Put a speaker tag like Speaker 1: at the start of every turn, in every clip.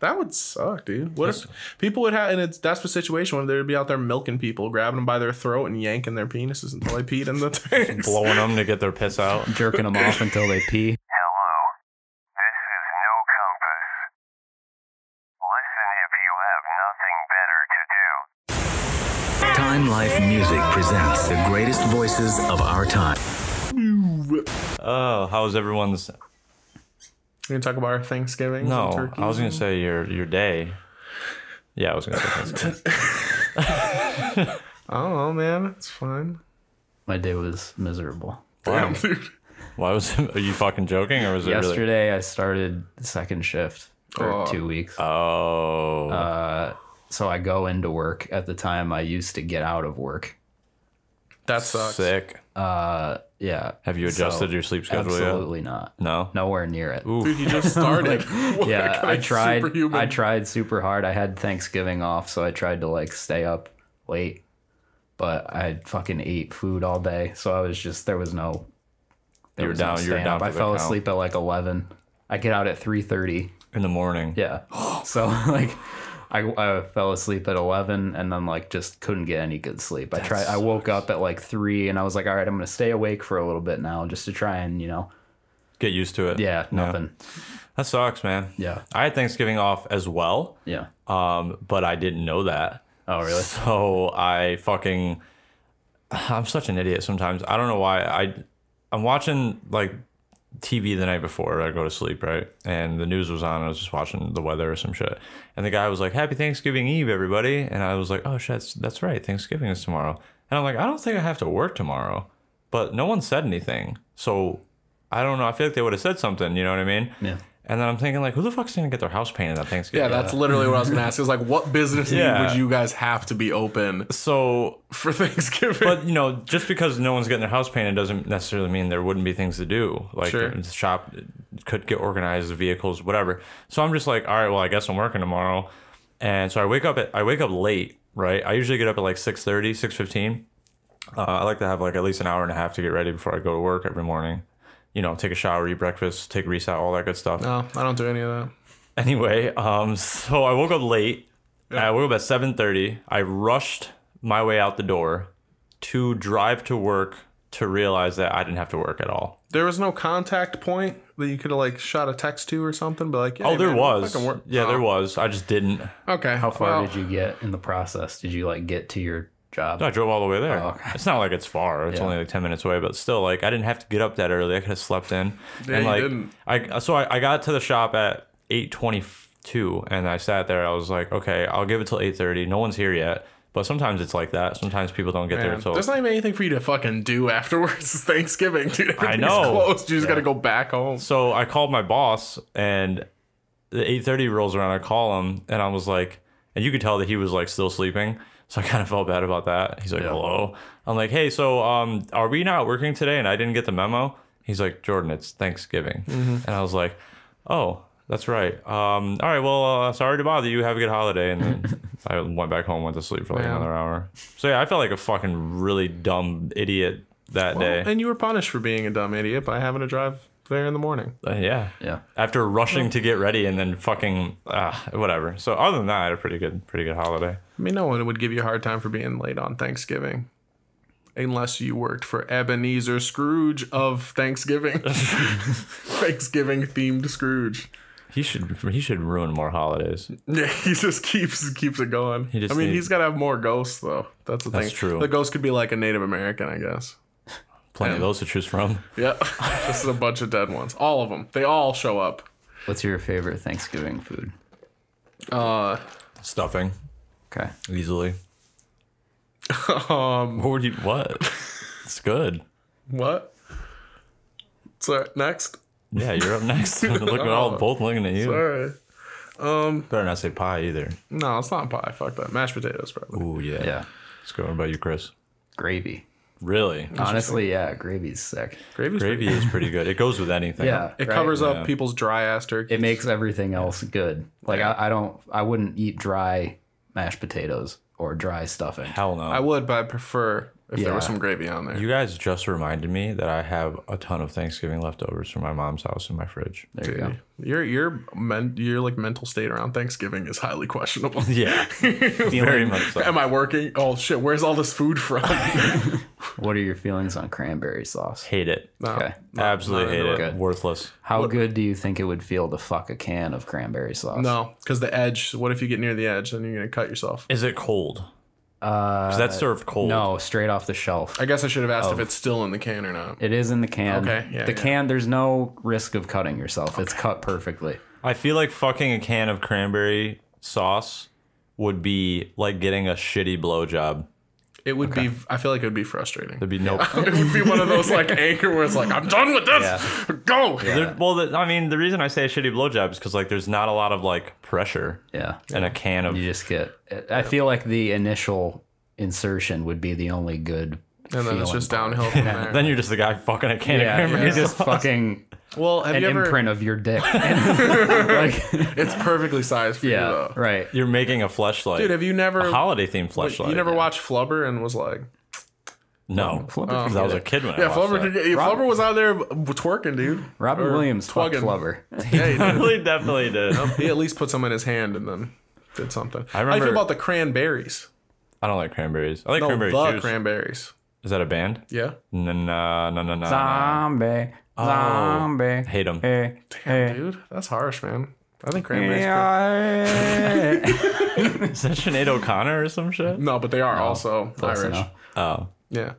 Speaker 1: That would suck, dude. What if people would have, and it's that's the situation when they'd be out there milking people, grabbing them by their throat and yanking their penises until they peed in the tanks.
Speaker 2: blowing them to get their piss out.
Speaker 3: jerking them off until they pee.
Speaker 4: Hello. This is No Compass. Listen if you have nothing better to do.
Speaker 5: Time Life Music presents the greatest voices of our time.
Speaker 2: Oh, how's everyone's?
Speaker 1: We can talk about our Thanksgiving.
Speaker 2: No, I was gonna say your your day. Yeah, I was gonna say Thanksgiving.
Speaker 1: Oh man, it's fine.
Speaker 3: My day was miserable.
Speaker 1: Damn, dude.
Speaker 2: Why was? Are you fucking joking or was it really?
Speaker 3: Yesterday, I started second shift for
Speaker 1: Oh.
Speaker 3: two weeks.
Speaker 2: Oh,
Speaker 3: so I go into work at the time I used to get out of work.
Speaker 1: That sucks.
Speaker 2: sick.
Speaker 3: Yeah.
Speaker 2: Have you adjusted
Speaker 3: Uh, So,
Speaker 2: your sleep schedule
Speaker 3: Absolutely not.
Speaker 2: yet? No.
Speaker 3: Nowhere near it.
Speaker 1: Dude, you just started. What
Speaker 3: yeah,
Speaker 1: kind
Speaker 3: I
Speaker 1: of
Speaker 3: tried.
Speaker 1: superhuman-
Speaker 3: I tried super hard. I had Thanksgiving off, so I tried to like stay up late, but I fucking ate food all day, so I was just there was no.
Speaker 2: You were
Speaker 3: was no
Speaker 2: down- you were
Speaker 3: staying
Speaker 2: down
Speaker 3: up.
Speaker 2: for
Speaker 3: I
Speaker 2: the
Speaker 3: fell
Speaker 2: count.
Speaker 3: asleep at like eleven. I get out at three thirty.
Speaker 2: In the morning.
Speaker 3: Yeah, so like. I, I fell asleep at 11 and then like just couldn't get any good sleep. I tried I woke up at like 3 and I was like all right, I'm going to stay awake for a little bit now just to try and, you know.
Speaker 2: Get used to it.
Speaker 3: Yeah, nothing.
Speaker 2: That sucks, man.
Speaker 3: Yeah.
Speaker 2: I had Thanksgiving off as well,
Speaker 3: Yeah.
Speaker 2: um, but I didn't know that.
Speaker 3: Oh, really?
Speaker 2: So I fucking I'm such an idiot sometimes. I don't know why I I'm watching like TV the night before I go to sleep, right? And the news was on. I was just watching the weather or some shit. And the guy was like, "Happy Thanksgiving Eve, everybody!" And I was like, "Oh shit, that's, that's right. Thanksgiving is tomorrow." And I'm like, "I don't think I have to work tomorrow." But no one said anything, so I don't know. I feel like they would have said something. You know what I mean?
Speaker 3: Yeah.
Speaker 2: And then I'm thinking like, who the fuck's gonna get their house painted on Thanksgiving?
Speaker 1: yeah, that's literally what I was gonna ask. Is like, what business need
Speaker 2: Yeah.
Speaker 1: would you guys have to be open
Speaker 2: so
Speaker 1: for Thanksgiving?
Speaker 2: but you know, just because no one's getting their house painted doesn't necessarily mean there wouldn't be things to do. Like
Speaker 1: Sure.
Speaker 2: the shop could get organized, the vehicles, whatever. So I'm just like, all right, well, I guess I'm working tomorrow, and so I wake up at I wake up late, right? I usually get up at like 6.30, 6.15. Uh, I like to have like at least an hour and a half to get ready before I go to work every morning. You know, take a shower, eat breakfast, take a reset, all that good stuff
Speaker 1: no, I don't do any of
Speaker 2: anyway, um, so I woke up late. I woke up at seven thirty. I rushed my way out the door to drive to work to realize that I didn't have to work at all.
Speaker 1: that. There was no contact point that you could have like shot a text to or something. But like,
Speaker 2: oh, there was. Yeah, there
Speaker 1: oh.
Speaker 2: was. I just didn't.
Speaker 1: Okay,
Speaker 3: How far did you get in the process? Did you like get to your job?
Speaker 2: No, I drove all the way there.
Speaker 3: Oh, okay.
Speaker 2: It's not like it's far. It's
Speaker 3: Yeah.
Speaker 2: only like ten minutes away, but still, like I didn't have to get up that early. I could have slept in.
Speaker 1: Yeah,
Speaker 2: and
Speaker 1: you
Speaker 2: like
Speaker 1: didn't.
Speaker 2: I so I, I got to the shop at eight twenty two, and I sat there. I was like, okay, I'll give it till eight thirty. No one's here yet. But sometimes it's like that. Sometimes people don't get there
Speaker 1: Man,
Speaker 2: till
Speaker 1: there's not even anything for you to fucking do afterwards. It's Thanksgiving, dude. Everything's
Speaker 2: know.
Speaker 1: closed. You just gotta go back home.
Speaker 2: So I called my boss, and the eight thirty rolls around. I call him, and I was like, and you could tell that he was like still sleeping. So I kind of felt bad about that. He's like, "Hello." I'm like, "Hey, so um, are we not working today?" And I didn't get the memo. He's like, "Jordan, it's Thanksgiving," and I was like, "Oh." That's right. Um, all right. Well, uh, sorry to bother you. Have a good holiday. And then I went back home, went to sleep for like
Speaker 1: Man.
Speaker 2: another hour. So yeah, I felt like a fucking really dumb idiot that day.
Speaker 1: And you were punished for being a dumb idiot by having to drive there in the morning.
Speaker 2: Uh, yeah.
Speaker 3: Yeah.
Speaker 2: After rushing to get ready and then fucking uh, whatever. So other than that, I had a pretty good, pretty good holiday.
Speaker 1: I mean, no one would give you a hard time for being late on Thanksgiving. Unless you worked for Ebenezer Scrooge of Thanksgiving. Thanksgiving themed Scrooge.
Speaker 2: He should, he should ruin more holidays.
Speaker 1: Yeah, he just keeps keeps it going.
Speaker 2: just
Speaker 1: I mean,
Speaker 2: needs-
Speaker 1: he's got to have more ghosts though. That's the
Speaker 2: That's
Speaker 1: thing.
Speaker 2: true.
Speaker 1: The ghost could be like a Native American, I guess.
Speaker 2: Plenty of those to choose from.
Speaker 1: Yep. this is a bunch of dead ones. All of them. They all show up.
Speaker 3: What's your favorite Thanksgiving food?
Speaker 1: Uh,
Speaker 2: Stuffing
Speaker 3: Okay.
Speaker 2: easily.
Speaker 1: um,
Speaker 2: What would you? What? It's good.
Speaker 1: what? So next.
Speaker 2: Yeah, you're up next. Look at
Speaker 3: Oh,
Speaker 2: all both looking at you.
Speaker 1: All right.
Speaker 2: Better not say pie either.
Speaker 1: No, it's not pie. Fuck that. Mashed potatoes, probably.
Speaker 2: Ooh yeah.
Speaker 3: Yeah.
Speaker 2: Let's go. What about you, Chris?
Speaker 3: Gravy.
Speaker 2: Really?
Speaker 3: Honestly, yeah, gravy's sick.
Speaker 1: Gravy's pretty-
Speaker 2: Gravy is pretty good. It goes with anything.
Speaker 3: Yeah.
Speaker 1: It
Speaker 3: right?
Speaker 1: covers
Speaker 2: Yeah.
Speaker 1: up people's dry ass turkey.
Speaker 3: It makes everything else good. Like I, I don't I wouldn't eat dry mashed potatoes or dry stuffing.
Speaker 2: Hell no.
Speaker 1: I would, but I prefer if there
Speaker 3: Yeah.
Speaker 1: was some gravy on there.
Speaker 2: You guys just reminded me that I have a ton of Thanksgiving leftovers from my mom's house in my fridge.
Speaker 3: There you go.
Speaker 1: your your men, your like mental state around Thanksgiving is highly questionable.
Speaker 2: Yeah.
Speaker 1: Very
Speaker 2: much so.
Speaker 1: Am I working? Oh shit! Where's all this food from?
Speaker 3: What are your feelings on cranberry sauce?
Speaker 2: Hate it.
Speaker 1: No.
Speaker 3: Okay.
Speaker 2: Absolutely hate it.
Speaker 3: Good.
Speaker 2: Worthless.
Speaker 3: How good do you think it would feel to fuck a can of cranberry sauce?
Speaker 1: No, because the edge. What if you get near the edge? Then you're gonna cut yourself.
Speaker 2: Is it cold? Uh, that's served cold.
Speaker 3: No, straight off the shelf.
Speaker 1: I guess I should have asked if it's still in the can or not.
Speaker 3: It is in the can.
Speaker 1: Okay, yeah,
Speaker 3: the
Speaker 1: yeah.
Speaker 3: can, there's no risk of cutting yourself. It's cut perfectly.
Speaker 2: I feel like fucking a can of cranberry sauce would be like getting a shitty blowjob.
Speaker 1: It would be. I feel like it would be frustrating.
Speaker 2: There'd be no.
Speaker 1: it would be one of those like anchor where it's like I'm done with this. Go.
Speaker 2: There- well, the, I mean, the reason I say a shitty blowjob is because like there's not a lot of like pressure
Speaker 3: Yeah.
Speaker 2: in a can of.
Speaker 3: You just get. I feel like the initial insertion would be the only good.
Speaker 1: And then it's
Speaker 3: feeling.
Speaker 1: just downhill from there.
Speaker 2: Then you're just the guy fucking a can
Speaker 3: Yeah,
Speaker 2: of cranberry
Speaker 3: you're just
Speaker 2: sauce.
Speaker 3: fucking
Speaker 1: well, have
Speaker 3: an
Speaker 1: you ever?
Speaker 3: imprint of your dick. like,
Speaker 1: It's perfectly sized for you
Speaker 3: yeah,
Speaker 1: though.
Speaker 3: right.
Speaker 2: You're making a fleshlight.
Speaker 1: Dude, have you never?
Speaker 2: a holiday themed fleshlight?
Speaker 1: you never
Speaker 2: yeah.
Speaker 1: watched Flubber and was like,
Speaker 2: No,
Speaker 3: Flubber
Speaker 2: because
Speaker 3: could
Speaker 2: I was
Speaker 3: get
Speaker 2: a kid when I
Speaker 1: Oh, yeah,
Speaker 2: watched
Speaker 1: Flubber.
Speaker 2: that.
Speaker 1: Could get, yeah, Flubber was out there twerking, dude.
Speaker 3: Robin
Speaker 1: Or
Speaker 3: Williams, fuck
Speaker 1: twerking.
Speaker 3: Flubber.
Speaker 1: Yeah, he did.
Speaker 2: Really, definitely did.
Speaker 1: he at least put some in his hand and then did something. How do
Speaker 2: I
Speaker 1: you
Speaker 2: remember-
Speaker 1: feel about the cranberries?
Speaker 2: I don't like cranberries. I like
Speaker 1: No,
Speaker 2: cranberry
Speaker 1: the
Speaker 2: juice.
Speaker 1: cranberries.
Speaker 2: Is that a band?
Speaker 1: Yeah.
Speaker 2: No, no, no, no, no.
Speaker 3: Zombie, zombie.
Speaker 1: Oh,
Speaker 2: Hate them.
Speaker 3: Hey, hey.
Speaker 1: Dude, that's harsh, man. I think cranberries. are
Speaker 2: Is that Sinead O'Connor or some shit?
Speaker 1: No, but they are also
Speaker 3: Close
Speaker 1: Irish.
Speaker 3: enough.
Speaker 2: Oh.
Speaker 1: Yeah.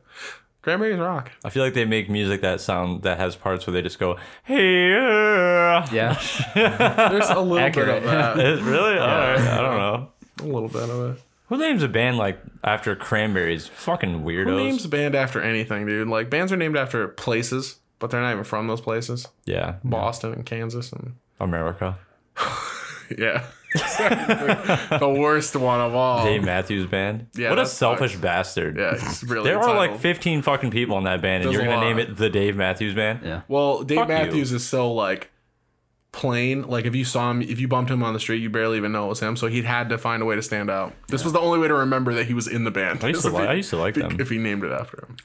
Speaker 1: Cranberries rock.
Speaker 2: I feel like they make music that sound that has parts where they just go, hey, uh."
Speaker 3: Yeah,
Speaker 1: There's a little bit
Speaker 3: Accurate.
Speaker 1: of that.
Speaker 2: Is- really? All right. I don't know.
Speaker 1: A little bit of it.
Speaker 2: Who names a band like after cranberries? Fucking weirdos.
Speaker 1: Who names a band after anything, dude? Like bands are named after places, but they're not even from those places.
Speaker 2: yeah.
Speaker 1: Boston and Kansas and
Speaker 2: America.
Speaker 1: yeah. the worst one of all.
Speaker 2: Dave Matthews Band.
Speaker 1: Oh. Yeah,
Speaker 2: what a
Speaker 1: that's
Speaker 2: selfish bastard.
Speaker 1: Yeah, he's really.
Speaker 2: There are like
Speaker 1: entitled.
Speaker 2: 15 fucking people in that band, and
Speaker 1: There's
Speaker 2: you're
Speaker 1: a
Speaker 2: going to
Speaker 1: lot.
Speaker 2: name it the Dave Matthews Band?
Speaker 3: yeah.
Speaker 1: Well, Dave
Speaker 2: Fuck you.
Speaker 1: Matthews is so like plain. Like if you saw him, if you bumped him on the street, you barely even know it was him. So he had to find a way to stand out. This was the only way to remember that he was in the band.
Speaker 2: I used to,
Speaker 1: If
Speaker 2: li-
Speaker 1: he-
Speaker 2: I used to like them.
Speaker 1: If he named it after him,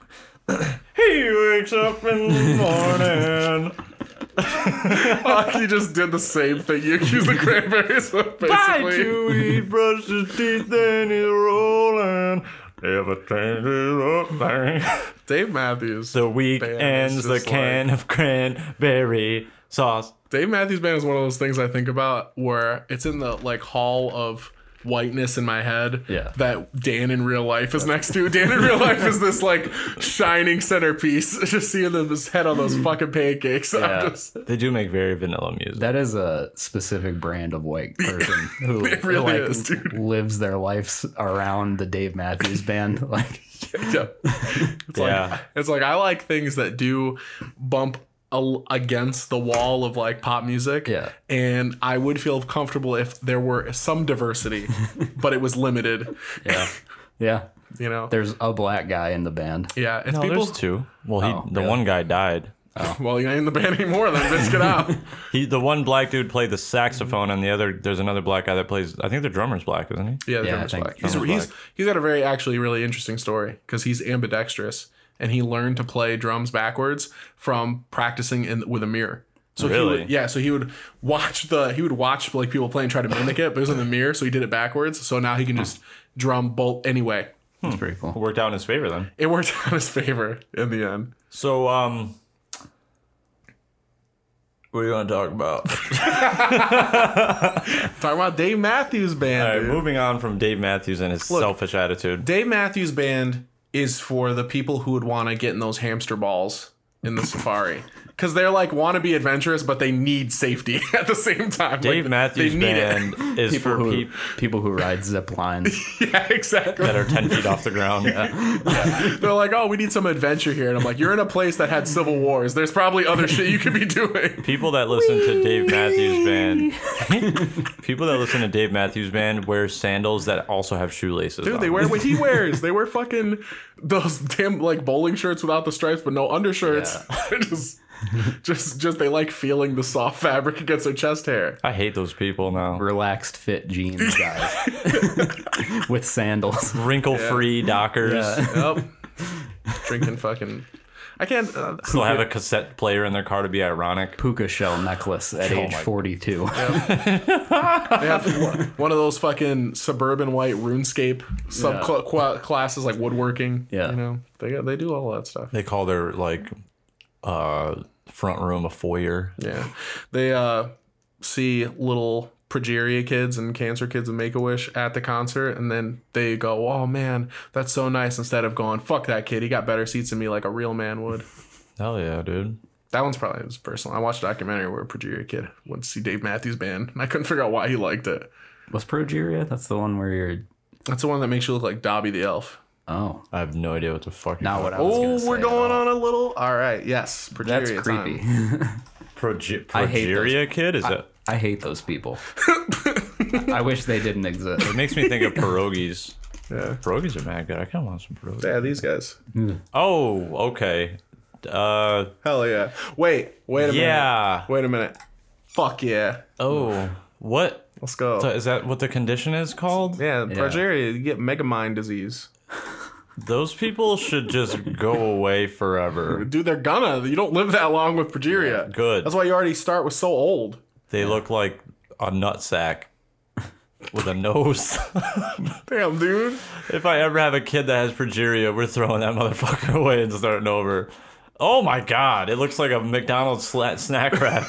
Speaker 2: He wakes up in the morning.
Speaker 1: Like, he just did the same thing. You accused the cranberries of basically.
Speaker 2: he brushed his teeth and he's rolling. Never changes a thing.
Speaker 1: Dave Matthews.
Speaker 2: The week
Speaker 1: Band is
Speaker 2: ends the
Speaker 1: just
Speaker 2: can of cranberry sauce.
Speaker 1: Dave Matthews Band is one of those things I think about where it's in the like hall of whiteness in my head
Speaker 3: Yeah.
Speaker 1: that Dan in real life is next to. Dan in real life is this like shining centerpiece. Just seeing them- his head on those fucking pancakes.
Speaker 3: Yeah.
Speaker 1: I'm just,
Speaker 2: They do make very vanilla music.
Speaker 3: That is a specific brand of white person who
Speaker 1: It really
Speaker 3: like,
Speaker 1: is, dude.
Speaker 3: lives their lives around the Dave Matthews band. Like,
Speaker 1: yeah. It's
Speaker 2: Yeah.
Speaker 1: like it's like I like things that do bump al- against the wall of like pop music
Speaker 3: Yeah.
Speaker 1: and i would feel comfortable if there were some diversity but it was limited
Speaker 3: yeah, yeah.
Speaker 1: you know
Speaker 3: There's a black guy in the band.
Speaker 1: yeah it's
Speaker 2: no,
Speaker 1: people
Speaker 2: there's two. Well, he,
Speaker 3: Oh,
Speaker 2: the
Speaker 3: really?
Speaker 2: one guy died.
Speaker 1: Well, you ain't in the band anymore. Then bitch, get out.
Speaker 2: He, the one black dude played the saxophone, and the other, there's another black guy that plays. I think the drummer's black, isn't he?
Speaker 1: Yeah, the
Speaker 3: Yeah, I
Speaker 1: drummer's
Speaker 3: think
Speaker 1: black. He's,
Speaker 2: drummer's
Speaker 1: he's he's got a very actually really interesting story because he's ambidextrous and he learned to play drums backwards from practicing in with a mirror. So
Speaker 2: Really?
Speaker 1: he would, yeah, so he would watch the he would watch like people play and try to mimic it, but it was in the mirror, so he did it backwards. So now he can just drum bolt anyway.
Speaker 3: That's pretty cool.
Speaker 2: Worked out in his favor then.
Speaker 1: It worked out in his favor in the end.
Speaker 2: So, um, what are you going to talk about?
Speaker 1: Talking about Dave Matthews Band.
Speaker 2: All right,
Speaker 1: dude.
Speaker 2: moving on from Dave Matthews and his selfish attitude.
Speaker 1: Dave Matthews Band is for the people who would want to get in those hamster balls in the safari because they're like want to be adventurous, but they need safety at the same time.
Speaker 2: Dave
Speaker 1: like,
Speaker 2: Matthews
Speaker 1: they need
Speaker 2: Band is
Speaker 3: People
Speaker 2: for
Speaker 3: who,
Speaker 2: people
Speaker 3: people who ride zip lines.
Speaker 1: it. Yeah, exactly.
Speaker 2: that are ten feet off the ground.
Speaker 1: They're like, oh, we need some adventure here, and I'm like, you're in a place that had civil wars. There's probably other shit you could be doing.
Speaker 2: People that listen to Dave Matthews Band, people that listen to Dave Matthews Band wear sandals that also have shoelaces.
Speaker 1: Dude,
Speaker 2: on
Speaker 1: they
Speaker 2: them.
Speaker 1: wear what he wears. They wear fucking those damn like bowling shirts without the stripes, but no undershirts. just, just, just they like feeling the soft fabric against their chest hair.
Speaker 2: I hate those people now.
Speaker 3: relaxed fit jeans guys with sandals.
Speaker 2: Wrinkle-free Dockers.
Speaker 3: Yeah.
Speaker 1: Yep. drinking fucking. I can't. Uh,
Speaker 2: They'll have a cassette player in their car to be ironic.
Speaker 3: Puka shell necklace at
Speaker 2: Oh
Speaker 3: age
Speaker 2: my-
Speaker 3: 42.
Speaker 1: Oh they have one- one of those fucking suburban white RuneScape sub classes like woodworking.
Speaker 3: Yeah.
Speaker 1: you know they got, they do all that stuff.
Speaker 2: They call their like uh front room a foyer.
Speaker 1: Yeah. They uh, see little progeria kids and cancer kids and make a wish at the concert, and then they go, Oh man, that's so nice. Instead of going, Fuck that kid, he got better seats than me like a real man would.
Speaker 2: Hell yeah, dude.
Speaker 1: That one's probably his personal. I watched a documentary where a progeria kid went to see Dave Matthews Band, and I couldn't figure out why he liked it.
Speaker 3: What's progeria? That's the one where you're.
Speaker 1: That's the one that makes you look like Dobby the Elf.
Speaker 3: Oh,
Speaker 2: I have no idea what the fuck. you're
Speaker 3: not what I was gonna
Speaker 1: Oh,
Speaker 3: say
Speaker 1: we're
Speaker 3: at
Speaker 1: going
Speaker 3: all.
Speaker 1: on a little. All right, yes, progeria
Speaker 3: That's
Speaker 1: time.
Speaker 3: creepy.
Speaker 2: Proge-
Speaker 3: I hate those.
Speaker 2: progeria kid is it?
Speaker 3: I hate those people. I wish they didn't exist.
Speaker 2: It makes me think of pierogies.
Speaker 1: Yeah.
Speaker 2: Pierogies are mad good. I kind of want some pierogies.
Speaker 1: Yeah, these guys.
Speaker 2: Oh, okay. Uh,
Speaker 1: Hell yeah. Wait, wait a minute.
Speaker 2: yeah.
Speaker 1: Wait a minute. Fuck yeah.
Speaker 2: Oh, what
Speaker 1: Let's go.
Speaker 2: so is that? What the condition is called?
Speaker 1: Yeah, progeria, you get megamind disease.
Speaker 2: Those people should just go away forever.
Speaker 1: Dude, they're gonna. You don't live that long with progeria.
Speaker 2: Good.
Speaker 1: That's why you already start with so old.
Speaker 2: They look like a nutsack with a nose.
Speaker 1: Damn, dude.
Speaker 2: if I ever have a kid that has progeria, we're throwing that motherfucker away and starting over. Oh my god, it looks like a McDonald's sla- snack wrap.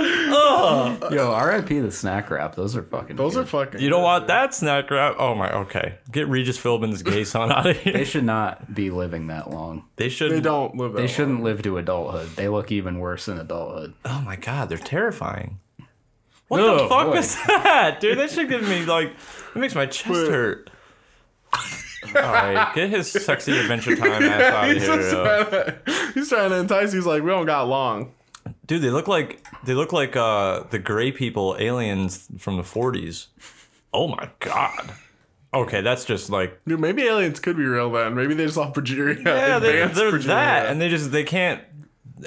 Speaker 3: Yo, RIP the snack wrap. Those are fucking.
Speaker 1: Those
Speaker 3: good.
Speaker 1: are fucking.
Speaker 2: you don't want that snack wrap. Oh my, okay. Get Regis Philbin's gay son out of
Speaker 3: They
Speaker 2: here.
Speaker 3: should not be living that long.
Speaker 2: They should.
Speaker 1: They don't live that
Speaker 3: They shouldn't live to adulthood. They look even worse in adulthood.
Speaker 2: Oh my god, they're terrifying. What the
Speaker 3: Oh,
Speaker 2: fuck
Speaker 3: boy.
Speaker 2: was that, dude? That should give me like it makes my chest hurt. All right, get his sexy adventure time ass
Speaker 1: long.
Speaker 2: out of
Speaker 1: he's,
Speaker 2: here,
Speaker 1: just
Speaker 2: yo.
Speaker 1: trying to, he's trying to entice. you. He's like, we don't got long.
Speaker 2: dude. They look like they look like uh, the gray people aliens from the '40s. Oh my god. Okay, that's just like
Speaker 1: Dude, maybe aliens could be real then. Maybe they just saw progeria.
Speaker 2: yeah, they,
Speaker 1: advanced
Speaker 2: they're
Speaker 1: progeria.
Speaker 2: that, and they just they can't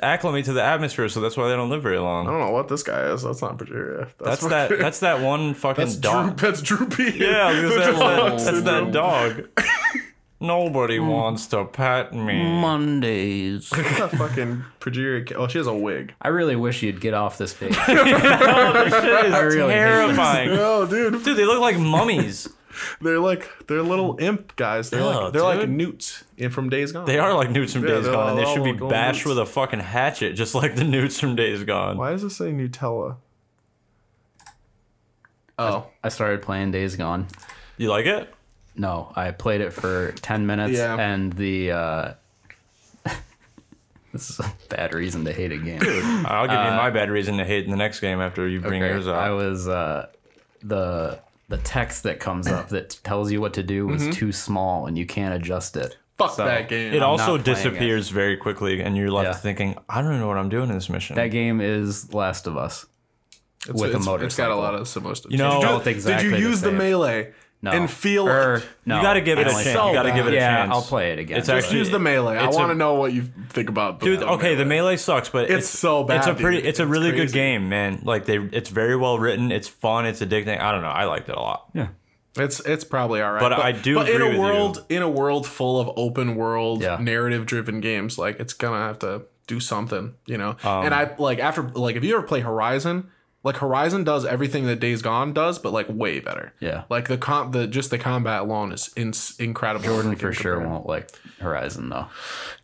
Speaker 2: acclimate to the atmosphere, so that's why they don't live very long.
Speaker 1: I don't know what this guy is. That's not progeria.
Speaker 2: Oh, that's that. That's that one fucking
Speaker 1: That's, droop,
Speaker 2: dog.
Speaker 1: that's droopy.
Speaker 2: Yeah, I was
Speaker 1: The
Speaker 2: gonna say,
Speaker 1: dog
Speaker 2: that's, that,
Speaker 1: syndrome. Hmm.
Speaker 2: that's that dog. Nobody wants to pat me.
Speaker 3: Mondays.
Speaker 1: That fucking progeria. ki- Oh, she has a wig.
Speaker 3: I really wish you'd get off this page.
Speaker 2: That is
Speaker 3: I really hate
Speaker 2: terrifying.
Speaker 1: Oh, dude.
Speaker 2: Dude, they look like mummies.
Speaker 1: They're like they're little imp guys. They're
Speaker 2: Yeah,
Speaker 1: like they're like
Speaker 2: dude.
Speaker 1: newts in- from Days Gone.
Speaker 2: They are like newts from
Speaker 1: Yeah,
Speaker 2: Days
Speaker 1: they're
Speaker 2: Gone. They
Speaker 1: all-
Speaker 2: should be
Speaker 1: all going nuts.
Speaker 2: bashed with a fucking hatchet, just like the newts from Days Gone.
Speaker 1: Why does it say Nutella? Oh
Speaker 3: I started playing Days Gone.
Speaker 2: You like it?
Speaker 3: No, I played it for 10 minutes
Speaker 1: Yeah.
Speaker 3: and the uh This is a bad reason to hate a game.
Speaker 2: I'll give you my bad reason to hate in the next game after you bring yours
Speaker 3: Uh, I
Speaker 2: up.
Speaker 3: was uh the the text that comes up that tells you what to do
Speaker 1: Mm-hmm.
Speaker 3: is too small and you can't adjust it.
Speaker 1: fuck that game.
Speaker 2: It also
Speaker 3: not playing
Speaker 2: disappears very quickly, and you're left
Speaker 3: Yeah.
Speaker 2: thinking, I don't even know what I'm doing in this mission.
Speaker 3: That game is Last of Us.
Speaker 1: It's-
Speaker 3: with
Speaker 1: it's-
Speaker 3: a
Speaker 1: It's got a
Speaker 3: motorcycle.
Speaker 1: lot of similar stuff.
Speaker 2: You know-
Speaker 1: did you,
Speaker 2: Don't
Speaker 1: did
Speaker 3: exactly
Speaker 1: you
Speaker 3: the
Speaker 1: use the,
Speaker 3: same.
Speaker 1: melee
Speaker 3: No.
Speaker 1: and feel?
Speaker 2: Er,
Speaker 3: Or-
Speaker 1: it?
Speaker 3: no,
Speaker 2: gotta give
Speaker 3: I
Speaker 2: it a
Speaker 3: don't like
Speaker 2: chance.
Speaker 3: that.
Speaker 2: You gotta give it a
Speaker 3: yeah,
Speaker 2: chance.
Speaker 3: I'll play it again.
Speaker 2: It's
Speaker 3: But-
Speaker 2: actually-
Speaker 1: Just use the melee. I
Speaker 2: It's a-
Speaker 1: want to know what you think about.
Speaker 2: Dude,
Speaker 1: that
Speaker 2: okay, the melee sucks, but it's,
Speaker 1: so
Speaker 2: It's a
Speaker 1: bad,
Speaker 2: pretty,
Speaker 1: dude.
Speaker 2: it's a
Speaker 1: It's
Speaker 2: really good
Speaker 1: crazy.
Speaker 2: game, man. Like they, it's very well written. It's fun. It's addicting. I don't know. I liked it a lot.
Speaker 3: yeah.
Speaker 1: It's it's probably all right.
Speaker 2: But I do
Speaker 1: But in
Speaker 2: agree
Speaker 1: a
Speaker 2: with you.
Speaker 1: world in a world full of open world
Speaker 3: Yeah.
Speaker 1: narrative driven games, like it's gonna have to do something, you know. and
Speaker 2: Um,
Speaker 1: I like after like if you ever play Horizon, like Horizon does everything that Days Gone does, but like way better.
Speaker 3: Yeah.
Speaker 1: Like the com the just the combat alone is ins incredible.
Speaker 3: Jordan
Speaker 1: Like,
Speaker 3: for
Speaker 1: in
Speaker 3: sure
Speaker 1: comparison.
Speaker 3: won't like Horizon though.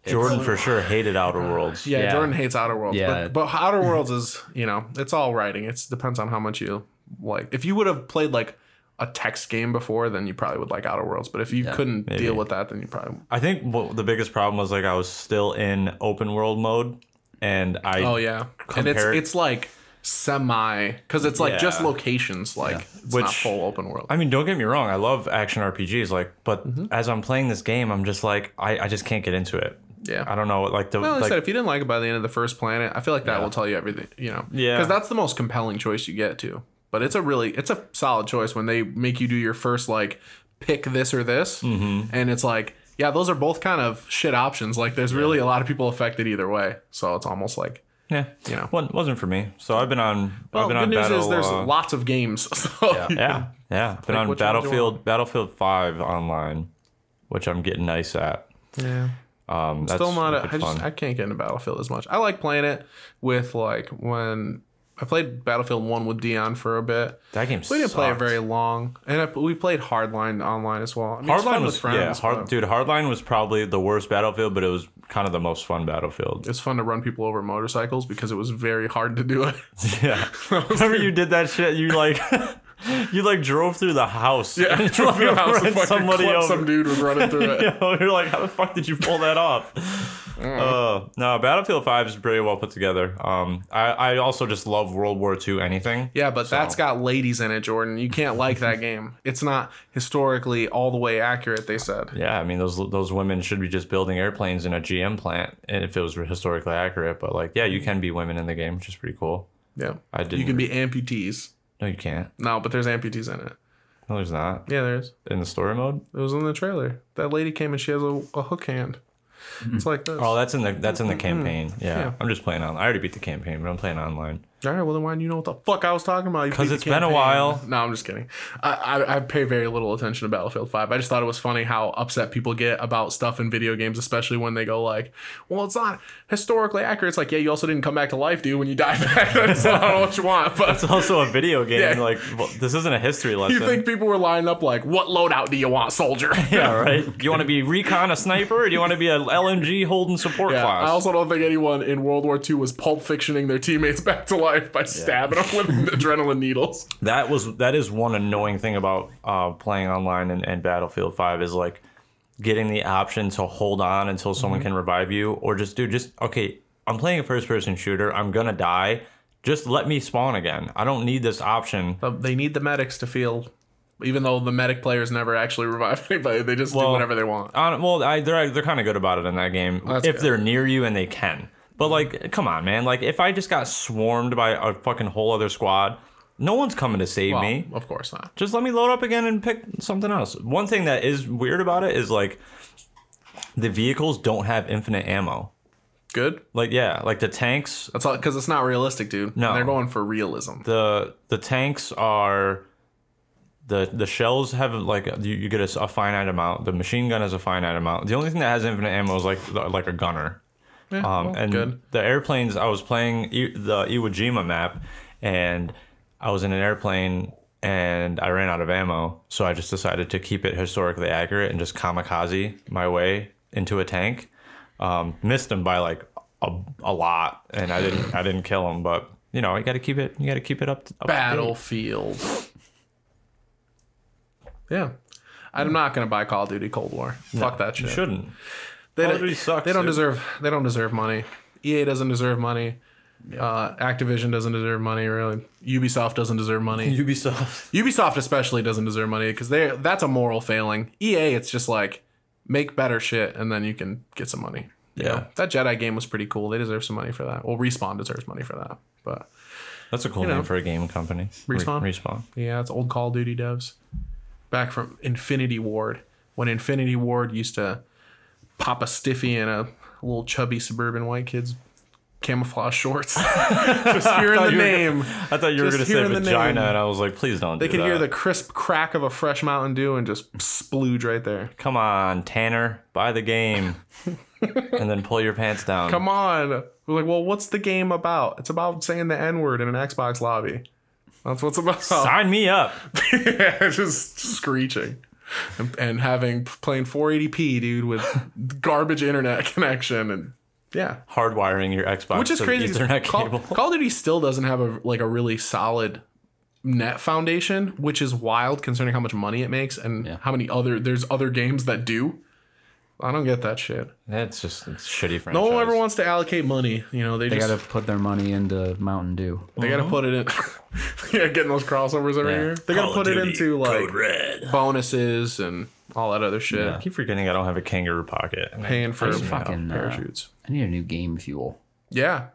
Speaker 2: Jordan for sure hated Outer Worlds.
Speaker 1: Yeah,
Speaker 3: Yeah.
Speaker 1: Jordan hates Outer Worlds.
Speaker 3: Yeah.
Speaker 1: But, but Outer Worlds is, you know, it's all writing. It depends on how much you like. If you would have played like a text game before, then you probably would like Outer Worlds. But if you couldn't deal with that, then you probably.
Speaker 2: I think what the biggest problem was like I was still in open world mode, and I
Speaker 1: Oh yeah, and it's
Speaker 2: Compared-
Speaker 1: it's like semi because it's like just
Speaker 2: Yeah.
Speaker 1: locations, like it's not
Speaker 2: Which-
Speaker 1: full open world.
Speaker 2: I mean, don't get me wrong. I love action RPGs, like, but
Speaker 1: Mm-hmm.
Speaker 2: as I'm playing this game, I'm just like, I, I just can't get into it.
Speaker 1: Yeah.
Speaker 2: I don't know, like the
Speaker 1: well, like I
Speaker 2: like,
Speaker 1: said, if you didn't like it by the end of the first planet, I feel like that will tell you everything, you know.
Speaker 2: Yeah.
Speaker 1: Because that's the most compelling choice you get to. But it's a really it's a solid choice when they make you do your first like pick this or this,
Speaker 2: Mm-hmm.
Speaker 1: and it's like yeah, those are both kind of shit options. Like there's really a lot of people affected either way, so it's almost like.
Speaker 2: yeah,
Speaker 1: you know.
Speaker 2: Wa- wasn't for me. So I've been on, I've
Speaker 1: Well,
Speaker 2: been
Speaker 1: good
Speaker 2: on
Speaker 1: news
Speaker 2: battle.
Speaker 1: is there's
Speaker 2: uh,
Speaker 1: lots of games. So
Speaker 2: yeah, yeah, been on
Speaker 1: which ones you
Speaker 2: Battlefield, Battlefield Five online. which I'm getting nice at.
Speaker 1: Yeah.
Speaker 2: Um, that's
Speaker 1: Still not. A,
Speaker 2: wicked
Speaker 1: I just
Speaker 2: fun.
Speaker 1: I can't get into Battlefield as much. I like playing it with like when I played Battlefield One with Dion for a bit.
Speaker 2: that game.
Speaker 1: We didn't play it
Speaker 2: sucked.
Speaker 1: very long, and I, we played Hardline online as well. I mean, it's fun
Speaker 2: Hardline
Speaker 1: with
Speaker 2: was
Speaker 1: friends,
Speaker 2: yeah, hard,
Speaker 1: but
Speaker 2: dude. Hardline was probably the worst battlefield, but it was kind of the most fun battlefield.
Speaker 1: It's fun to run people over motorcycles because it was very hard to do it.
Speaker 2: Yeah, whenever you did that shit, you like, you like drove through the house.
Speaker 1: Yeah,
Speaker 2: and,
Speaker 1: drove through a
Speaker 2: like,
Speaker 1: house
Speaker 2: ran
Speaker 1: and fucking
Speaker 2: somebody
Speaker 1: clipped
Speaker 2: over.
Speaker 1: some dude was running through it.
Speaker 2: you know, you're like, how the fuck did you pull that off?
Speaker 1: Mm.
Speaker 2: Uh, no, Battlefield Five is pretty well put together. Um, I, I also just love World War II anything.
Speaker 1: Yeah, but that's got ladies in it, Jordan. You can't like that game. It's not historically all the way accurate. They said.
Speaker 2: Yeah, I mean those those women should be just building airplanes in a GM plant, and if it was historically accurate. But like, yeah, you can be women in the game, which is pretty cool.
Speaker 1: Yeah,
Speaker 2: I didn't.
Speaker 1: Mm. you can be amputees.
Speaker 2: No, you can't.
Speaker 1: No, but there's amputees in it.
Speaker 2: No, Oh, there's not
Speaker 1: Yeah, there is.
Speaker 2: in the story mode.
Speaker 1: It was in the trailer. That lady came and she has a, a hook hand. It's like this.
Speaker 2: Oh, that's in the that's in the campaign. Yeah,
Speaker 1: Mm-hmm. Yeah.
Speaker 2: I'm just playing on. I already beat the campaign, but I'm playing online.
Speaker 1: All right, well then why do you know what the fuck I was talking about? You
Speaker 2: 'Cause
Speaker 1: beat the
Speaker 2: it's been a
Speaker 1: campaign.
Speaker 2: while.
Speaker 1: No, I'm just kidding. I, I I pay very little attention to Battlefield Five. I just thought it was funny how upset people get about stuff in video games, especially when they go like, "Well, it's not historically accurate." It's like, yeah, you also didn't come back to life, dude. When you die back, that's not what you want. But
Speaker 2: It's also a video game.
Speaker 1: Yeah.
Speaker 2: Like well, this isn't a history lesson.
Speaker 1: you think people were lining up like, "What loadout do you want, soldier?"
Speaker 2: Yeah, right. Do you want to be recon a sniper, or do you want to be a LMG holding support
Speaker 1: Yeah,
Speaker 2: class?
Speaker 1: I also don't think anyone in World War II was pulp fictioning their teammates back to life by stabbing them with adrenaline needles.
Speaker 2: that was that is one annoying thing about uh, playing online and, and Battlefield Five is like getting the option to hold on until someone
Speaker 1: Mm-hmm.
Speaker 2: can revive you, or just dude, just okay. I'm playing a first person shooter. I'm gonna die. Just let me spawn again. I don't need this option.
Speaker 1: But Um, they need the medics to feel, even though the medic players never actually revive anybody, they just do
Speaker 2: Well-
Speaker 1: whatever they want.
Speaker 2: On, well, I, they're they're kind of good about it in that game
Speaker 1: that's
Speaker 2: if
Speaker 1: good.
Speaker 2: they're near you and they can. But like, come on, man! Like, if I just got swarmed by a fucking whole other squad, no one's coming to save
Speaker 1: Well,
Speaker 2: uh, me.
Speaker 1: Um, Of course not.
Speaker 2: just let me load up again and pick something else. One thing that is weird about it is like the vehicles don't have infinite ammo.
Speaker 1: Good.
Speaker 2: Like yeah, like the tanks,
Speaker 1: That's all because it's not realistic, dude.
Speaker 2: No.
Speaker 1: they're going for realism.
Speaker 2: the the tanks are the the shells have like you, you get a, s- a finite amount. The machine gun has a finite amount. The only thing that has infinite ammo is like like a gunner.
Speaker 1: Yeah,
Speaker 2: Um,
Speaker 1: well,
Speaker 2: and
Speaker 1: good.
Speaker 2: the airplanes, I was playing I- the Iwo Jima map, and I was in an airplane and I ran out of ammo. So I just decided to keep it historically accurate and just kamikaze my way into a tank. Um, missed him by like a, a lot, and I didn't I didn't kill him, but you know you got to keep it you got to keep it up. to- up to date.
Speaker 1: Battlefield. Yeah. I'm not gonna buy Call of Duty Cold War. Fuck that shit.
Speaker 2: You shouldn't.
Speaker 1: They
Speaker 2: Call
Speaker 1: don't,
Speaker 2: of Duty sucks,
Speaker 1: they don't
Speaker 2: dude.
Speaker 1: deserve. They don't deserve money. EA doesn't deserve money. Uh, Activision doesn't deserve money. Really, Ubisoft doesn't deserve money.
Speaker 2: Ubisoft.
Speaker 1: Ubisoft especially doesn't deserve money because they that's a moral failing. EA, it's just like make better shit and then you can get some money. You
Speaker 2: Yeah.
Speaker 1: know? that Jedi game was pretty cool. They deserve some money for that. Well, Respawn deserves money for that, but
Speaker 2: That's a cool
Speaker 1: know.
Speaker 2: name for a game company. Re-
Speaker 1: Respawn?
Speaker 2: Respawn.
Speaker 1: yeah, it's old Call of Duty devs back from Infinity Ward when Infinity Ward used to pop a stiffy in a little chubby suburban white kid's camouflage shorts. just hearing the
Speaker 2: you were-
Speaker 1: name.
Speaker 2: I thought you were going to
Speaker 1: Just
Speaker 2: say
Speaker 1: hearing the
Speaker 2: vagina,
Speaker 1: name.
Speaker 2: and I was like, please don't.
Speaker 1: They
Speaker 2: do
Speaker 1: could hear
Speaker 2: that.
Speaker 1: the crisp crack of a fresh Mountain Dew and just splooge right there.
Speaker 2: come on, Tanner, buy the game. and then pull your pants down.
Speaker 1: Come on. We're like, well, what's the game about? It's about saying the N word in an Xbox lobby. That's what's about.
Speaker 2: Sign me up.
Speaker 1: yeah, just screeching. And, and having playing 480p, dude, with garbage internet connection and yeah,
Speaker 2: Hardwiring your Xbox.
Speaker 1: which is
Speaker 2: to the
Speaker 1: crazy. 'cause
Speaker 2: Ethernet
Speaker 1: Call,
Speaker 2: cable.
Speaker 1: Call of Duty still doesn't have a like a really solid net foundation, which is wild considering how much money it makes and how many other there's other games that do. I don't get that shit.
Speaker 2: That's just it's shitty franchise.
Speaker 1: No one ever wants to allocate money. You know, they,
Speaker 3: They
Speaker 1: just
Speaker 3: gotta put their money into Mountain Dew.
Speaker 1: They gotta put it in. yeah, getting those crossovers every
Speaker 2: Yeah.
Speaker 1: year. They gotta put it into like bonuses and all that other shit.
Speaker 2: I keep forgetting I don't have a kangaroo pocket.
Speaker 1: Paying for
Speaker 3: Just fucking uh,
Speaker 1: parachutes.
Speaker 3: I need a new game fuel.
Speaker 1: yeah,
Speaker 3: I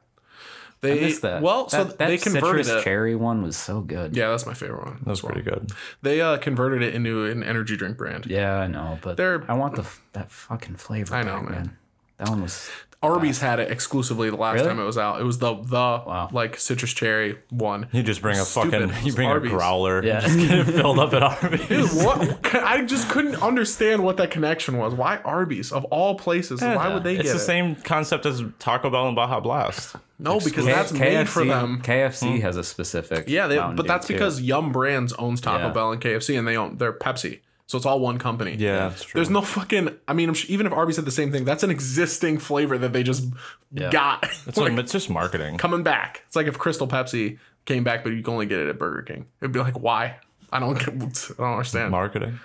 Speaker 1: they
Speaker 3: missed that.
Speaker 1: well, so
Speaker 3: That- that
Speaker 1: they converted
Speaker 3: citrus
Speaker 1: it.
Speaker 3: cherry one was so good.
Speaker 1: Yeah, that's my favorite one.
Speaker 2: That was pretty good.
Speaker 1: They uh, converted it into an energy drink brand.
Speaker 3: Yeah, I know, but
Speaker 1: They're-
Speaker 3: I want the f- that fucking flavor.
Speaker 1: I know,
Speaker 3: back,
Speaker 1: man.
Speaker 3: That one was
Speaker 1: Arby's had it exclusively the last
Speaker 3: Really?
Speaker 1: time it was out. It was the the like citrus cherry one.
Speaker 2: You just bring a
Speaker 1: Stupid.
Speaker 2: fucking, you
Speaker 1: It's
Speaker 2: bring
Speaker 1: Arby's.
Speaker 2: a growler,
Speaker 3: Yeah.
Speaker 2: yeah. just get it filled up at
Speaker 1: Dude,
Speaker 2: Arby's.
Speaker 1: what? I just couldn't understand what that connection was. Why Arby's of all places? why would they
Speaker 2: It's
Speaker 1: get
Speaker 2: the
Speaker 1: it?
Speaker 2: same concept as Taco Bell and Baja Blast.
Speaker 1: no, because
Speaker 3: K-
Speaker 1: that's made for them. Hmm?
Speaker 3: KFC has a specific.
Speaker 1: Yeah, they,
Speaker 3: Mountain
Speaker 1: but
Speaker 3: Dew,
Speaker 1: that's
Speaker 3: too.
Speaker 1: because Yum Brands owns Taco
Speaker 3: Yeah.
Speaker 1: Bell and KFC, and they own they're Pepsi, so it's all one company.
Speaker 2: Yeah, that's true.
Speaker 1: There's no fucking. I mean, I'm sure, even if Arby's had the same thing, that's an existing flavor that they just got
Speaker 2: it's, like, it's just marketing.
Speaker 1: coming back. It's like if Crystal Pepsi came back, but you can only get it at Burger King. It'd be like, why? I don't. get- I don't understand.
Speaker 2: Marketing.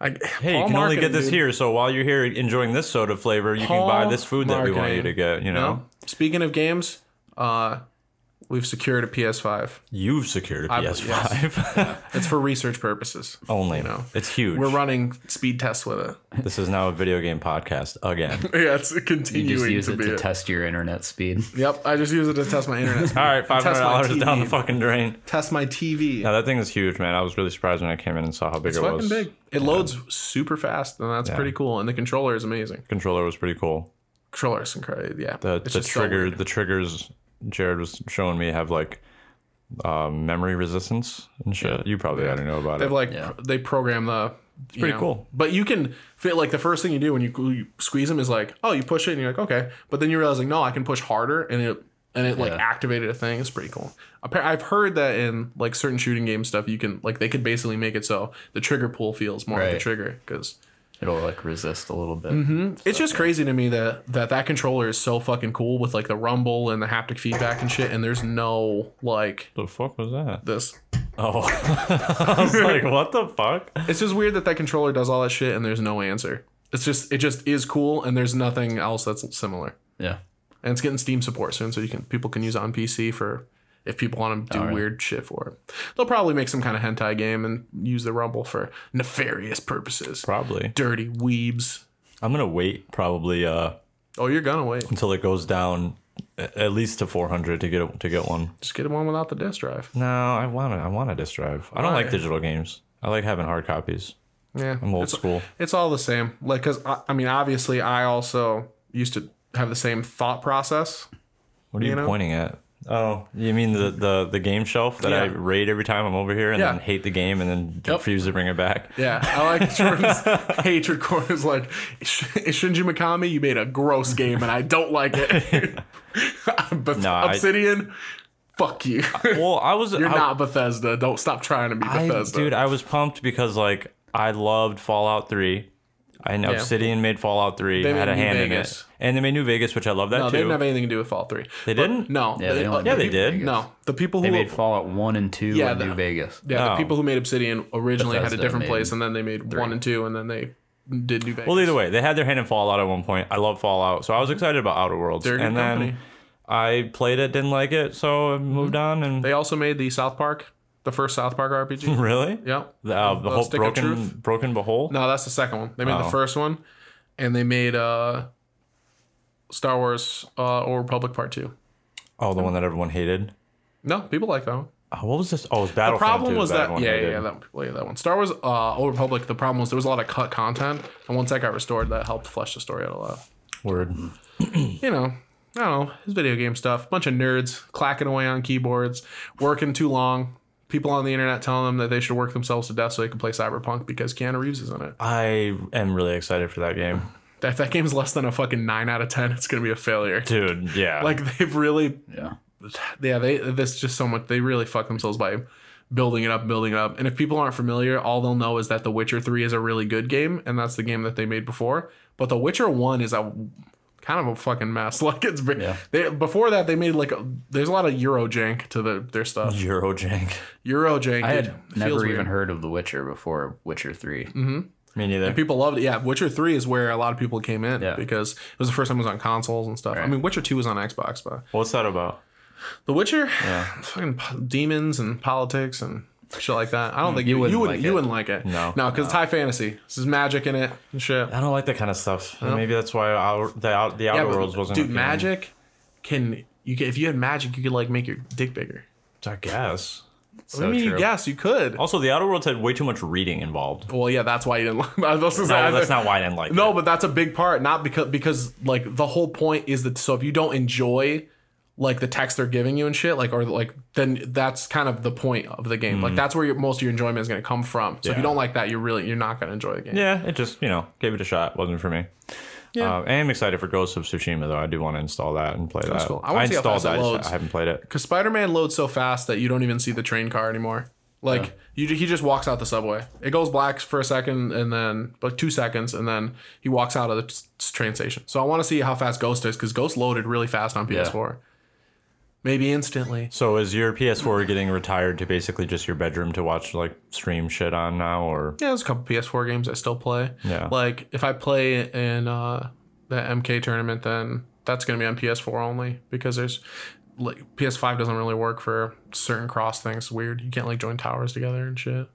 Speaker 1: I,
Speaker 2: Hey, you can only get this here. So while you're here enjoying this soda flavor, you
Speaker 1: Paul
Speaker 2: can buy this food that we want you
Speaker 1: marketing.
Speaker 2: to get. You know,
Speaker 1: No. Speaking of games, uh, we've secured a PS5.
Speaker 2: you've secured a
Speaker 1: I-
Speaker 2: PS5
Speaker 1: It's for research purposes.
Speaker 2: only.
Speaker 1: know.
Speaker 2: It's huge.
Speaker 1: We're running speed tests with it.
Speaker 2: this is now a video game podcast again.
Speaker 1: Yeah, it's
Speaker 3: you
Speaker 1: continuing
Speaker 3: just use
Speaker 1: to
Speaker 3: it
Speaker 1: be.
Speaker 3: to
Speaker 1: it.
Speaker 3: test your internet speed.
Speaker 1: Yep, I just use it to test my internet. speed.
Speaker 2: All right, five hundred
Speaker 1: Test my
Speaker 2: dollars
Speaker 1: TV.
Speaker 2: down the fucking drain.
Speaker 1: Test my TV.
Speaker 2: Now that thing is huge, man. I was really surprised when I came in and saw how big
Speaker 1: it's
Speaker 2: it
Speaker 1: fucking
Speaker 2: was.
Speaker 1: big. It loads super fast, and that's pretty cool. And the controller is amazing.
Speaker 2: Controller was pretty cool.
Speaker 1: Controller is incredible. Yeah,
Speaker 2: The
Speaker 1: It's
Speaker 2: the
Speaker 1: just so
Speaker 2: trigger
Speaker 1: weird.
Speaker 2: the triggers Jared was showing me have like uh, memory resistance and shit. You probably I don't know about
Speaker 1: They've
Speaker 2: it.
Speaker 1: like pro- they program the. It's
Speaker 2: pretty cool.
Speaker 1: But you can feel like the first thing you do when you, you squeeze them is like, oh, you push it and you're like, okay. But then you realize like, no, I can push harder and it and it like
Speaker 3: Yeah.
Speaker 1: activated a thing. It's pretty cool. Appa- I've heard that in like certain shooting game stuff, you can like they could basically make it so the trigger pull feels more like a
Speaker 3: Right.
Speaker 1: trigger because
Speaker 3: It'll like resist a little bit.
Speaker 1: It's just crazy to me that, that that controller is so fucking cool with like the rumble and the haptic feedback and shit, and there's no like
Speaker 2: The fuck was that?
Speaker 1: this.
Speaker 2: Oh, I was like, what the fuck?
Speaker 1: It's just weird that that controller does all that shit and there's no answer. It's just it just is cool and there's nothing else that's similar.
Speaker 3: Yeah.
Speaker 1: And it's getting Steam support soon, so you can people can use it on PC for if people want to do weird shit for it. They'll probably make some kind of hentai game and use the rumble for nefarious purposes.
Speaker 2: Probably.
Speaker 1: Dirty weebs.
Speaker 2: I'm gonna wait probably uh,
Speaker 1: Oh, you're gonna wait.
Speaker 2: until it goes down a- at least to 400 to get a, to get one.
Speaker 1: Just get one without the disk drive.
Speaker 2: No, I want to. I want a disk drive. I don't
Speaker 1: Why?
Speaker 2: like digital games. I like having hard copies.
Speaker 1: Yeah,
Speaker 2: I'm old
Speaker 1: it's-
Speaker 2: school.
Speaker 1: It's all the same. Like, cause I, I mean, obviously, I also used to have the same thought process.
Speaker 2: What are you,
Speaker 1: know?
Speaker 2: pointing at? Oh, you mean the, the, the game shelf that I
Speaker 1: Yeah.
Speaker 2: raid every time I'm over here and
Speaker 1: Yeah.
Speaker 2: then hate the game and then refuse to bring it back?
Speaker 1: Yeah, I like Jordan's hatred corners. Like Sh- Shinji Mikami, you made a gross game, and I don't like it. Beth-
Speaker 2: No, I-
Speaker 1: Obsidian, fuck you.
Speaker 2: Well, I was
Speaker 1: You're
Speaker 2: I,
Speaker 1: not Bethesda. Don't stop trying to be
Speaker 2: I-
Speaker 1: Bethesda.
Speaker 2: dude. I was pumped because like I loved Fallout Three. I know Obsidian made Fallout Three.
Speaker 1: They
Speaker 2: had
Speaker 1: made
Speaker 2: a
Speaker 1: New
Speaker 2: hand in
Speaker 1: Vegas.
Speaker 2: it, and they made New Vegas, which I love that
Speaker 1: no,
Speaker 2: too.
Speaker 1: they didn't have anything to do with Fall Three.
Speaker 2: They
Speaker 1: But oh,
Speaker 2: didn't?
Speaker 1: No, uh,
Speaker 3: Yeah, they only
Speaker 2: yeah, they
Speaker 3: New
Speaker 2: did.
Speaker 3: Vegas.
Speaker 1: No, the people who
Speaker 3: They made Fallout 1 and 2
Speaker 1: Yeah,
Speaker 3: in
Speaker 1: the-
Speaker 3: New Vegas.
Speaker 1: Yeah, the
Speaker 2: Oh.
Speaker 1: people who made Obsidian originally had a
Speaker 3: Bethesda
Speaker 1: different
Speaker 3: made
Speaker 1: place, and then they made one and two, and then they did New Vegas. Mm-hmm.
Speaker 2: Well, either way, they had their hand in Fallout at one point. I love Fallout, so I was excited about Outer Worlds,
Speaker 1: They're a good
Speaker 2: and then
Speaker 1: company. Mm-hmm.
Speaker 2: I played it, didn't like it, so I moved on. And
Speaker 1: They also made the South Park, the first South Park RPG.
Speaker 2: really,
Speaker 1: yeah.
Speaker 2: the, uh, the
Speaker 1: Uh,
Speaker 2: whole
Speaker 1: Stick of
Speaker 2: broken,
Speaker 1: Truth?
Speaker 2: broken behold.
Speaker 1: No, that's the second one. They made the first one, and they made uh, Star Wars uh, Old Republic Part Two.
Speaker 2: Oh, the one that everyone hated.
Speaker 1: No, people like that one.
Speaker 2: Oh, what was this? Oh, it was
Speaker 1: The
Speaker 2: Battlefront.
Speaker 1: problem
Speaker 2: too,
Speaker 1: was
Speaker 2: that
Speaker 1: that
Speaker 2: everyone
Speaker 1: yeah, yeah,
Speaker 2: hated.
Speaker 1: yeah, that people hated that one. Star Wars uh, Old Republic. The problem was there was a lot of cut content, and once that got restored, that helped flesh the story out a lot.
Speaker 2: word.
Speaker 1: you know, I don't know, it's video game stuff. Bunch of nerds clacking away on keyboards, working too long. People on the internet telling them that they should work themselves to death so they can play Cyberpunk because Keanu Reeves is in it.
Speaker 2: I am really excited for that game,
Speaker 1: If that game's less than a fucking nine out of ten, it's gonna be a failure.
Speaker 2: dude. Yeah,
Speaker 1: Like they've really,
Speaker 3: Yeah.
Speaker 1: yeah, they this just so much. They really fuck themselves by building it up, building it up. And if people aren't familiar, all they'll know is that The Witcher Three is a really good game, and that's the game that they made before. But The Witcher One is a kind of a fucking mess. Like it's ve-
Speaker 3: Yeah.
Speaker 1: they, before that they made like a, there's a lot of Euro jank to the, their stuff.
Speaker 2: Eurojank.
Speaker 1: Euro jank.
Speaker 3: Mm-hmm. I
Speaker 1: dude,
Speaker 3: had
Speaker 1: feels
Speaker 3: never
Speaker 1: weird. Mm-hmm.
Speaker 3: even heard of The Witcher before Witcher 3.
Speaker 2: Me neither.
Speaker 1: People loved it. Yeah, Witcher 3 is where a lot of people came in
Speaker 3: Yeah.
Speaker 1: because it was the first time it was on consoles and stuff. I
Speaker 3: Right.
Speaker 1: mean, Witcher 2 was on Xbox, but
Speaker 2: What's that about?
Speaker 1: The Witcher, fucking po- demons and politics and shit like that. I don't think you,
Speaker 3: wouldn't
Speaker 1: you wouldn't
Speaker 3: like
Speaker 1: you
Speaker 3: it.
Speaker 1: wouldn't like it.
Speaker 2: No.
Speaker 1: no, because it's high fantasy. This is magic in it and shit.
Speaker 2: I don't like that kind of stuff. And Maybe that's why our, the out, the Outer
Speaker 1: but
Speaker 2: Worlds wasn't.
Speaker 1: dude,
Speaker 2: appealing.
Speaker 1: magic can you can, if you had magic, you could like make your dick bigger.
Speaker 2: I guess.
Speaker 1: I
Speaker 3: So
Speaker 1: mean, you
Speaker 3: true.
Speaker 1: guess you could.
Speaker 2: Also, the Outer Worlds had way too much reading involved.
Speaker 1: Well, yeah, that's why you didn't. like- I was supposed to say,
Speaker 2: No, that's not why I didn't like it.
Speaker 1: No, but that's a big part. Not because because like the whole point is that so if you don't enjoy like the text they're giving you and shit like or like then that's kind of the point of the game. Like that's where your, most of your enjoyment is going to come from. So if you
Speaker 2: Yeah.
Speaker 1: don't like that, you're really you're not going to enjoy the game.
Speaker 2: Yeah, it just, you know, gave it a shot. Wasn't for me. Yeah. I am excited for Ghost of Tsushima, though. I do want to install that and play that.
Speaker 1: cool. I
Speaker 2: I,
Speaker 1: wanna see how
Speaker 2: installed
Speaker 1: fast it
Speaker 2: that. I, just-
Speaker 1: loads.
Speaker 2: I haven't played it.
Speaker 1: Because Spider Man loads so fast that you don't even see the train car anymore. Like you, he just walks out the subway. It goes black for a second, and then like two seconds, and then he walks out of the t- t- train station. So I want to see how fast Ghost is because Ghost loaded really fast on PS4. Maybe instantly.
Speaker 2: So is your PS4 getting retired to basically just your bedroom to watch like stream shit on now, or
Speaker 1: Yeah, there's a couple PS4 games I still play.
Speaker 2: Yeah.
Speaker 1: Like if I play in uh, the MK tournament, then that's gonna be on PS4 only because there's like PS5 doesn't really work for certain cross things. Weird, you can't like join towers together and shit.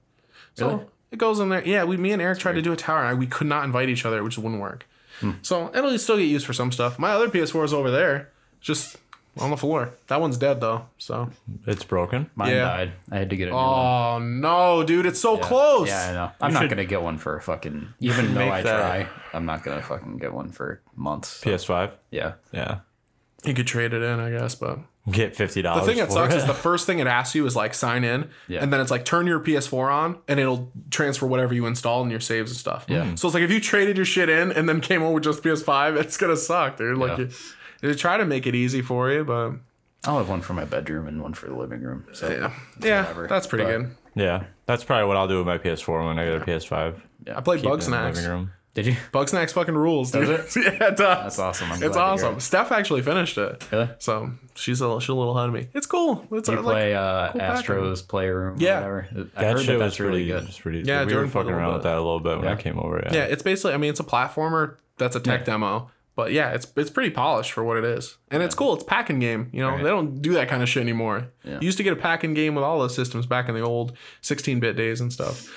Speaker 1: So it goes in there. Yeah, we me and Eric tried to do a tower, and I, we could not invite each other, which wouldn't work.
Speaker 3: Hmm.
Speaker 1: So it'll still get used for some stuff. My other PS4 is over there, just on the floor. That one's dead though. So
Speaker 2: it's broken?
Speaker 3: Mine
Speaker 1: Yeah.
Speaker 3: died. I had to get a new one.
Speaker 1: oh no, dude, it's so close.
Speaker 3: Yeah, I know. I'm not gonna get one for fucking. Even though
Speaker 2: make
Speaker 3: I
Speaker 2: that-
Speaker 3: try, I'm not gonna fucking get one for months.
Speaker 2: PS5?
Speaker 3: Yeah.
Speaker 2: Yeah.
Speaker 1: You could trade it in, I guess, but
Speaker 2: Get fifty dollars.
Speaker 1: The thing that sucks is the first thing it asks you is like sign in,
Speaker 3: Yeah.
Speaker 1: and then it's like turn your PS4 on, and it'll transfer whatever you install and your saves and stuff.
Speaker 3: Yeah.
Speaker 1: So it's like if you traded your shit in and then came over with just PS5, it's gonna suck, dude. Like,
Speaker 3: Yeah.
Speaker 1: you, they try to make it easy for you, but
Speaker 3: I'll have one for my bedroom and one for the living room. So
Speaker 1: yeah, yeah,
Speaker 3: whatever.
Speaker 1: that's pretty
Speaker 3: But-
Speaker 1: good.
Speaker 2: Yeah, that's probably what I'll do with my PS4 when I get a PS5.
Speaker 1: I played
Speaker 2: Keep it in
Speaker 1: Bug
Speaker 2: the
Speaker 1: Snacks.
Speaker 2: living room.
Speaker 3: did you?
Speaker 1: Bug Snacks fucking rules, dude.
Speaker 3: Does
Speaker 1: yeah, it does.
Speaker 3: That's awesome. I'm glad
Speaker 1: It's
Speaker 3: to hear
Speaker 1: awesome.
Speaker 3: it.
Speaker 1: Steph actually finished it,
Speaker 3: Really?
Speaker 1: so she's a she's a little ahead of me. It's cool. It's
Speaker 3: Do you
Speaker 1: uh, like-
Speaker 3: play uh,
Speaker 1: cool background.
Speaker 3: Astros Playroom?
Speaker 1: Yeah.
Speaker 3: Or whatever? I
Speaker 2: That
Speaker 3: heard
Speaker 2: shit was
Speaker 3: that that's really
Speaker 2: pretty,
Speaker 3: good.
Speaker 2: was pretty.
Speaker 1: Yeah,
Speaker 2: Yeah, we
Speaker 1: Jordan
Speaker 2: were
Speaker 1: played a
Speaker 2: fucking
Speaker 1: little
Speaker 2: around with
Speaker 1: bit.
Speaker 2: that a little bit when
Speaker 3: Yeah.
Speaker 2: I came over. Yeah.
Speaker 1: Yeah, it's basically. I mean, it's a platformer that's a tech demo, but yeah, it's it's pretty polished for what it is, and it's cool. It's packing game. You know, they don't do that kind of shit anymore. You used to get a packing game with all those systems back in the old 16-bit days and stuff.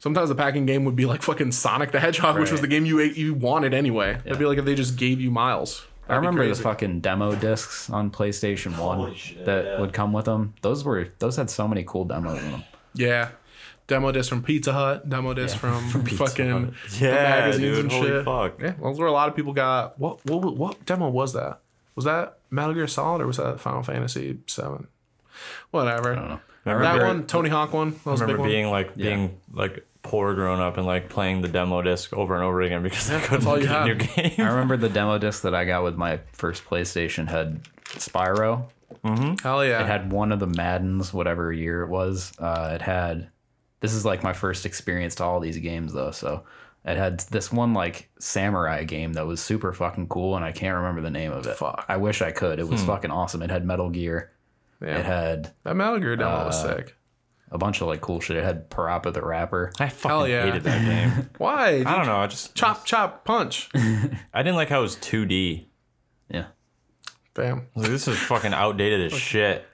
Speaker 1: Sometimes the packing game would be like fucking Sonic the Hedgehog, which was the game you you wanted anyway. It'd be like if they just gave you Miles.
Speaker 3: I remember the
Speaker 1: crazy.
Speaker 3: fucking demo discs on PlayStation One that would come with them. Those were those had so many cool demos in them.
Speaker 1: Yeah. Demo disc from Pizza Hut, demo disc from, fucking the
Speaker 2: Yeah, dude, holy fuck.
Speaker 1: Yeah, well, that's where a lot of people got. What what what demo was that? Was that Metal Gear Solid or was that Final Fantasy Seven? Whatever.
Speaker 2: I
Speaker 1: That
Speaker 2: remember,
Speaker 1: one, Tony Hawk one. That was
Speaker 2: I
Speaker 1: a big
Speaker 2: remember
Speaker 1: one.
Speaker 2: being like being like poor grown up and like playing the demo disc over and over again because I couldn't
Speaker 1: all you
Speaker 2: get a
Speaker 1: had.
Speaker 2: new game.
Speaker 3: I remember the demo disc that I got with my first PlayStation had Spyro.
Speaker 1: Hell yeah.
Speaker 3: It had one of the Maddens, whatever year it was. Uh, it had. This is like my first experience to all these games though, so it had this one like samurai game that was super fucking cool, and I can't remember the name of it.
Speaker 1: Fuck. Hmm.
Speaker 3: I wish I could. It was fucking awesome. It had Metal Gear.
Speaker 1: Yeah.
Speaker 3: It had
Speaker 1: that Metal Gear demo was
Speaker 2: uh,
Speaker 1: sick.
Speaker 3: a bunch of like cool shit. It had Parappa the Rapper.
Speaker 2: I
Speaker 1: Hell
Speaker 2: fucking
Speaker 1: yeah.
Speaker 2: hated that game.
Speaker 1: Why?
Speaker 2: I don't know. I just
Speaker 1: Chop chop punch.
Speaker 2: I didn't like how it was 2D.
Speaker 3: Yeah.
Speaker 1: Damn.
Speaker 2: I was like, this is fucking outdated as shit.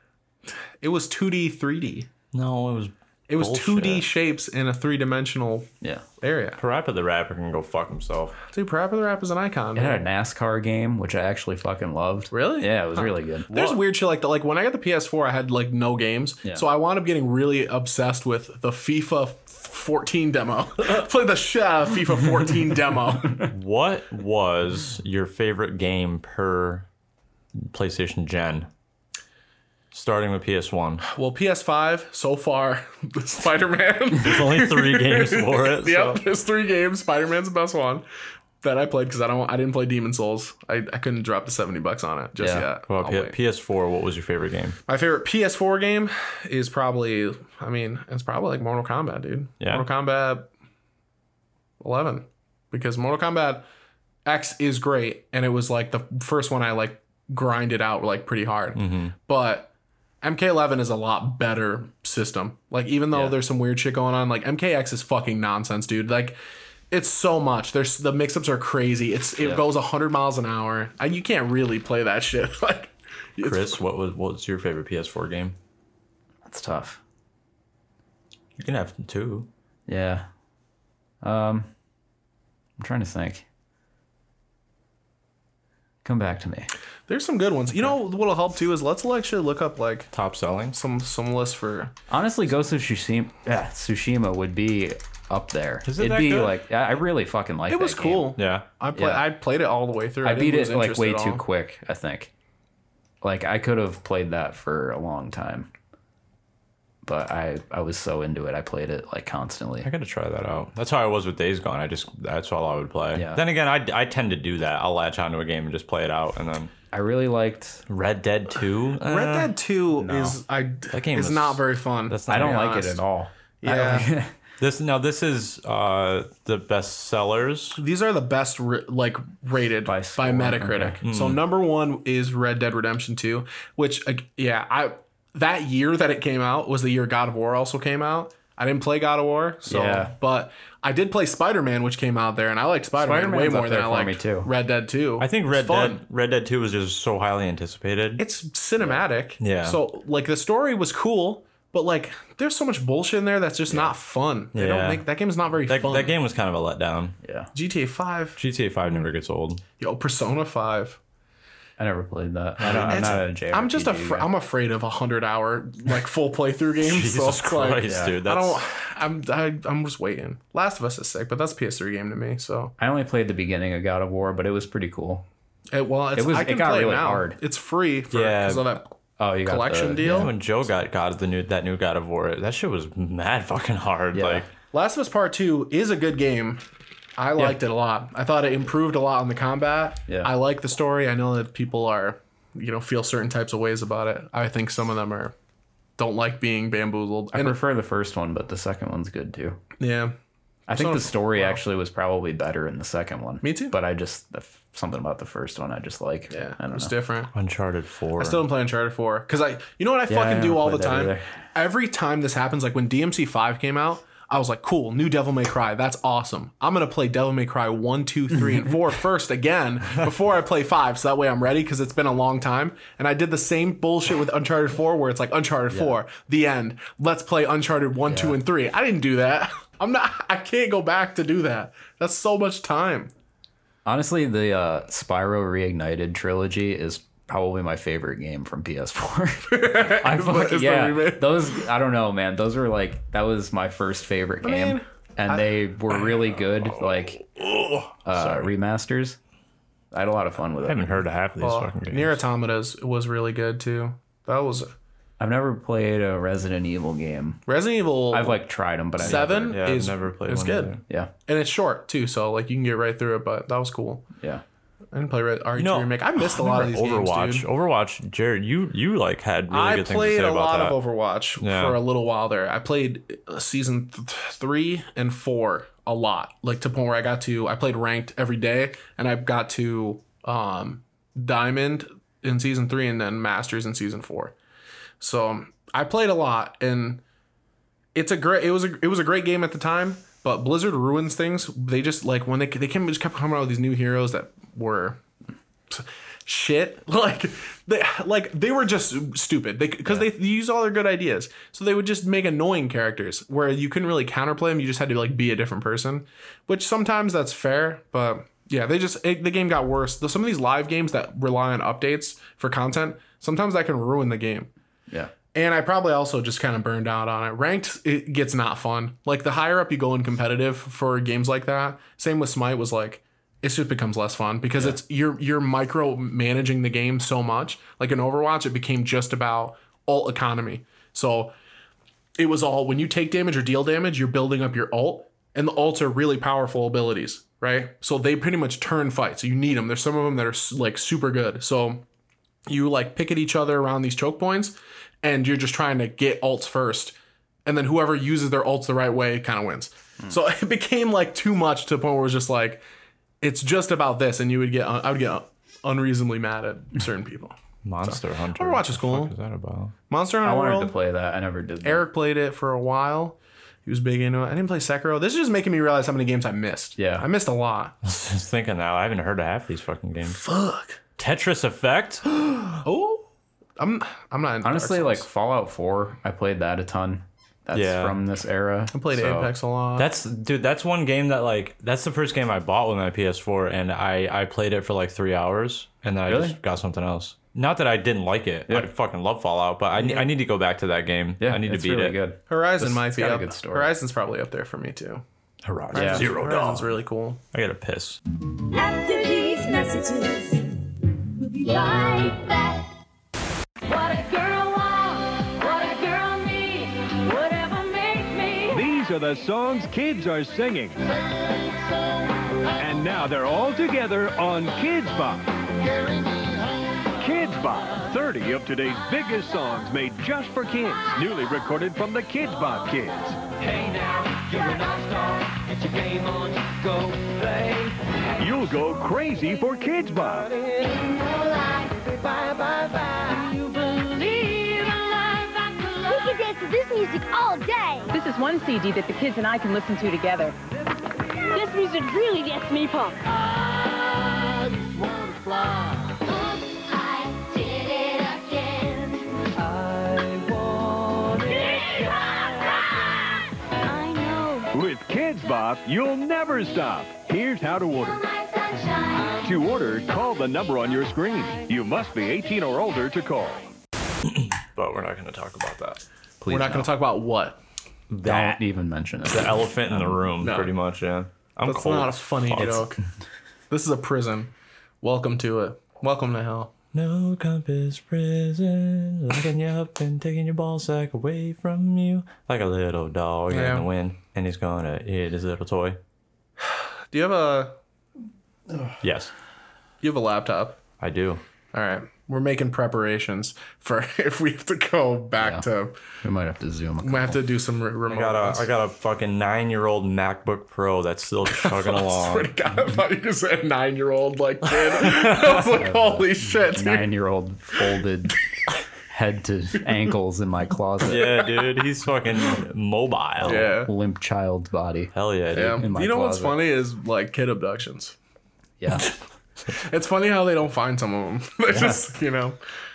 Speaker 1: It was 2D, 3D.
Speaker 2: No, it was.
Speaker 1: It was 2D
Speaker 2: Bullshit.
Speaker 1: shapes in a three dimensional
Speaker 3: Yeah.
Speaker 1: area.
Speaker 2: Parappa the Rapper can go fuck himself.
Speaker 1: Dude, Parappa the Rap is an icon.
Speaker 3: It
Speaker 1: man.
Speaker 3: had a NASCAR game, which I actually fucking loved.
Speaker 1: Really?
Speaker 3: Yeah, it was really good.
Speaker 1: There's weird shit like that. Like when I got the PS4, I had like no games, so I wound up getting really obsessed with the FIFA 14 demo. Play the sh- uh, FIFA 14 demo.
Speaker 2: What was your favorite game per PlayStation Gen? Starting with PS1.
Speaker 1: well, PS5 so far, Spider
Speaker 2: There's
Speaker 1: Man.
Speaker 2: only three games for it.
Speaker 1: yep,
Speaker 2: So.
Speaker 1: there's three games. Spider Man's the best one that I played because I don't. I didn't play Demon Souls. I, I couldn't drop the 70 bucks on it just
Speaker 3: Yeah.
Speaker 1: yet.
Speaker 2: Well,
Speaker 1: I'll
Speaker 2: P-
Speaker 1: wait.
Speaker 2: PS4, what was your favorite game?
Speaker 1: My favorite PS4 game is probably, I mean, it's probably like Mortal Kombat, dude.
Speaker 2: Yeah.
Speaker 1: Mortal Kombat 11. Because Mortal Kombat X is great. And it was like the first one I like grinded out like pretty hard. But MK11 is a lot better system. Like, even though there's some weird shit going on, like MKX is fucking nonsense, dude. Like, it's so much. There's the mix-ups are crazy. It's it goes 100 miles an hour. And you can't really play that shit. Like, it's
Speaker 2: Chris, what was what's your favorite PS4 game?
Speaker 3: That's tough.
Speaker 2: You can have two.
Speaker 3: Yeah. Um, I'm trying to think. Come back to me.
Speaker 1: There's some good ones. You know what'll help too is let's actually look up like
Speaker 2: Top selling.
Speaker 1: some some lists for
Speaker 3: Honestly, Ghost of Tsushima, yeah, Tsushima would be up there.
Speaker 2: it
Speaker 3: It'd
Speaker 2: that
Speaker 3: be
Speaker 2: good?
Speaker 3: like I I really fucking like.
Speaker 1: It was cool.
Speaker 2: Yeah.
Speaker 1: I play,
Speaker 3: Yeah.
Speaker 1: I played it all the way through.
Speaker 3: I beat
Speaker 1: didn't lose
Speaker 3: it like
Speaker 1: interest
Speaker 3: way
Speaker 1: at
Speaker 3: too
Speaker 1: all.
Speaker 3: quick. I think. Like I could have played that for a long time, but I I was so into it. I played it like constantly.
Speaker 2: I gotta try that out. That's how I was with Days Gone. I just that's all I would play.
Speaker 3: Yeah.
Speaker 2: Then again, I, I tend to do that. I'll latch onto a game and just play it out, and then
Speaker 3: I really liked.
Speaker 2: Red Dead Two. uh,
Speaker 1: Red Dead Two is I
Speaker 2: game
Speaker 1: is
Speaker 2: was-
Speaker 1: not very fun.
Speaker 2: That's not
Speaker 3: I don't
Speaker 2: even
Speaker 3: like
Speaker 1: honest.
Speaker 3: it at all.
Speaker 1: yeah.
Speaker 2: This now this is uh the best sellers.
Speaker 1: These are the best ri- like rated by,
Speaker 3: score,
Speaker 1: Metacritic.
Speaker 2: Hmm.
Speaker 1: So number one is Red Dead Redemption Two, which uh, yeah I that year that it came out was the year God of War also came out. I didn't play God of War, so
Speaker 3: Yeah.
Speaker 1: but I did play Spider Man, which came out there, and I liked Spider Man way
Speaker 3: Spider-Man's up
Speaker 1: more than
Speaker 3: there
Speaker 1: I
Speaker 3: for
Speaker 1: liked
Speaker 3: me, too.
Speaker 1: Red Dead Two.
Speaker 2: I think
Speaker 1: It's
Speaker 2: Red
Speaker 1: fun.
Speaker 2: Dead Red Dead Two was just so highly anticipated.
Speaker 1: it's cinematic.
Speaker 2: Yeah.
Speaker 1: So like the story was cool, but like there's so much bullshit in there that's just not fun. They
Speaker 2: Yeah.
Speaker 1: don't make that game's not very
Speaker 2: that,
Speaker 1: fun.
Speaker 2: that game was kind of a letdown.
Speaker 3: Yeah,
Speaker 1: GTA Five,
Speaker 2: GTA Five never gets old.
Speaker 1: yo, Persona Five.
Speaker 3: I never played that. I don't, I'm
Speaker 1: It's-
Speaker 3: not a JRPG.
Speaker 1: I'm just
Speaker 3: guy.
Speaker 1: afraid. I'm afraid of a hundred hour like full playthrough games. so
Speaker 2: Jesus
Speaker 1: it's like,
Speaker 2: Christ, dude!
Speaker 1: I
Speaker 2: That's,
Speaker 1: don't. I'm. I, I'm just waiting. Last of Us is sick, but that's a PS3 game to me. So
Speaker 3: I only played the beginning of God of War, but it was pretty cool.
Speaker 1: it, well, it's,
Speaker 3: It was-
Speaker 1: I
Speaker 3: it
Speaker 1: can
Speaker 3: got
Speaker 1: play
Speaker 3: really
Speaker 1: it now.
Speaker 3: hard.
Speaker 1: It's free. For,
Speaker 2: Yeah.
Speaker 1: Because of that
Speaker 3: Oh, you got
Speaker 1: collection
Speaker 3: the,
Speaker 1: deal.
Speaker 2: when Joe got God the new that new God of War, that shit was mad fucking hard.
Speaker 3: Yeah.
Speaker 2: Like
Speaker 1: Last of Us Part Two is a good game. I liked it a lot. I thought it improved a lot on the combat.
Speaker 3: Yeah.
Speaker 1: I like the story. I know that people are, you know, feel certain types of ways about it. I think some of them are don't like being bamboozled.
Speaker 3: I
Speaker 1: And
Speaker 3: prefer the first one, but the second one's good too.
Speaker 1: yeah,
Speaker 3: I think the story actually was probably better in the second one.
Speaker 1: Me too.
Speaker 3: But I just the, f- something about the first one I just like.
Speaker 1: yeah,
Speaker 3: I
Speaker 1: it was
Speaker 3: don't know.
Speaker 1: different.
Speaker 2: Uncharted Four.
Speaker 1: I still don't play Uncharted 4 because I, you know what I
Speaker 3: I
Speaker 1: fucking do
Speaker 3: haven't
Speaker 1: all the
Speaker 3: played that
Speaker 1: time.
Speaker 3: either.
Speaker 1: Every time this happens, like when DMC 5 came out, I was like, cool, new Devil May Cry. That's awesome. I'm going to play Devil May Cry 1, 2, 3, and 4 first again before I play 5. So that way I'm ready because it's been a long time. And I did the same bullshit with Uncharted 4 where it's like Uncharted 4, the end. Let's play Uncharted 1, 2, and 3. I didn't do that. I'm not, I can't go back to do that. That's so much time.
Speaker 3: Honestly, the uh, Spyro Reignited trilogy is probably my favorite game from PS4. I fucking,
Speaker 1: is the
Speaker 3: yeah,
Speaker 1: remake.
Speaker 3: those I don't know, man. Those were like that was my first favorite game,
Speaker 1: mean,
Speaker 3: and they were really good,
Speaker 2: Oh,
Speaker 3: like uh, remasters. I had a lot of fun with
Speaker 2: I
Speaker 3: it.
Speaker 2: haven't heard of half of these fucking games.
Speaker 1: Near Automata's was really good too. That was
Speaker 3: I've never played a Resident Evil game.
Speaker 1: Resident Evil.
Speaker 3: I've like tried them, but I
Speaker 1: Seven
Speaker 2: yeah, I've
Speaker 1: is
Speaker 2: never played
Speaker 1: It's
Speaker 2: one
Speaker 1: good,
Speaker 2: either.
Speaker 3: Yeah,
Speaker 1: and it's short too, so like you can get right through it. But that was cool.
Speaker 3: yeah.
Speaker 1: I didn't play Red RE2
Speaker 2: know,
Speaker 1: remake. I missed a lot of these
Speaker 2: Overwatch.
Speaker 1: games, dude.
Speaker 2: Overwatch, Jared, you you like had really
Speaker 1: I
Speaker 2: good things to
Speaker 1: played
Speaker 2: say
Speaker 1: a
Speaker 2: about
Speaker 1: lot
Speaker 2: that.
Speaker 1: of Overwatch
Speaker 2: Yeah.
Speaker 1: for a little while there. I played uh, season th- three and four a lot, like to the point where I got to I played ranked every day, and I got to um, diamond in season three, and then masters in season four. So um, I played a lot, and it's a great. It was a it was a great game at the time, but Blizzard ruins things. They just like when they they came just kept coming out with these new heroes that were shit. Like they like they were just stupid. They because they, they used all their good ideas, so they would just make annoying characters where you couldn't really counterplay them. You just had to like be a different person, which sometimes that's fair, but. Yeah, they just it, the game got worse. Though Some of these live games that rely on updates for content sometimes that can ruin the game.
Speaker 3: Yeah.
Speaker 1: And I probably also just kind of burned out on it. Ranked, it gets not fun. Like the higher up you go in competitive for games like that, same with Smite was like, it just becomes less fun because it's you're you're micromanaging the game so much. Like in Overwatch, it became just about alt economy. So it was all when you take damage or deal damage, you're building up your ult, and the ults are really powerful abilities, right? So they pretty much turn fights. You need them. There's some of them that are s- like super good. So you like pick at each other around these choke points, and you're just trying to get ults first, and then whoever uses their ults the right way kind of wins.
Speaker 3: Hmm.
Speaker 1: So it became like too much to the point where it was just like, it's just about this, and you would get uh, I would get unreasonably mad at certain people.
Speaker 2: Monster Hunter.
Speaker 1: Overwatch is cool.
Speaker 2: What the fuck is that about?
Speaker 1: Monster Hunter
Speaker 3: I wanted
Speaker 1: World.
Speaker 3: to play that. I never did. That.
Speaker 1: Eric played it for a while. He was big into it. I didn't play Sekiro. This is just making me realize how many games I missed.
Speaker 3: Yeah.
Speaker 1: I missed a lot.
Speaker 2: I was just thinking that I haven't heard of half these fucking games.
Speaker 1: Fuck.
Speaker 2: Tetris Effect.
Speaker 1: Oh, I'm I'm not into Dark
Speaker 3: Honestly,
Speaker 1: Souls.
Speaker 3: like Fallout 4, I played that a ton. that's
Speaker 2: Yeah.
Speaker 3: from this era.
Speaker 1: I played
Speaker 3: So,
Speaker 1: Apex a lot.
Speaker 2: That's dude. That's one game that like that's the first game I bought with my PS4, and I I played it for like three hours, and then I
Speaker 3: Really?
Speaker 2: just got something else. Not that I didn't like it. I fucking love Fallout, but I, ne- I need to go back to that game.
Speaker 3: Yeah,
Speaker 2: I need to
Speaker 3: it's
Speaker 2: beat
Speaker 3: really
Speaker 2: it.
Speaker 3: Good.
Speaker 1: Horizon might be
Speaker 3: got a
Speaker 1: up.
Speaker 3: good story.
Speaker 1: Horizon's probably up there for me too.
Speaker 2: Horizon
Speaker 3: Yeah.
Speaker 2: Zero
Speaker 1: Horizon's
Speaker 2: Dawn.
Speaker 1: really cool.
Speaker 2: I gotta piss.
Speaker 6: After these messages, we'll be right back. What a girl wants, what a girl needs, whatever makes me.
Speaker 7: These are the songs kids are singing. And now they're all together on Kids Bop. Kids Bop, 30 of today's biggest songs made just for kids, newly recorded from the Kids Bop Kids.
Speaker 8: Hey now, you're an all-star. Get your game on, go play.
Speaker 7: You'll go crazy for Kids Bop.
Speaker 8: Bye, bye, bye.
Speaker 6: You believe in life, I could
Speaker 9: We can dance to this
Speaker 6: love.
Speaker 9: music all day.
Speaker 10: This is one CD that the kids and I can listen to together.
Speaker 9: This music really gets me pumped.
Speaker 6: Oops, I did it again.
Speaker 8: I want it.
Speaker 6: I know.
Speaker 7: With Kids Bop, you'll never stop. Here's how to order.
Speaker 6: My sunshine.
Speaker 7: To order, call the number on your screen. You must be 18 or older to call.
Speaker 2: But we're not gonna talk about that.
Speaker 3: Please
Speaker 1: We're not going to talk about what.
Speaker 3: Don't even mention it.
Speaker 2: The elephant in the room,
Speaker 1: No.
Speaker 2: pretty much. Yeah. I'm
Speaker 1: That's
Speaker 2: cold.
Speaker 1: not a funny
Speaker 2: Fuck.
Speaker 1: joke. This is a prison. Welcome to it. Welcome to hell.
Speaker 2: No compass prison, locking you up and taking your ball sack away from you like a little dog
Speaker 1: Yeah.
Speaker 2: in the wind, and he's gonna eat his little toy.
Speaker 1: Do you have a
Speaker 2: Yes,
Speaker 1: you have a laptop?
Speaker 2: I do.
Speaker 1: All right. We're making preparations for if we have to go back to
Speaker 3: We might have to zoom. A
Speaker 1: we
Speaker 3: couple.
Speaker 1: might have to do some re- remote.
Speaker 2: I got a I
Speaker 1: ones.
Speaker 2: got a fucking nine year old MacBook Pro that's still chugging
Speaker 1: Swear to
Speaker 2: along.
Speaker 1: God, I thought you could say a nine-year-old like kid. I was like, holy shit, dude.
Speaker 3: Nine-year-old folded head to ankles in my closet.
Speaker 2: yeah, dude, he's fucking mobile.
Speaker 1: Yeah.
Speaker 3: Limp child's body.
Speaker 2: Hell yeah, dude.
Speaker 1: Yeah.
Speaker 3: in my
Speaker 1: You know what's
Speaker 3: closet.
Speaker 1: funny is like kid abductions.
Speaker 3: Yeah.
Speaker 1: It's funny how they don't find some of them. They just, you know,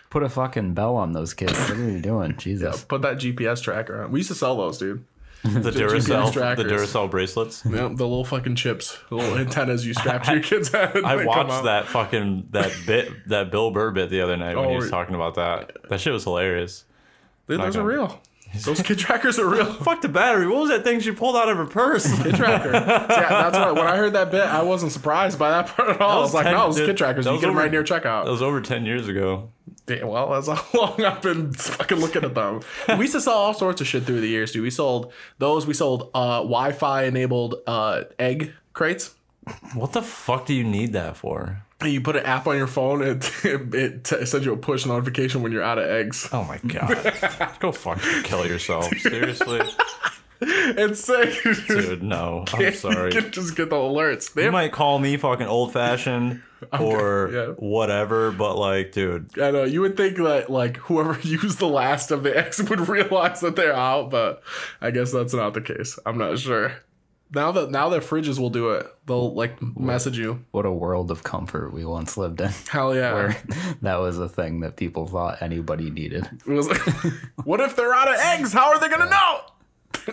Speaker 3: Put a fucking bell on those kids. What are you doing? Jesus.
Speaker 1: put that GPS tracker on. We used to sell those, dude.
Speaker 2: The Duracell, the
Speaker 1: trackers.
Speaker 2: Duracell bracelets.
Speaker 1: Yeah, the little fucking chips, the little antennas you strap to your kid's head. and
Speaker 2: I
Speaker 1: they come
Speaker 2: watched
Speaker 1: out.
Speaker 2: that fucking that bit that Bill Burr bit the other night when he
Speaker 1: Oh,
Speaker 2: was
Speaker 1: re-
Speaker 2: talking about that. That shit was hilarious.
Speaker 1: Dude, those are
Speaker 2: gonna-
Speaker 1: real. Those kid trackers are real.
Speaker 2: Fuck the battery. What was that thing she pulled out of her purse?
Speaker 1: Kid tracker. Yeah, that's right. When I heard that bit, I wasn't surprised by that part at all. I was
Speaker 2: was
Speaker 1: like,
Speaker 2: ten-
Speaker 1: no, it was
Speaker 2: dude,
Speaker 1: kid trackers.
Speaker 2: that
Speaker 1: You
Speaker 2: was
Speaker 1: get them
Speaker 2: over-
Speaker 1: right near
Speaker 2: That
Speaker 1: checkout.
Speaker 2: was over ten years ago.
Speaker 1: Damn, well, that's how long I've been fucking looking at them. We used to sell all sorts of shit through the years, dude. We sold those. We sold uh, Wi-Fi enabled uh, egg crates.
Speaker 2: What the fuck do you need that for?
Speaker 1: You put an app on your phone, it it, it t- sends you a push notification when you're out of eggs.
Speaker 2: Oh my god. Go fucking kill yourself. Seriously,
Speaker 1: It's sick.
Speaker 2: dude. No, I'm sorry.
Speaker 1: You can just get the alerts. They
Speaker 2: You
Speaker 1: have,
Speaker 2: might call me fucking old fashioned or
Speaker 1: yeah.
Speaker 2: whatever, but like, dude,
Speaker 1: I know you would think that like whoever used the last of the eggs would realize that they're out, but I guess that's not the case. I'm not sure. Now that now that fridges will do it, they'll like message you.
Speaker 3: What a world of comfort we once lived in.
Speaker 1: Hell yeah!
Speaker 3: Where that was a thing that people thought anybody needed.
Speaker 1: It was like, what if they're out of eggs? How are they gonna know?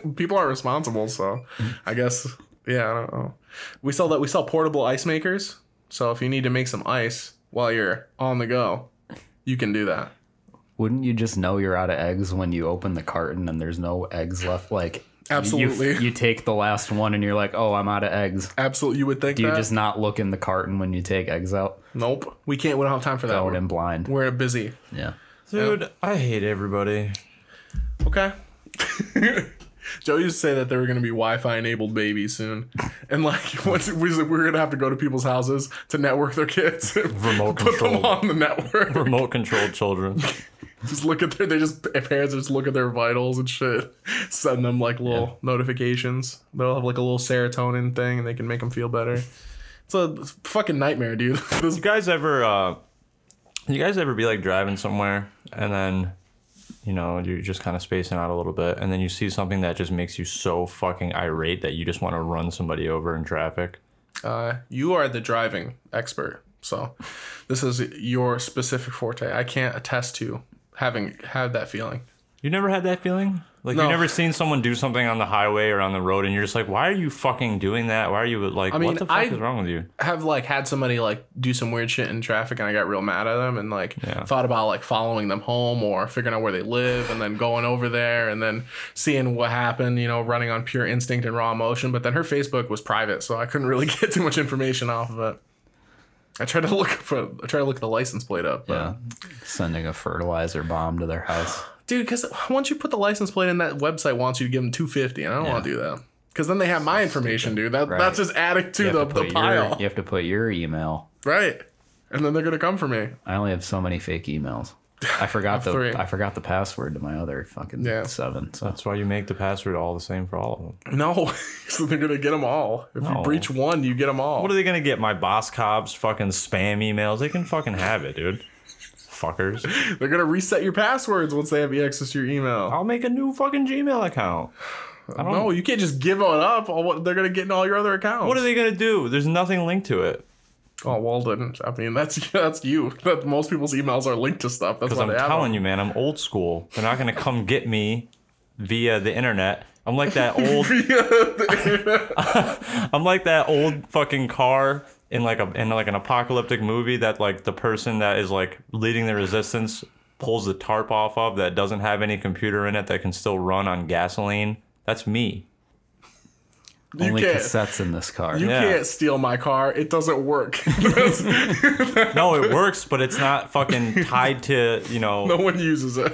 Speaker 1: People aren't responsible, so I guess yeah, I don't know. We sell that we sell portable ice makers. So if you need to make some ice while you're on the go, you can do that.
Speaker 3: Wouldn't you just know you're out of eggs when you open the carton and there's no eggs left? Like,
Speaker 1: Absolutely.
Speaker 3: You, you take the last one and you're like, oh, I'm out of eggs.
Speaker 1: Absolutely, you would think
Speaker 3: Do you
Speaker 1: that.
Speaker 3: just not look in the carton when you take eggs out?
Speaker 1: nope, we can't. We don't have time for that.
Speaker 3: Going in
Speaker 1: We're,
Speaker 3: blind.
Speaker 1: we're busy.
Speaker 3: Yeah.
Speaker 2: dude, I hate everybody.
Speaker 1: Okay. Joe used to say that there were going to be Wi-Fi enabled babies soon, and like once it was, we were going to have to go to people's houses to network their kids,
Speaker 2: Remote
Speaker 1: put them
Speaker 2: control.
Speaker 1: on the network.
Speaker 2: Remote controlled children.
Speaker 1: just look at their they just if parents just look at their vitals and shit send them like little notifications they'll have like a little serotonin thing and they can make them feel better it's a fucking nightmare dude This-
Speaker 2: You guys ever, uh, you guys ever be like driving somewhere and then, you know, you're just kind of spacing out a little bit and then you see something that just makes you so fucking irate that you just want to run somebody over in traffic?
Speaker 1: uh, you are the driving expert so this is your specific forte i can't attest to having had that feeling
Speaker 2: You never had that feeling? Like you
Speaker 1: No.
Speaker 2: never seen someone do something on the highway or on the road, and you're just like, why are you fucking doing that? Why are you like,
Speaker 1: I mean,
Speaker 2: what the fuck
Speaker 1: I-
Speaker 2: is wrong with you?
Speaker 1: have like had somebody like do some weird shit in traffic and I got real mad at them and like
Speaker 2: Yeah.
Speaker 1: thought about like following them home or figuring out where they live and then going over there and then seeing what happened, you know, running on pure instinct and raw emotion. But then her Facebook was private, so I couldn't really get too much information off of it. I tried to look for I tried to look the license plate up, but
Speaker 3: Yeah. Sending a fertilizer bomb to their house.
Speaker 1: dude, because once you put the license plate in, that website wants you to give them two fifty, and I don't want to do that because then they have my information, dude. That that's just added to
Speaker 3: You have
Speaker 1: the,
Speaker 3: to
Speaker 1: the
Speaker 3: put
Speaker 1: pile,
Speaker 3: Your, you have to put your email.
Speaker 1: right? And then they're gonna come for me.
Speaker 3: I only have so many fake emails. I forgot the
Speaker 1: three.
Speaker 3: I forgot the password to my other fucking
Speaker 1: Yeah.
Speaker 3: seven. So
Speaker 2: That's why you make the password all the same for all of them.
Speaker 1: No, so they're gonna get them all. If you
Speaker 2: No.
Speaker 1: breach one, you get them all.
Speaker 2: What are they gonna get? My boss cops fucking spam emails. They can fucking have it, dude. Fuckers.
Speaker 1: they- are gonna reset your passwords once they have access to your email.
Speaker 2: I'll make a new fucking Gmail account. I don't
Speaker 1: No, you can't just give one up. All what they're gonna get in all your other accounts.
Speaker 2: What are they gonna do? There's nothing linked to it.
Speaker 1: Oh, well, didn't. I mean, that's that's you. That most people's emails are linked to stuff. That's
Speaker 2: Because
Speaker 1: why
Speaker 2: I'm
Speaker 1: they have
Speaker 2: telling
Speaker 1: them.
Speaker 2: you, man, I'm old school. They're not gonna come get me via the internet. I'm like that old. I'm like that old fucking car in like a in like an apocalyptic movie that like the person that is like leading the resistance pulls the tarp off of that doesn't have any computer in it that can still run on gasoline. That's me.
Speaker 1: You
Speaker 3: only
Speaker 1: can't.
Speaker 3: cassettes in this car.
Speaker 1: You
Speaker 2: Yeah.
Speaker 1: can't steal my car. It doesn't work. That's-
Speaker 2: No, it works, but it's not fucking tied to you know.
Speaker 1: no one uses it.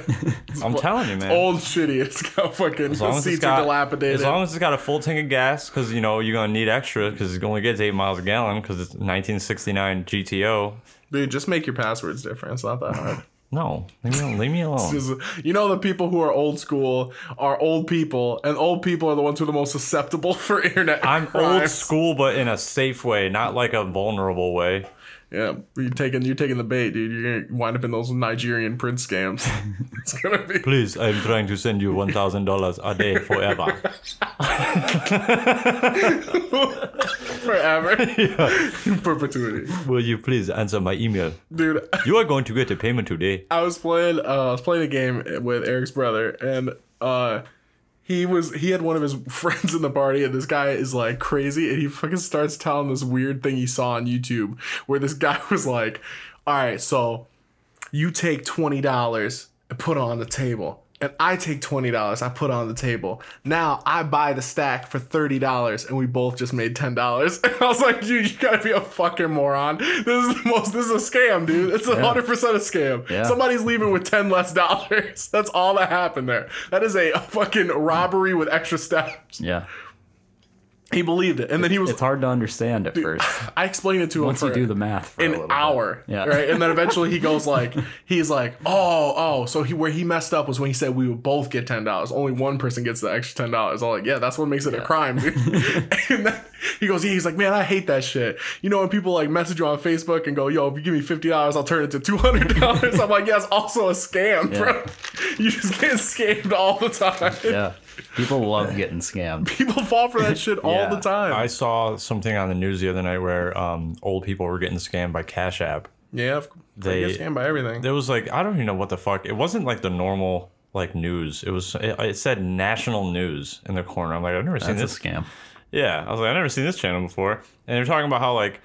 Speaker 2: I'm telling you, man.
Speaker 1: Old shitty. It's got fucking
Speaker 2: As long as, it's
Speaker 1: seats
Speaker 2: got,
Speaker 1: are dilapidated.
Speaker 2: as long as it's got a full tank of gas, because you know you're gonna need extra, because it only gets eight miles a gallon, because it's 1969 GTO.
Speaker 1: Dude, just make your passwords different. It's not that hard.
Speaker 2: No, leave me, alone- leave me alone.
Speaker 1: Because you know the people who are old school are old people, and old people are the ones who are the most susceptible for internet.
Speaker 2: I'm old
Speaker 1: crimes.
Speaker 2: school, but in a safe way, not like a vulnerable way.
Speaker 1: Yeah, you're taking you're taking the bait, dude. You're gonna wind up in those Nigerian print scams. it's gonna be.
Speaker 2: Please, I'm trying to send you one thousand dollars a day forever.
Speaker 1: Forever. In perpetuity.
Speaker 2: Will you please answer my email?
Speaker 1: Dude,
Speaker 2: You are going to get a payment today.
Speaker 1: I was playing uh, I was playing a game with Eric's brother and uh he was he had one of his friends in the party and this guy is like crazy and he fucking starts telling this weird thing he saw on YouTube where this guy was like, "All right, so you take twenty dollars and put it on the table. And I take twenty dollars, I put it on the table. Now I buy the stack for thirty dollars, and we both just made ten dollars. And I was like, dude, you gotta be a fucking moron. This is the most. This is a scam, dude. It's a hundred percent a scam.
Speaker 3: Yeah.
Speaker 1: Somebody's leaving with ten less dollars. That's all that happened there. That is a fucking robbery with extra steps.
Speaker 3: yeah.
Speaker 1: He believed it, and then he was.
Speaker 3: It's hard to understand at first.
Speaker 1: I explained it to him.
Speaker 3: Once you
Speaker 1: for-
Speaker 3: do the math for a
Speaker 1: an
Speaker 3: little bit.
Speaker 1: hour,
Speaker 3: Yeah.
Speaker 1: right? And then eventually he goes like, he's like, oh, oh, so he where he messed up was when he said we would both get ten dollars. Only one person gets the extra ten dollars. I'm like, yeah, that's what makes it a crime, dude. and then he goes, yeah, he's like, man, I hate that shit. You know when people like message you on Facebook and go, yo, if you give me fifty dollars, I'll turn it to two hundred dollars. I'm like, yeah, it's also a scam, bro. You just get scammed all the time.
Speaker 3: Yeah. People love getting scammed.
Speaker 1: People fall for that shit all
Speaker 3: Yeah.
Speaker 1: the time.
Speaker 2: I saw something on the news the other night where um, old people were getting scammed by Cash App.
Speaker 1: yeah, of-
Speaker 2: They-
Speaker 1: they get scammed by everything.
Speaker 2: there was like I don't even know what the fuck. It wasn't like the normal like news. It was it, it said national news in the corner. I'm like I've never seen
Speaker 3: That's a
Speaker 2: this.
Speaker 3: scam.
Speaker 2: Yeah, I was like I've never seen this channel before. And they're talking about how like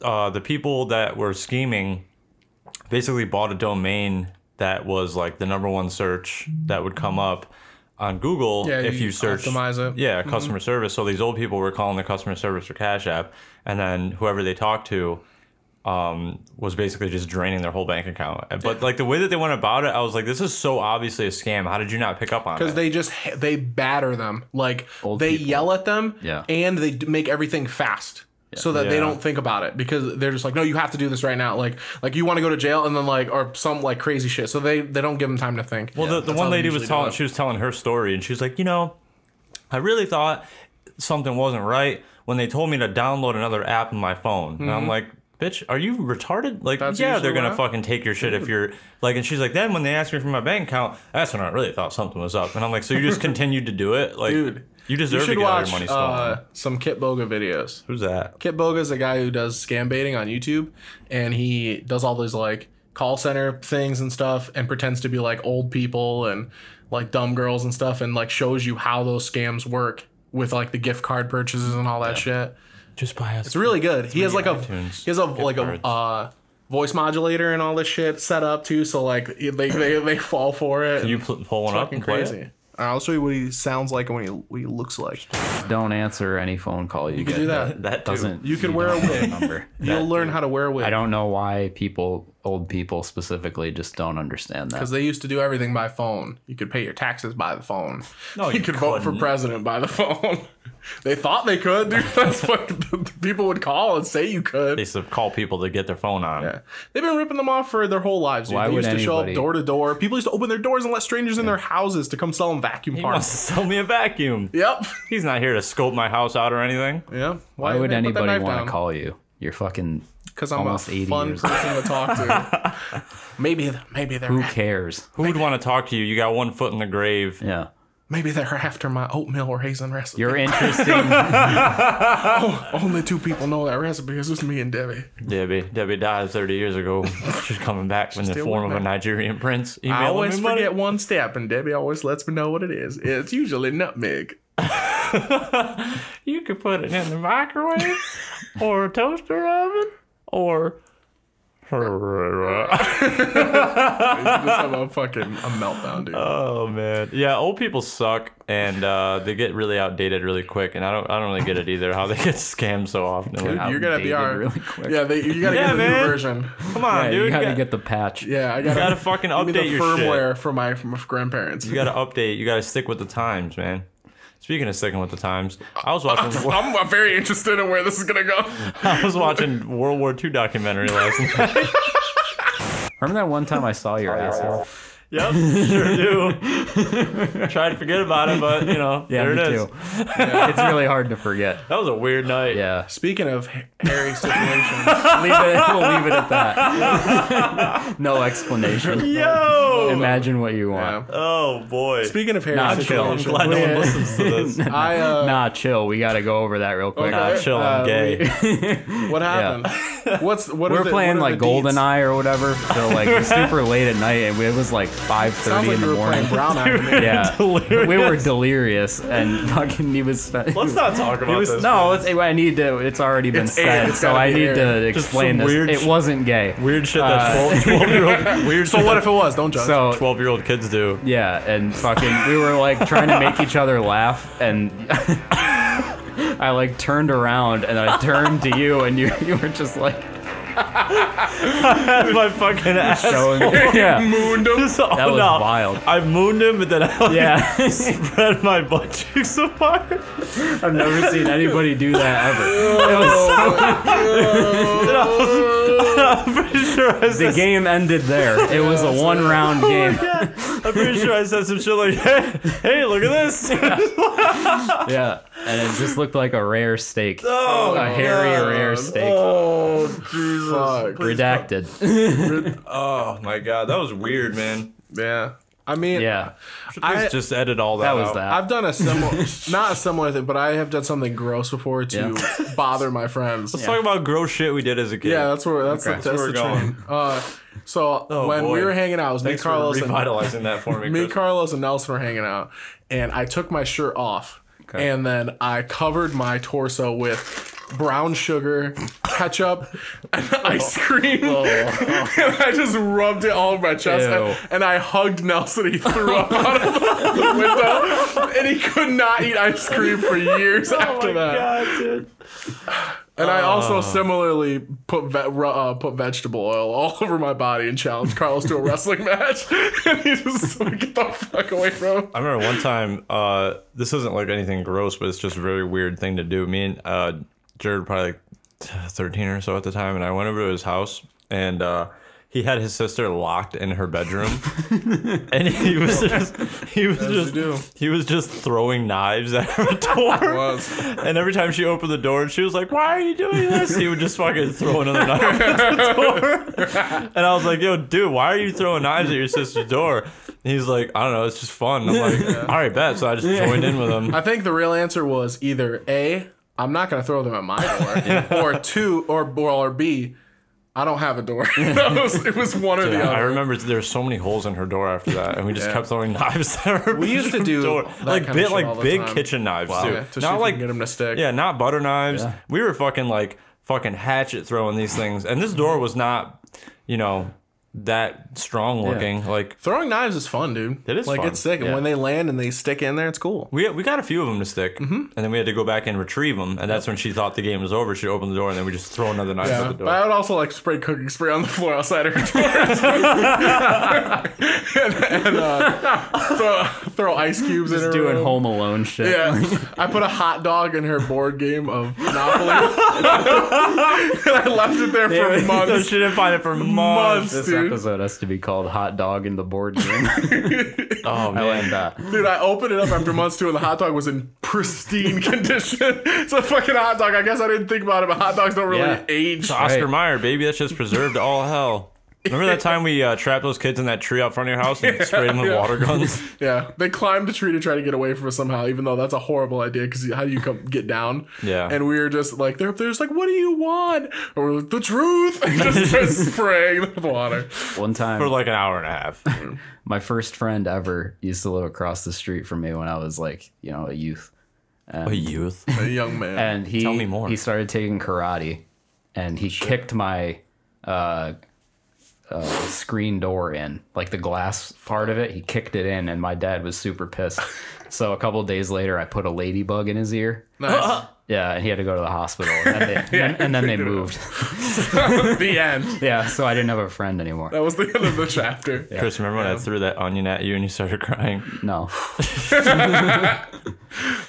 Speaker 2: uh, the people that were scheming basically bought a domain that was like the number one search that would come up on Google
Speaker 1: Yeah,
Speaker 2: if
Speaker 1: you
Speaker 2: you search
Speaker 1: optimize it. Mm-hmm.
Speaker 2: Yeah, customer service. So these old people were calling the customer service for Cash App, and then whoever they talked to um, was basically just draining their whole bank account. But like the way that they went about it, I was like, this is so obviously a scam. How did you not pick up on
Speaker 1: because
Speaker 2: it?
Speaker 1: they just they batter them like
Speaker 3: Old
Speaker 1: they
Speaker 3: people.
Speaker 1: yell at them
Speaker 3: Yeah.
Speaker 1: and they d- make everything fast so that they
Speaker 2: Yeah.
Speaker 1: don't think about it because they're just like no you have to do this right now like like you want to go to jail and then like or some like crazy shit so they they don't give them time to think
Speaker 2: well, the,
Speaker 1: That's
Speaker 2: the one
Speaker 1: how they
Speaker 2: lady was
Speaker 1: usually do
Speaker 2: telling
Speaker 1: it.
Speaker 2: she was telling her story, and she was like, you know, I really thought something wasn't right when they told me to download another app on my phone, and I'm like. Bitch, are you retarded? Like,
Speaker 1: Mm-hmm. That's
Speaker 2: yeah,
Speaker 1: usually
Speaker 2: they're gonna
Speaker 1: what
Speaker 2: fucking take your shit if you're like. And she's like, then when they asked me for my bank account, that's when I really thought something was up. And I'm like, so you just continued to do it, like,
Speaker 1: Dude,
Speaker 2: you
Speaker 1: you
Speaker 2: deserve to
Speaker 1: should
Speaker 2: get
Speaker 1: watch
Speaker 2: all your money stolen.
Speaker 1: uh, some kit boga videos
Speaker 2: Who's that?
Speaker 1: Kit Boga is a guy who does scam baiting on YouTube, and he does all those like call center things and stuff, and pretends to be like old people and like dumb girls and stuff and like shows you how those scams work with like the gift card purchases and all that shit.
Speaker 2: Just buy us.
Speaker 1: It's really good. He has like a
Speaker 2: iTunes
Speaker 1: he has a
Speaker 2: gift
Speaker 1: like
Speaker 2: cards.
Speaker 1: a uh, voice modulator and all this shit set up too. So like they they, they fall for it.
Speaker 2: Can you pl- pull one up
Speaker 1: fucking
Speaker 2: and play it?
Speaker 1: crazy. I'll show you what he sounds like and what he, what he looks like.
Speaker 3: Don't answer any phone call you,
Speaker 1: You could
Speaker 3: get.
Speaker 1: do that.
Speaker 2: That too.
Speaker 3: Doesn't
Speaker 1: You could wear a
Speaker 3: don't have
Speaker 1: wig.
Speaker 3: Number.
Speaker 1: You'll learn how to wear a wig.
Speaker 3: I don't know why people, old people specifically, just don't understand
Speaker 1: because
Speaker 3: that.
Speaker 1: they used to do everything by phone. You could pay your taxes by the phone.
Speaker 2: No,
Speaker 1: you,
Speaker 2: you
Speaker 1: could vote for
Speaker 2: couldn't.
Speaker 1: president by the phone. they thought they could. Dude, that's what people would call and say you could.
Speaker 2: They used to call people to get their phone on.
Speaker 1: Yeah. They've been ripping them off for their whole lives. Dude.
Speaker 3: Why
Speaker 1: they
Speaker 3: would
Speaker 1: used to show up
Speaker 3: anybody-
Speaker 1: door to door. People used to open their doors and let strangers in their houses to come sell them vacuum
Speaker 2: He wants to
Speaker 1: parts.
Speaker 2: sell me a vacuum.
Speaker 1: Yep.
Speaker 2: He's not here to scope my house out or anything.
Speaker 1: Yeah.
Speaker 3: Why would anybody want to call you? You're fucking.
Speaker 1: Because I'm
Speaker 3: almost
Speaker 1: a
Speaker 3: 80
Speaker 1: fun
Speaker 3: years old?
Speaker 1: person to talk to. maybe, th- maybe they're
Speaker 3: Who cares?
Speaker 2: Who would want to talk to you? You got one foot in the grave.
Speaker 3: Yeah.
Speaker 1: maybe they're after my oatmeal raisin recipe.
Speaker 3: You're interesting.
Speaker 1: Only two people know that recipe. It's just me and Debbie.
Speaker 2: Debbie, Debbie died 30 years ago. She's coming back in the
Speaker 1: still
Speaker 2: form
Speaker 1: with
Speaker 2: of
Speaker 1: me.
Speaker 2: a Nigerian prince. Emailing
Speaker 1: I always
Speaker 2: me money.
Speaker 1: forget one step, and Debbie always lets me know what it is. It's usually nutmeg.
Speaker 2: You could put it in the microwave or a toaster oven or. oh
Speaker 1: I just have a fucking a meltdown, dude.
Speaker 2: Oh, man, yeah. Old people suck, and uh, they get really outdated really quick. And I don't, I don't really get it either. How they get scammed so often? Like,
Speaker 1: Dude, you're gonna be
Speaker 3: outdated
Speaker 1: our.
Speaker 3: really quick.
Speaker 1: Yeah, they, you gotta
Speaker 2: Yeah,
Speaker 1: get the
Speaker 2: man.
Speaker 1: new version.
Speaker 2: come on,
Speaker 3: Yeah,
Speaker 2: dude.
Speaker 3: you gotta
Speaker 2: got-
Speaker 3: get the patch.
Speaker 1: Yeah, I gotta,
Speaker 2: gotta fucking
Speaker 1: give me the
Speaker 2: update your shit.
Speaker 1: firmware for my for my grandparents.
Speaker 2: You got to update. You got to stick with the times, man. Speaking of sticking with the times, I was watching.
Speaker 1: I'm, I'm very interested in where this is gonna go.
Speaker 2: I was watching World War II documentary last night.
Speaker 3: Remember that one time I saw your asshole?
Speaker 2: Yep, sure do. Tried to forget about it, but you know, there it is.
Speaker 3: it's really hard to forget.
Speaker 2: That was a weird night.
Speaker 3: Yeah.
Speaker 1: Speaking of ha- hairy situations,
Speaker 3: Leave it, we'll leave it at that. no explanation.
Speaker 2: Yo.
Speaker 3: Imagine what you want.
Speaker 2: Oh boy.
Speaker 1: speaking of hairy
Speaker 3: Nah, chill.
Speaker 2: I'm
Speaker 1: situations,
Speaker 2: glad no one listens to this.
Speaker 1: I uh,
Speaker 3: Nah, chill. We gotta go over that real quick.
Speaker 1: Okay.
Speaker 2: Nah, chill. I'm
Speaker 1: Uh,
Speaker 2: gay.
Speaker 1: what happened? What's what are
Speaker 3: We're
Speaker 1: the-
Speaker 3: playing
Speaker 1: what are
Speaker 3: like
Speaker 1: the deets?
Speaker 3: GoldenEye or whatever. So like it was super late at night, and it was like five
Speaker 1: Sounds
Speaker 3: thirty
Speaker 1: like
Speaker 3: in
Speaker 1: you
Speaker 3: the
Speaker 1: were
Speaker 3: morning.
Speaker 1: playing Brown Eye. man.
Speaker 3: Yeah, we were delirious, and fucking he was.
Speaker 2: Let's not talk
Speaker 3: It
Speaker 2: about
Speaker 3: was
Speaker 2: this.
Speaker 3: no. It's, I need to. It's already been
Speaker 1: It's air,
Speaker 3: said,
Speaker 1: it's
Speaker 3: so
Speaker 1: gotta
Speaker 3: I
Speaker 1: be
Speaker 3: need
Speaker 1: air.
Speaker 3: to
Speaker 2: Just
Speaker 3: explain
Speaker 2: some
Speaker 3: this.
Speaker 2: weird
Speaker 3: it
Speaker 2: sh-
Speaker 3: wasn't gay.
Speaker 2: Weird shit that 12, 12 year old weird
Speaker 1: So
Speaker 2: shit
Speaker 1: what if it was? Don't judge.
Speaker 3: So
Speaker 2: 12 year old kids do.
Speaker 3: yeah, and fucking, we were like trying to make each other laugh, and I like turned around and I turned to you, and you you were just like
Speaker 2: My fucking ass.
Speaker 3: showing, yeah,
Speaker 2: Mooned him.
Speaker 3: That was wild.
Speaker 2: I mooned him, but then I like,
Speaker 3: yeah.
Speaker 2: spread my butt cheeks apart.
Speaker 3: I've never seen anybody do that ever. It was,
Speaker 2: I'm pretty sure I
Speaker 3: the
Speaker 2: said,
Speaker 3: game ended there. It was a one round game.
Speaker 2: I'm pretty sure I said some shit like, "Hey, hey look at this."
Speaker 3: Yeah, and it just looked like a rare steak,
Speaker 2: oh,
Speaker 3: a hairy rare steak,
Speaker 2: Oh Jesus!
Speaker 1: Fuck.
Speaker 3: redacted.
Speaker 2: Oh my God, that was weird, man.
Speaker 1: Yeah. I mean,
Speaker 3: Yeah,
Speaker 1: I,
Speaker 2: just edit all that.
Speaker 3: that was
Speaker 2: out.
Speaker 3: that.
Speaker 1: I've done a similar, not a similar thing, but I have done something gross before to bother my friends.
Speaker 2: Let's talk about gross shit we did as a kid.
Speaker 1: Yeah, that's where that's,
Speaker 2: Okay.
Speaker 1: the, that's
Speaker 2: That's where
Speaker 1: the
Speaker 2: we're going.
Speaker 1: train. Uh, so
Speaker 2: Oh,
Speaker 1: when we
Speaker 2: boy.
Speaker 1: were hanging out, it was
Speaker 2: Thanks
Speaker 1: me, Carlos,
Speaker 2: for
Speaker 1: and
Speaker 2: revitalizing that for me.
Speaker 1: me,
Speaker 2: Chris.
Speaker 1: Carlos, and Nelson were hanging out, and I took my shirt off, and then I covered my torso with brown sugar, ketchup, and
Speaker 2: Oh.
Speaker 1: ice cream, and I just rubbed it all over my chest, and,
Speaker 3: Ew.
Speaker 1: and I hugged Nelson. He threw up out of the window, and he could not eat ice cream for years after that.
Speaker 2: Oh God, dude.
Speaker 1: And I
Speaker 2: Uh.
Speaker 1: also similarly put ve- ru- uh, put vegetable oil all over my body and challenged Carlos to a wrestling match. and he just like, get the fuck away from him.
Speaker 2: I remember one time. Uh, this isn't like anything gross, but it's just a very weird thing to do. Me and uh, Jared were probably like thirteen or so at the time, and I went over to his house, and uh, he had his sister locked in her bedroom, and he was just he was
Speaker 1: you do.
Speaker 2: just he was just throwing knives at her door. And every time she opened the door, she was like, "Why are you doing this?" He would just fucking throw another knife at the door. And I was like, "Yo, dude, why are you throwing knives at your sister's door?" And he's like, "I don't know, it's just fun." And I'm like, "All right, bet." So I just joined in with him.
Speaker 1: I think the real answer was either A, I'm not going to throw them at my door, or two, or, or, or B, I don't have a door. That was- it was one or
Speaker 2: Dude,
Speaker 1: the
Speaker 2: I
Speaker 1: other.
Speaker 2: remember there's so many holes in her door after that, and we just
Speaker 1: Yeah.
Speaker 2: kept throwing knives at her.
Speaker 1: We used to do that
Speaker 2: like
Speaker 1: kind of
Speaker 2: bit
Speaker 1: shit all
Speaker 2: like
Speaker 1: the
Speaker 2: big
Speaker 1: time.
Speaker 2: kitchen knives
Speaker 1: Wow.
Speaker 2: too.
Speaker 1: Yeah, to see if
Speaker 2: not
Speaker 1: we
Speaker 2: like
Speaker 1: can get 'em to stick.
Speaker 2: Yeah, not butter knives.
Speaker 3: Yeah.
Speaker 2: We were fucking like fucking hatchet throwing these things, and this door was not, you know, that strong looking. Like
Speaker 1: Throwing knives is fun, dude.
Speaker 2: It is
Speaker 1: like
Speaker 2: fun.
Speaker 1: it's sick, and when they land and they stick in there, it's cool.
Speaker 2: we we got a few of them to stick,
Speaker 1: Mm-hmm.
Speaker 2: and then we had to go back and retrieve them, and that's when she thought the game was over. She opened the door, and then we just throw another knife at
Speaker 1: Yeah,
Speaker 2: the
Speaker 1: but
Speaker 2: door.
Speaker 1: I would also like spray cooking spray on the floor outside her door, and, and uh, throw, throw ice cubes in her
Speaker 3: Just doing
Speaker 1: room.
Speaker 3: Home Alone shit.
Speaker 1: Yeah, I put a hot dog in her board game of Monopoly, and I left it there for months.
Speaker 2: she didn't find it for months.
Speaker 1: Months.
Speaker 3: This
Speaker 1: Dude.
Speaker 3: episode has to be called "Hot Dog in the Board Game."
Speaker 2: Oh
Speaker 3: I like
Speaker 2: man,
Speaker 3: that.
Speaker 1: Dude, I opened it up after months too, and the hot dog was in pristine condition. It's a fucking hot dog. I guess I didn't think about it, but hot dogs don't really
Speaker 3: Yeah.
Speaker 1: age.
Speaker 2: It's Oscar Meyer, baby. That's just preserved to all hell. Remember that time we uh, trapped those kids in that tree out front of your house and sprayed them with
Speaker 1: yeah.
Speaker 2: water guns?
Speaker 1: Yeah, they climbed a tree to try to get away from us somehow, even though that's a horrible idea because how do you come get down?
Speaker 2: Yeah.
Speaker 1: And we were just like, they're up there, just like, what do you want? And we're like, the truth. And just start spraying the water.
Speaker 3: One time,
Speaker 2: For like an hour and a half.
Speaker 3: my first friend ever used to live across the street from me when I was like, you know, a youth.
Speaker 2: A youth.
Speaker 1: A young man.
Speaker 3: and he
Speaker 2: Tell me more.
Speaker 3: He started taking karate, and he kicked my uh, uh, screen door in, like the glass part of it. He kicked it in, and my dad was super pissed. so a couple days later, I put a ladybug in his ear.
Speaker 1: nice.
Speaker 3: Yeah, and he had to go to the hospital, and then they, and then they moved.
Speaker 1: the end.
Speaker 3: yeah, so I didn't have a friend anymore.
Speaker 1: That was the end of the chapter.
Speaker 2: Chris, remember when I threw that onion at you and you started crying?
Speaker 3: No,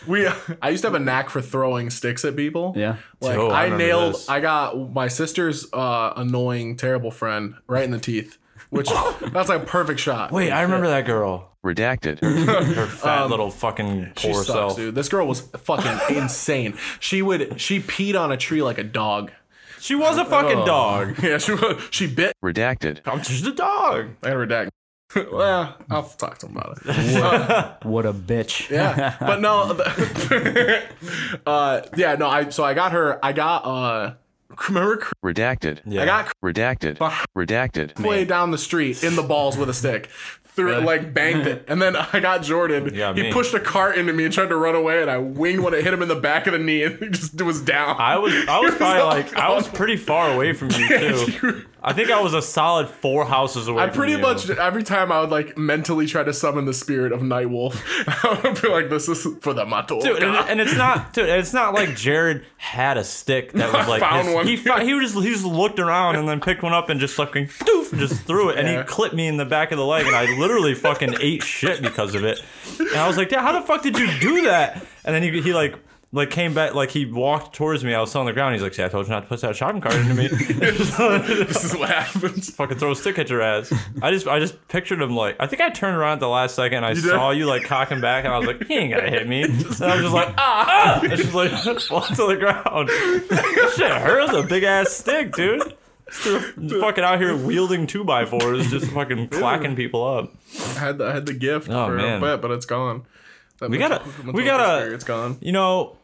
Speaker 1: We, I used to have a knack for throwing sticks at people.
Speaker 3: Yeah.
Speaker 1: Like
Speaker 2: Oh, I
Speaker 1: I,
Speaker 2: remember
Speaker 1: nailed,
Speaker 2: this.
Speaker 1: I got my sister's uh, annoying, terrible friend right in the teeth, which that's like a perfect shot.
Speaker 2: Wait, I remember that girl.
Speaker 11: Redacted.
Speaker 2: Her fat little fucking
Speaker 1: Um, She
Speaker 2: poor
Speaker 1: sucks,
Speaker 2: self.
Speaker 1: dude. This girl was fucking insane. She would she peed on a tree like a dog.
Speaker 2: She was a
Speaker 1: Oh.
Speaker 2: fucking dog.
Speaker 1: Yeah, she wa- she bit.
Speaker 11: Redacted.
Speaker 2: I'm just a dog.
Speaker 1: I gotta redact. well, I'll talk to him about it.
Speaker 3: what a bitch.
Speaker 1: Yeah, but no, the- uh, yeah, no. I so I got her. I got uh, remember Chris-
Speaker 11: Redacted.
Speaker 2: Yeah.
Speaker 1: I got
Speaker 11: Redacted. Redacted.
Speaker 1: Clay down the street in the balls with a stick. Threw it like banged it, and then I got Jordan.
Speaker 2: Yeah,
Speaker 1: he
Speaker 2: me.
Speaker 1: pushed a cart into me and tried to run away, and I winged when it hit him in the back of the knee, and he just was down.
Speaker 2: I was I was
Speaker 1: It
Speaker 2: probably
Speaker 1: all
Speaker 2: like I was pretty far away from you too. I think I was a solid four houses away.
Speaker 1: I
Speaker 2: from
Speaker 1: pretty
Speaker 2: you.
Speaker 1: much every time I would like mentally try to summon the spirit of Nightwolf. I would be like, "This is for the Mato."
Speaker 2: Dude, and, and it's not, dude, and it's not like Jared had a stick that was like
Speaker 1: Found
Speaker 2: his-
Speaker 1: one.
Speaker 2: he found, he was just he just looked around and then picked one up and just fucking doof, and just threw it and
Speaker 1: Yeah.
Speaker 2: he clipped me in the back of the leg and I literally fucking ate shit because of it. And I was like, "Dad, how the fuck did you do that?" And then he he like. Like came back, like he walked towards me. I was still on the ground. He's like, "See, I told you not to put that shopping cart into me."
Speaker 1: this is what happens.
Speaker 2: fucking throw a stick at your ass. I just I just pictured him like I think I turned around at the last second. I saw you like cocking back, and I was like, he ain't gonna hit me. And I was just like, ah! ah! I just like fall to the ground. This shit hurts a big ass stick, dude. Just fucking out here wielding two by fours, just fucking clacking people up.
Speaker 1: I had the, I had the gift
Speaker 2: Oh,
Speaker 1: for
Speaker 2: man.
Speaker 1: a bit, but it's gone. That
Speaker 2: We gotta-
Speaker 1: Mato-
Speaker 2: we
Speaker 1: Mato
Speaker 2: gotta-
Speaker 1: spirit, It's gone.
Speaker 2: You know,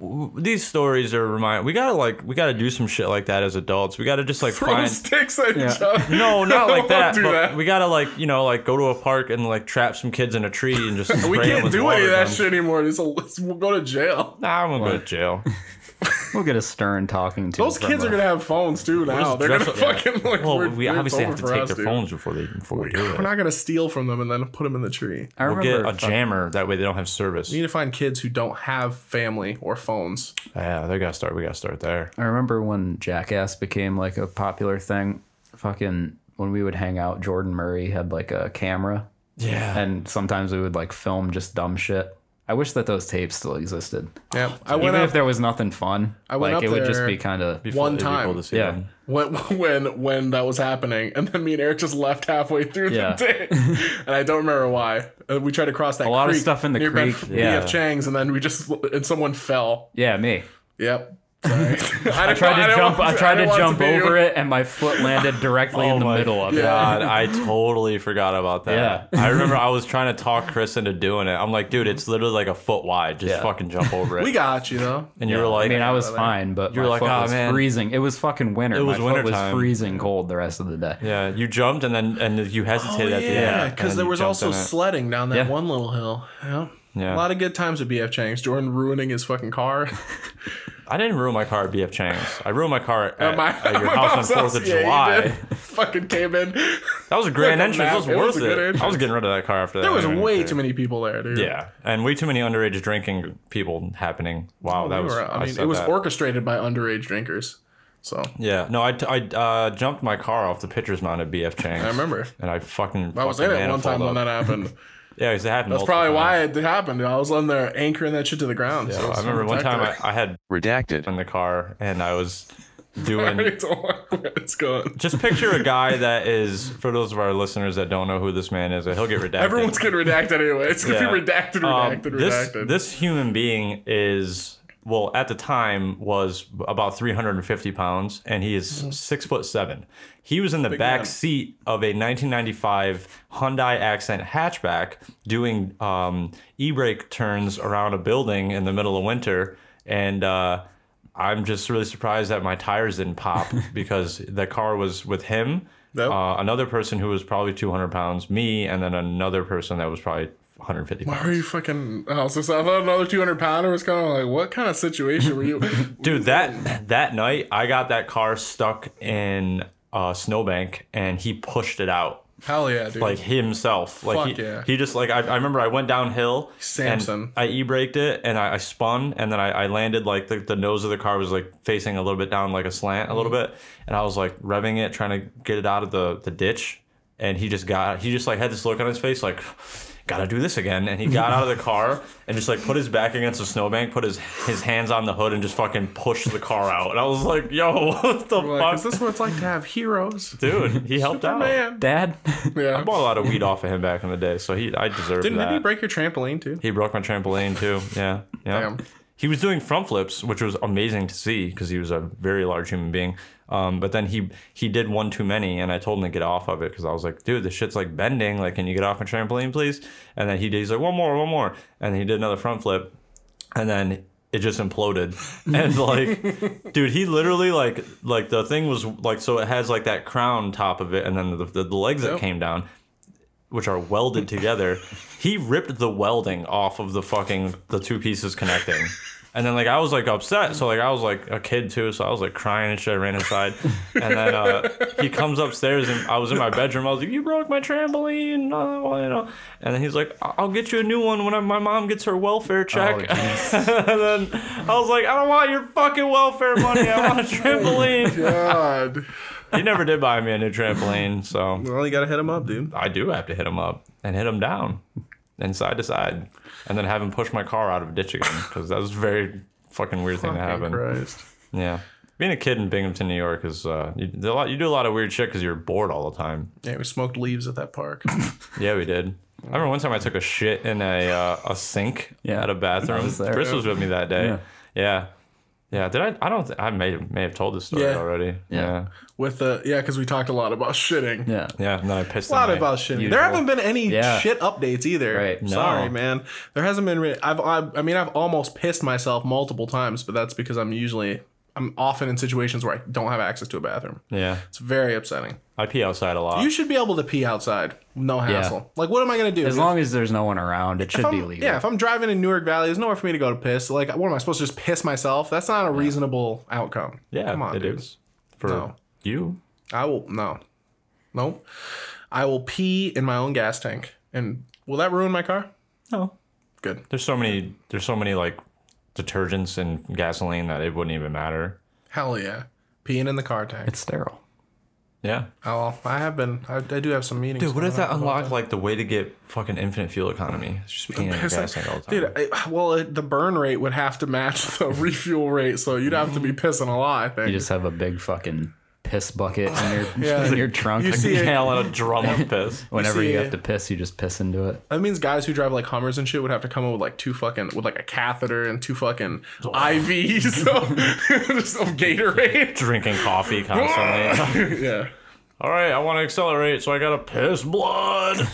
Speaker 2: w- these stories are remind. We gotta like we gotta do some shit like that as adults. We gotta just like
Speaker 1: Throw
Speaker 2: find
Speaker 1: sticks at each other.
Speaker 2: No, not like
Speaker 1: Don't
Speaker 2: that.
Speaker 1: do
Speaker 2: but
Speaker 1: that.
Speaker 2: We gotta like you know like go to a park and like trap some kids in a tree and just spray
Speaker 1: We
Speaker 2: them
Speaker 1: can't
Speaker 2: with
Speaker 1: do any
Speaker 2: water
Speaker 1: of that
Speaker 2: guns.
Speaker 1: shit anymore. It's a, it's, we'll go to jail.
Speaker 2: Nah, I'm gonna go to jail.
Speaker 3: We'll get a stern talking to.
Speaker 1: Those
Speaker 3: from
Speaker 1: kids
Speaker 3: a-
Speaker 1: are gonna have phones too now.
Speaker 2: just
Speaker 1: They're gonna
Speaker 2: dress up-
Speaker 1: fucking like.
Speaker 2: Well,
Speaker 1: we're-
Speaker 2: we
Speaker 1: we're- it's
Speaker 2: obviously
Speaker 1: over
Speaker 2: have to
Speaker 1: for
Speaker 2: take
Speaker 1: us,
Speaker 2: their
Speaker 1: dude.
Speaker 2: phones before they before we do
Speaker 1: We're
Speaker 2: it.
Speaker 1: not gonna steal from them and then put them in the tree.
Speaker 3: I
Speaker 2: We'll get
Speaker 3: remember
Speaker 2: a jammer. That way they don't have service.
Speaker 1: We need to find kids who don't have family or phones.
Speaker 2: Yeah, they gotta start. We gotta start there.
Speaker 3: I remember when Jackass became like a popular thing. Fucking when we would hang out, Jordan Murray had like a camera,
Speaker 2: Yeah.
Speaker 3: and sometimes we would like film just dumb shit. I wish that those tapes still existed.
Speaker 1: Yeah, I
Speaker 3: Even
Speaker 1: went
Speaker 3: if
Speaker 1: up
Speaker 3: there was nothing fun,
Speaker 1: I went up
Speaker 3: like it would just
Speaker 1: there
Speaker 3: be kind of
Speaker 1: one time.
Speaker 3: Yeah.
Speaker 2: yeah.
Speaker 1: when when when that was happening, and then me and Eric just left halfway through
Speaker 3: Yeah.
Speaker 1: the day, and I don't remember why. Uh, we tried to cross that a
Speaker 3: lot of stuff in the creek, yeah.
Speaker 1: BF Chang's, and then we just and someone fell.
Speaker 3: yeah me.
Speaker 1: Yep,
Speaker 3: I, tried to jump. I tried to jump over it, and my foot landed directly in the
Speaker 2: Oh my
Speaker 3: middle of it.
Speaker 2: God, I totally forgot about that. I remember I was trying to talk Chris into doing it. I'm like, dude, it's literally like a foot wide. Just
Speaker 3: Yeah.
Speaker 2: fucking jump over it.
Speaker 1: We got you though.
Speaker 2: And you were like,
Speaker 3: I mean, I was fine, but
Speaker 2: You were
Speaker 3: my
Speaker 2: like,
Speaker 3: foot
Speaker 2: "Ah,
Speaker 3: was
Speaker 2: man."
Speaker 3: freezing. It was fucking winter.
Speaker 2: It was
Speaker 3: my
Speaker 2: winter
Speaker 3: foot
Speaker 2: time.
Speaker 3: was freezing cold the rest of the day.
Speaker 2: Yeah, you jumped and then and you hesitated at the end.
Speaker 1: Oh, Yeah,
Speaker 2: and
Speaker 1: because
Speaker 2: then
Speaker 1: there
Speaker 2: you
Speaker 1: was
Speaker 2: jumped
Speaker 1: also
Speaker 2: in it.
Speaker 1: sledding down that
Speaker 2: Yeah.
Speaker 1: one little hill. Yeah.
Speaker 2: Yeah.
Speaker 1: A lot of good times at BF Chang's. Jordan ruining his fucking car.
Speaker 2: I didn't ruin my car at BF Chang's. I ruined my car at,
Speaker 1: my-
Speaker 2: at your
Speaker 1: my
Speaker 2: house
Speaker 1: mom's
Speaker 2: on Fourth
Speaker 1: house.
Speaker 2: of
Speaker 1: Yeah, you
Speaker 2: July.
Speaker 1: fucking came in.
Speaker 2: That was a grand
Speaker 1: Like a
Speaker 2: entrance. That was
Speaker 1: map. It
Speaker 2: worth
Speaker 1: was a
Speaker 2: it.
Speaker 1: good
Speaker 2: I was
Speaker 1: entrance.
Speaker 2: getting rid of that car after that.
Speaker 1: There was
Speaker 2: anyway.
Speaker 1: way too many people there, dude.
Speaker 2: Yeah, and way too many underage drinking people happening. Wow,
Speaker 1: We
Speaker 2: that was.
Speaker 1: were- I mean,
Speaker 2: said
Speaker 1: it was
Speaker 2: that.
Speaker 1: orchestrated by underage drinkers. So
Speaker 2: Yeah, no, I, t- I uh, jumped my car off the pitcher's mount at BF Chang's.
Speaker 1: I remember.
Speaker 2: and I fucking.
Speaker 1: I was in
Speaker 2: fucking
Speaker 1: it one time
Speaker 2: manifold
Speaker 1: when
Speaker 2: up.
Speaker 1: that happened.
Speaker 2: Yeah, 'cause it happened.
Speaker 1: That's
Speaker 2: multiple
Speaker 1: probably
Speaker 2: times.
Speaker 1: why it happened. I was on there anchoring that shit to the ground.
Speaker 2: Yeah,
Speaker 1: so
Speaker 2: I remember one time
Speaker 1: protected.
Speaker 2: I, I had redacted in the car, and I was
Speaker 1: I
Speaker 2: doing.
Speaker 1: don't like where it's going.
Speaker 2: Just picture a guy that is, for those of our listeners that don't know who this man is, he'll get redacted.
Speaker 1: Everyone's getting redacted anyway. It's gonna
Speaker 2: Yeah.
Speaker 1: be redacted,
Speaker 2: Um,
Speaker 1: redacted,
Speaker 2: this,
Speaker 1: redacted.
Speaker 2: This human being is well at the time was about 350 pounds, and he is six foot seven. He was in the back
Speaker 1: Mm-hmm. man.
Speaker 2: seat of a 1995 Hyundai Accent hatchback doing um, e-brake turns around a building in the middle of winter, and. Uh, I'm just really surprised that my tires didn't pop because the car was with him,
Speaker 1: Yep.
Speaker 2: uh, another person who was probably 200 pounds, me, and then another person that was probably 150 pounds.
Speaker 1: Why are you fucking? Oh, so, so I thought another two hundred pounder was kind of like, what kind of situation were you?
Speaker 2: Dude, that that night I got that car stuck in a snowbank and he pushed it out.
Speaker 1: Hell yeah, dude.
Speaker 2: Like himself. Like
Speaker 1: Fuck
Speaker 2: he,
Speaker 1: yeah.
Speaker 2: he just like I, I remember I went downhill
Speaker 1: Samson.
Speaker 2: and I e braked it and I, I spun and then I, I landed like the, the nose of the car was like facing a little bit down like a slant a little
Speaker 1: Mm-hmm.
Speaker 2: bit and I was like revving it, trying to get it out of the, the ditch and he just got he just like had this look on his face like gotta do this again and he got out of the car and just like put his back against the snowbank put his his hands on the hood and just fucking pushed the car out and i was like yo what the
Speaker 1: Like, is
Speaker 2: fuck
Speaker 1: this what it's like to have heroes?
Speaker 2: dude he helped out
Speaker 1: Man,
Speaker 3: Dad,
Speaker 1: yeah.
Speaker 2: i bought a lot of weed off of him back in the day so he i deserve
Speaker 1: Didn't
Speaker 2: that
Speaker 1: did he break your trampoline too?
Speaker 2: he broke my trampoline too yeah yeah
Speaker 1: Damn.
Speaker 2: he was doing front flips which was amazing to see because he was a very large human being um, but then he he did one too many and i told him to get off of it because i was like dude this shit's like bending like can you get off my trampoline please and then he did he's like one more one more and he did another front flip and then it just imploded and like dude he literally like like the thing was like so it has like that crown top of it and then the, the, the legs that
Speaker 1: Yep.
Speaker 2: came down which are welded together he ripped the welding off of the fucking the two pieces connecting and then like i was like upset so like i was like a kid too so i was like crying and shit i ran inside and then uh, he comes upstairs and i was in my bedroom i was like you broke my trampoline uh, well, you know and then he's like I- i'll get you a new one when I- my mom gets her welfare check
Speaker 3: Oh,
Speaker 2: and then I was like, I don't want your fucking welfare money. I want a trampoline.
Speaker 1: God.
Speaker 2: he never did buy me a new trampoline, so
Speaker 1: Well, you gotta hit him up, dude.
Speaker 2: I do have to hit him up and hit him down, and side to side, and then have him push my car out of a ditch again because that was a very fucking weird thing to happen.
Speaker 1: Christ.
Speaker 2: Yeah. Being a kid in Binghamton, New York is uh, you, there's a lot, you do a lot of weird shit because you're bored all the time.
Speaker 1: Yeah, we smoked leaves at that park.
Speaker 2: Yeah, we did. I remember one time I took a shit in a uh, a sink
Speaker 3: Yeah.
Speaker 2: at a bathroom.
Speaker 3: I was there.
Speaker 2: Chris was with me that day.
Speaker 3: Yeah.
Speaker 2: Yeah. yeah. Did I? I don't. Th- I may may have told this story
Speaker 1: Yeah.
Speaker 2: already. Yeah.
Speaker 3: Yeah.
Speaker 1: With the yeah, because we talked a lot about shitting.
Speaker 3: yeah,
Speaker 2: Yeah. And then I pissed.
Speaker 1: A lot
Speaker 2: in my-
Speaker 1: about shitting.
Speaker 3: usual-
Speaker 1: There haven't been any
Speaker 3: Yeah.
Speaker 1: shit updates either.
Speaker 3: Right. No.
Speaker 1: Sorry, man. There hasn't been. Re- I've, I've. I mean, I've almost pissed myself multiple times, but that's because I'm usually. I'm often in situations where I don't have access to a bathroom.
Speaker 2: Yeah.
Speaker 1: It's very upsetting.
Speaker 2: I pee outside a lot.
Speaker 1: You should be able to pee outside, no hassle. Like, what am I gonna do?
Speaker 3: As long as there's no one around, it
Speaker 1: If
Speaker 3: should be
Speaker 1: I'm-
Speaker 3: legal.
Speaker 1: Yeah, if I'm driving in Newark Valley, there's nowhere for me to go to piss. Like, what am I supposed to just piss myself? That's not a reasonable outcome.
Speaker 2: yeah.
Speaker 1: come on,
Speaker 2: it
Speaker 1: dude.
Speaker 2: is. for
Speaker 1: No.
Speaker 2: you.
Speaker 1: I will no, no. I will pee in my own gas tank, and will that ruin my car?
Speaker 2: No.
Speaker 1: Good.
Speaker 2: There's so many. There's so many like detergents and gasoline that it wouldn't even matter.
Speaker 1: Hell yeah, peeing in the car tank.
Speaker 3: it's sterile.
Speaker 2: Yeah.
Speaker 1: oh, well, I have been. I, I do have some meetings.
Speaker 2: Dude, what if
Speaker 1: coming
Speaker 2: that
Speaker 1: up about
Speaker 2: unlocked like the way to get fucking infinite fuel economy? It's just peeing in the
Speaker 1: It's
Speaker 2: gas
Speaker 1: like-
Speaker 2: tank all the time.
Speaker 1: Dude, I, well, it, the burn rate would have to match the refuel rate, so you'd have to be pissing a lot. I think.
Speaker 3: You just have a big fucking piss bucket in your
Speaker 1: Yeah.
Speaker 3: in your trunk.
Speaker 1: You see it-
Speaker 2: Hell, and a drum of piss.
Speaker 3: Whenever
Speaker 1: see
Speaker 3: you
Speaker 1: it.
Speaker 3: have to piss, you just piss into it.
Speaker 1: That means guys who drive like Hummers and shit would have to come up with like two fucking with like a catheter and two fucking IVs of, just of Gatorade.
Speaker 2: Drinking coffee constantly.
Speaker 1: yeah,
Speaker 2: All right, I want to accelerate, so I gotta piss blood.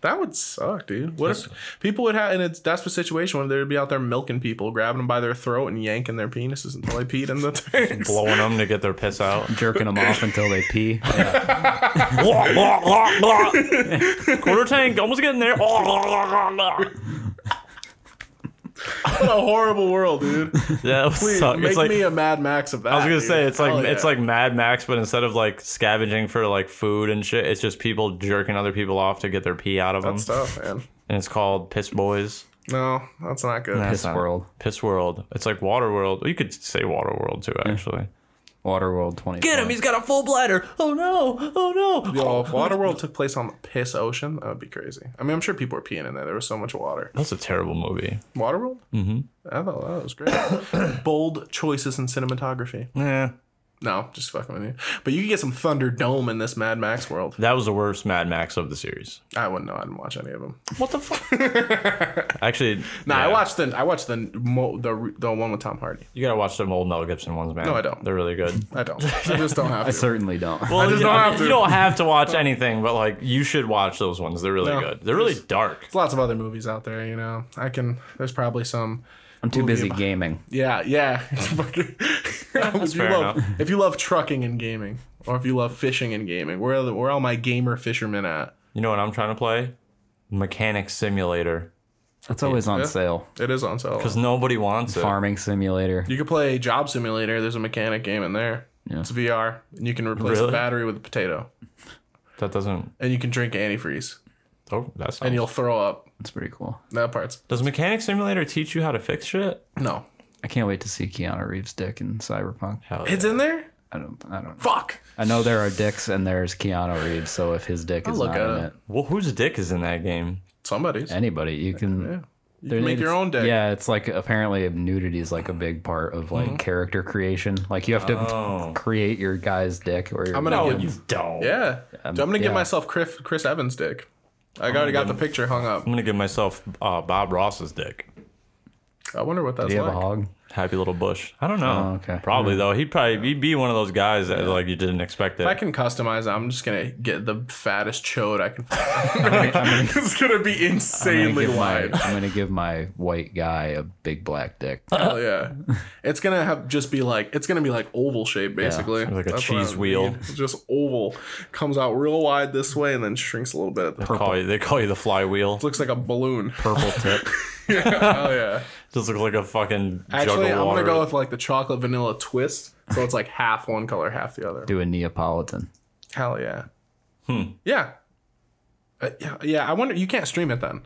Speaker 1: that would suck, dude. What if people would have and it's that's the situation when they'd be out there milking people, grabbing them by their throat and yanking their penises until they peed in the tanks.
Speaker 2: Blowing them to get their piss out.
Speaker 3: Jerking them off until they pee.
Speaker 2: Blah, blah, blah, blah. Quarter tank, almost getting there. Blah, blah, blah, blah, blah.
Speaker 1: What a horrible world, dude.
Speaker 2: Yeah, it would
Speaker 1: Please
Speaker 2: suck.
Speaker 1: make
Speaker 2: It's like
Speaker 1: me a Mad Max of that.
Speaker 2: I was gonna
Speaker 1: dude.
Speaker 2: say it's like
Speaker 1: Hell yeah.
Speaker 2: it's like Mad Max, but instead of like scavenging for like food and shit, it's just people jerking other people off to get their pee out of them,
Speaker 1: that's tough, man.
Speaker 2: and it's called Piss Boys.
Speaker 1: No, that's not good.
Speaker 2: That's
Speaker 3: Piss world.
Speaker 2: Piss World. It's like Water World. You could say Water World too, actually.
Speaker 3: Waterworld twenty.
Speaker 2: got a full bladder. Oh no! Oh no!
Speaker 1: Yo, if Waterworld took place on the piss ocean, that would be crazy. I mean, I'm sure people were peeing in there. There was so much water.
Speaker 2: That's a terrible movie.
Speaker 1: Waterworld? Mm-hmm. I thought that was great. Bold choices in cinematography.
Speaker 2: Yeah,
Speaker 1: No, just fucking with you. But you could get some Thunderdome in this Mad Max world.
Speaker 2: that was the worst Mad Max of the series.
Speaker 1: I wouldn't know. I didn't watch any of them.
Speaker 2: What the fuck? actually,
Speaker 1: Nah, I
Speaker 2: yeah.
Speaker 1: watched the I watched the mo, the the one with Tom Hardy.
Speaker 2: You gotta watch some old Mel Gibson ones, man.
Speaker 1: No, I don't.
Speaker 2: They're really good.
Speaker 1: I don't. I just don't have
Speaker 3: I
Speaker 1: to.
Speaker 3: certainly don't.
Speaker 2: Well,
Speaker 1: just
Speaker 2: you,
Speaker 1: don't
Speaker 2: I mean,
Speaker 1: have to.
Speaker 2: you don't have to watch anything, but like you should watch those ones. They're really
Speaker 1: No.
Speaker 2: good. They're really dark.
Speaker 1: There's lots of other movies out there, you know. I can. There's probably some.
Speaker 3: I'm too
Speaker 1: movie
Speaker 3: busy
Speaker 1: about-
Speaker 3: gaming.
Speaker 1: Yeah, yeah. Fucking- if, you
Speaker 2: fair
Speaker 1: love,
Speaker 2: enough.
Speaker 1: if you love trucking and gaming, or if you love fishing and gaming, where are the, where are all my gamer fishermen at?
Speaker 2: You know what I'm trying to play? Mechanic Simulator.
Speaker 3: That's always on
Speaker 1: Yeah.
Speaker 3: sale.
Speaker 1: It is on sale.
Speaker 2: Because nobody wants it.
Speaker 3: Farming simulator.
Speaker 1: You could play Job Simulator. There's a mechanic game in there.
Speaker 3: Yeah.
Speaker 1: It's VR, and you can replace the
Speaker 2: Really?
Speaker 1: battery with a potato,
Speaker 2: That doesn't.
Speaker 1: and you can drink antifreeze,
Speaker 2: Oh, that's.
Speaker 1: and you'll throw up.
Speaker 3: That's pretty cool.
Speaker 1: That part's
Speaker 2: Does Mechanic Simulator teach you how to fix shit?
Speaker 1: no.
Speaker 3: I can't wait to see Keanu Reeves' dick in Cyberpunk.
Speaker 2: Hell
Speaker 1: It's in there.
Speaker 3: I don't. I don't.
Speaker 1: Fuck.
Speaker 3: I know there are dicks and there's Keanu Reeves. So if his dick is
Speaker 1: look
Speaker 3: not
Speaker 1: at
Speaker 3: in
Speaker 1: it.
Speaker 3: it,
Speaker 2: Well, whose dick is in that game?
Speaker 1: Somebody's.
Speaker 3: anybody you can.
Speaker 1: yeah. You
Speaker 3: There
Speaker 1: can make
Speaker 3: needs-
Speaker 1: your own dick.
Speaker 3: Yeah, it's like apparently nudity is like a big part of
Speaker 1: Mm-hmm.
Speaker 3: like character creation. Like you have to create your guy's dick or your
Speaker 1: Oh. I'm gonna
Speaker 2: No,
Speaker 1: give-
Speaker 2: you don't.
Speaker 1: Yeah. so I'm gonna give
Speaker 3: Um, yeah.
Speaker 1: myself Chris, Chris Evans' dick. I already got the picture hung up.
Speaker 2: I'm gonna give myself uh, Bob Ross's dick.
Speaker 1: I wonder what that's
Speaker 3: Do you have
Speaker 1: like.
Speaker 3: a hog?
Speaker 2: Happy little bush. I don't know.
Speaker 3: Oh, okay.
Speaker 2: Probably though. He'd probably he'd be one of those guys that like you didn't expect it.
Speaker 1: If I can customize it, I'm just gonna get the fattest chode I can. it's gonna be
Speaker 3: I'm
Speaker 1: insanely
Speaker 3: gonna, give my,
Speaker 1: wide.
Speaker 3: I'm gonna give my white guy a big black dick.
Speaker 1: Hell yeah! It's gonna have just be like it's gonna be like oval shaped basically,
Speaker 2: like a
Speaker 1: That's
Speaker 2: cheese
Speaker 1: what I
Speaker 2: wheel.
Speaker 1: mean. It's Just oval comes out real wide this way and then shrinks a little bit. At the
Speaker 2: They call you, they call you the flywheel.
Speaker 1: Looks like a balloon.
Speaker 3: Purple tip.
Speaker 1: Oh yeah!
Speaker 2: Just look like a fucking jug
Speaker 1: Actually,
Speaker 2: of
Speaker 1: I'm
Speaker 2: water.
Speaker 1: gonna go with like the chocolate vanilla twist. So it's like half one color, half the other.
Speaker 3: Do a Neapolitan.
Speaker 1: Hell yeah! Hmm. Yeah. Uh, yeah, yeah. I wonder. You can't stream it then,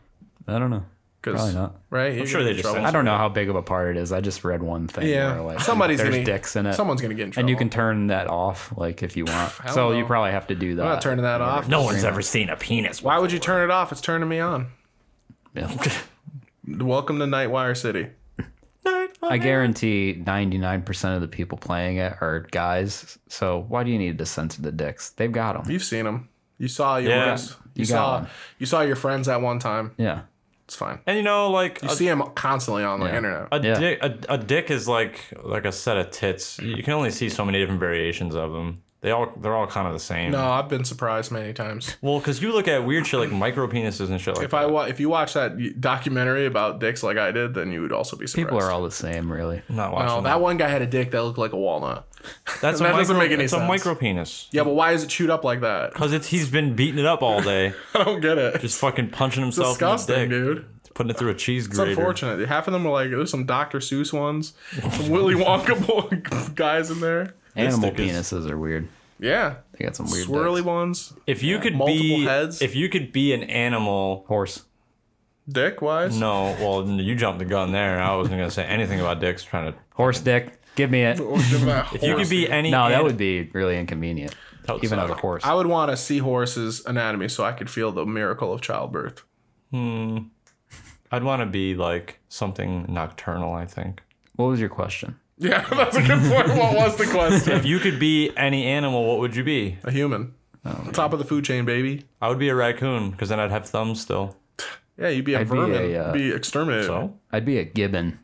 Speaker 3: I don't know.
Speaker 1: 'cause-
Speaker 3: Probably not.
Speaker 1: right? You're
Speaker 2: sure
Speaker 1: gonna
Speaker 2: they
Speaker 1: get in
Speaker 2: just
Speaker 1: trouble.
Speaker 2: send
Speaker 3: I don't know how big of a part it is. I just read one thing.
Speaker 1: Yeah,
Speaker 3: where, like,
Speaker 1: somebody's
Speaker 3: there's
Speaker 1: gonna
Speaker 3: dicks in it.
Speaker 1: Someone's gonna get in trouble.
Speaker 3: and you can turn that off like if you want.
Speaker 1: don't
Speaker 3: so you
Speaker 1: know.
Speaker 3: probably have to do that.
Speaker 1: I'm not turning that off.
Speaker 2: No one's ever seen a penis.
Speaker 1: Why would you turn it off? It's turning me on.
Speaker 3: Yeah.
Speaker 1: Welcome to Nightwire City.
Speaker 3: I guarantee 99% of the people playing it are guys. So why do you need to censor the dicks? They've got them.
Speaker 1: You've seen them. You saw
Speaker 2: Yeah.
Speaker 1: yours. You,
Speaker 3: You got
Speaker 1: saw
Speaker 3: one.
Speaker 1: you saw your friends at one time.
Speaker 3: Yeah.
Speaker 1: It's fine.
Speaker 2: And you know, like
Speaker 1: You
Speaker 2: a,
Speaker 1: see them constantly on the
Speaker 3: Yeah.
Speaker 1: internet.
Speaker 2: a
Speaker 3: Yeah.
Speaker 2: dick, a, a dick is like like a set of tits. You can only see so many different variations of them. They all they're all kind of the same.
Speaker 1: no, I've been surprised many times.
Speaker 2: Well, because you look at weird shit like micro penises and shit like
Speaker 1: If I wa- if you watch that documentary about dicks like I did, then you would also be surprised.
Speaker 3: People are all the same, really.
Speaker 2: I'm not watching
Speaker 1: no,
Speaker 2: that.
Speaker 1: that one guy had a dick that looked like a walnut.
Speaker 2: That's
Speaker 1: that
Speaker 2: a micro,
Speaker 1: doesn't make any
Speaker 2: it's
Speaker 1: sense.
Speaker 2: a micro penis.
Speaker 1: Yeah, but why is it chewed up like that?
Speaker 2: Because it's he's been beating it up all day,
Speaker 1: I don't get it.
Speaker 2: just fucking punching himself
Speaker 1: Disgusting,
Speaker 2: in the dick,
Speaker 1: dude.
Speaker 2: putting it through a cheese
Speaker 1: It's
Speaker 2: grater.
Speaker 1: unfortunate. Half of them are like there's some Dr. Seuss ones, some Willy Wonka boy- guys in there.
Speaker 3: Animal
Speaker 2: dick is-
Speaker 3: penises are weird.
Speaker 1: Yeah,
Speaker 3: They got some weird
Speaker 1: swirly
Speaker 3: dicks.
Speaker 1: ones.
Speaker 2: If you could
Speaker 1: Multiple
Speaker 2: be,
Speaker 1: heads.
Speaker 2: if you could be an animal,
Speaker 3: Horse.
Speaker 1: Dick wise,
Speaker 2: no. Well, you jumped the gun there. I wasn't gonna say anything about dicks. Trying to,
Speaker 3: Horse dick. Give me it.
Speaker 1: Or give that
Speaker 2: if you
Speaker 1: horse-
Speaker 2: could be any,
Speaker 3: No, that
Speaker 2: an-
Speaker 3: would be really inconvenient.
Speaker 2: That would
Speaker 3: Even
Speaker 2: suck.
Speaker 3: as a horse.
Speaker 1: I would want to see horse's anatomy so I could feel the miracle of childbirth.
Speaker 2: I'd want to be like something nocturnal. I think
Speaker 3: What was your question?
Speaker 1: Yeah, that's a good point. What was the question?
Speaker 2: if you could be any animal, what would you be?
Speaker 1: A human.
Speaker 2: Oh,
Speaker 1: Top of the food chain, baby.
Speaker 2: I would be a raccoon because then I'd have thumbs still.
Speaker 1: Yeah, you'd be a
Speaker 3: I'd be a,
Speaker 1: vermin.
Speaker 3: uh,
Speaker 1: be exterminated.
Speaker 2: So
Speaker 3: I'd be a gibbon.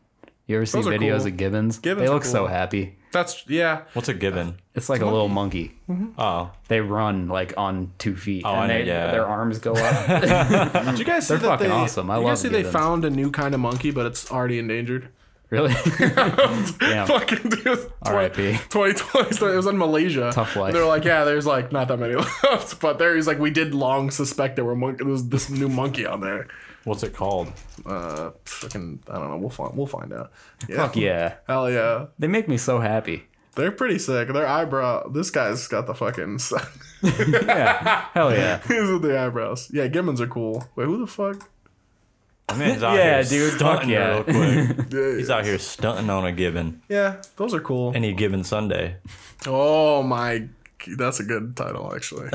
Speaker 3: You ever see
Speaker 1: Those are
Speaker 3: videos
Speaker 1: cool.
Speaker 3: of gibbons?
Speaker 1: Gibbons
Speaker 3: they
Speaker 1: are
Speaker 3: look so
Speaker 1: cool.
Speaker 3: happy.
Speaker 1: That's yeah.
Speaker 2: what's a gibbon?
Speaker 3: It's like a little monkey.
Speaker 1: Mm-hmm.
Speaker 2: Oh,
Speaker 3: They run like on two feet,
Speaker 2: Oh, I
Speaker 3: and
Speaker 2: know,
Speaker 3: they,
Speaker 2: yeah.
Speaker 3: their arms go up.
Speaker 1: Did you guys see
Speaker 3: They're
Speaker 1: that
Speaker 3: fucking
Speaker 1: they,
Speaker 3: awesome. I
Speaker 1: you
Speaker 3: love
Speaker 1: guys see they
Speaker 3: gibbons.
Speaker 1: found a new kind of monkey, but it's already endangered.
Speaker 3: really? Damn.
Speaker 1: Fucking dude.
Speaker 3: R.I.P..
Speaker 1: 2020. It was in Malaysia.
Speaker 3: Tough life.
Speaker 1: They're like, yeah, there's like not that many left, but there he's like, we did long suspect there were mon- there was this new monkey on there.
Speaker 2: what's it called?
Speaker 1: Uh, fucking, I don't know. We'll find we'll find out. Yeah.
Speaker 3: Fuck yeah!
Speaker 1: Hell yeah.
Speaker 3: They make me so happy.
Speaker 1: They're pretty sick. Their eyebrow. This guy's got the fucking.
Speaker 3: Yeah. Hell yeah.
Speaker 1: He's with the eyebrows. Yeah, Gibbons are cool. Wait, who the fuck?
Speaker 2: My man's out
Speaker 3: Yeah,
Speaker 2: here
Speaker 3: dude, fuck
Speaker 2: stunting
Speaker 3: yeah.
Speaker 2: real quick.
Speaker 1: Yeah,
Speaker 2: He's out here stunting on a gibbon.
Speaker 1: Yeah, those are cool.
Speaker 2: Any gibbon Sunday.
Speaker 1: Oh my, that's a good title actually.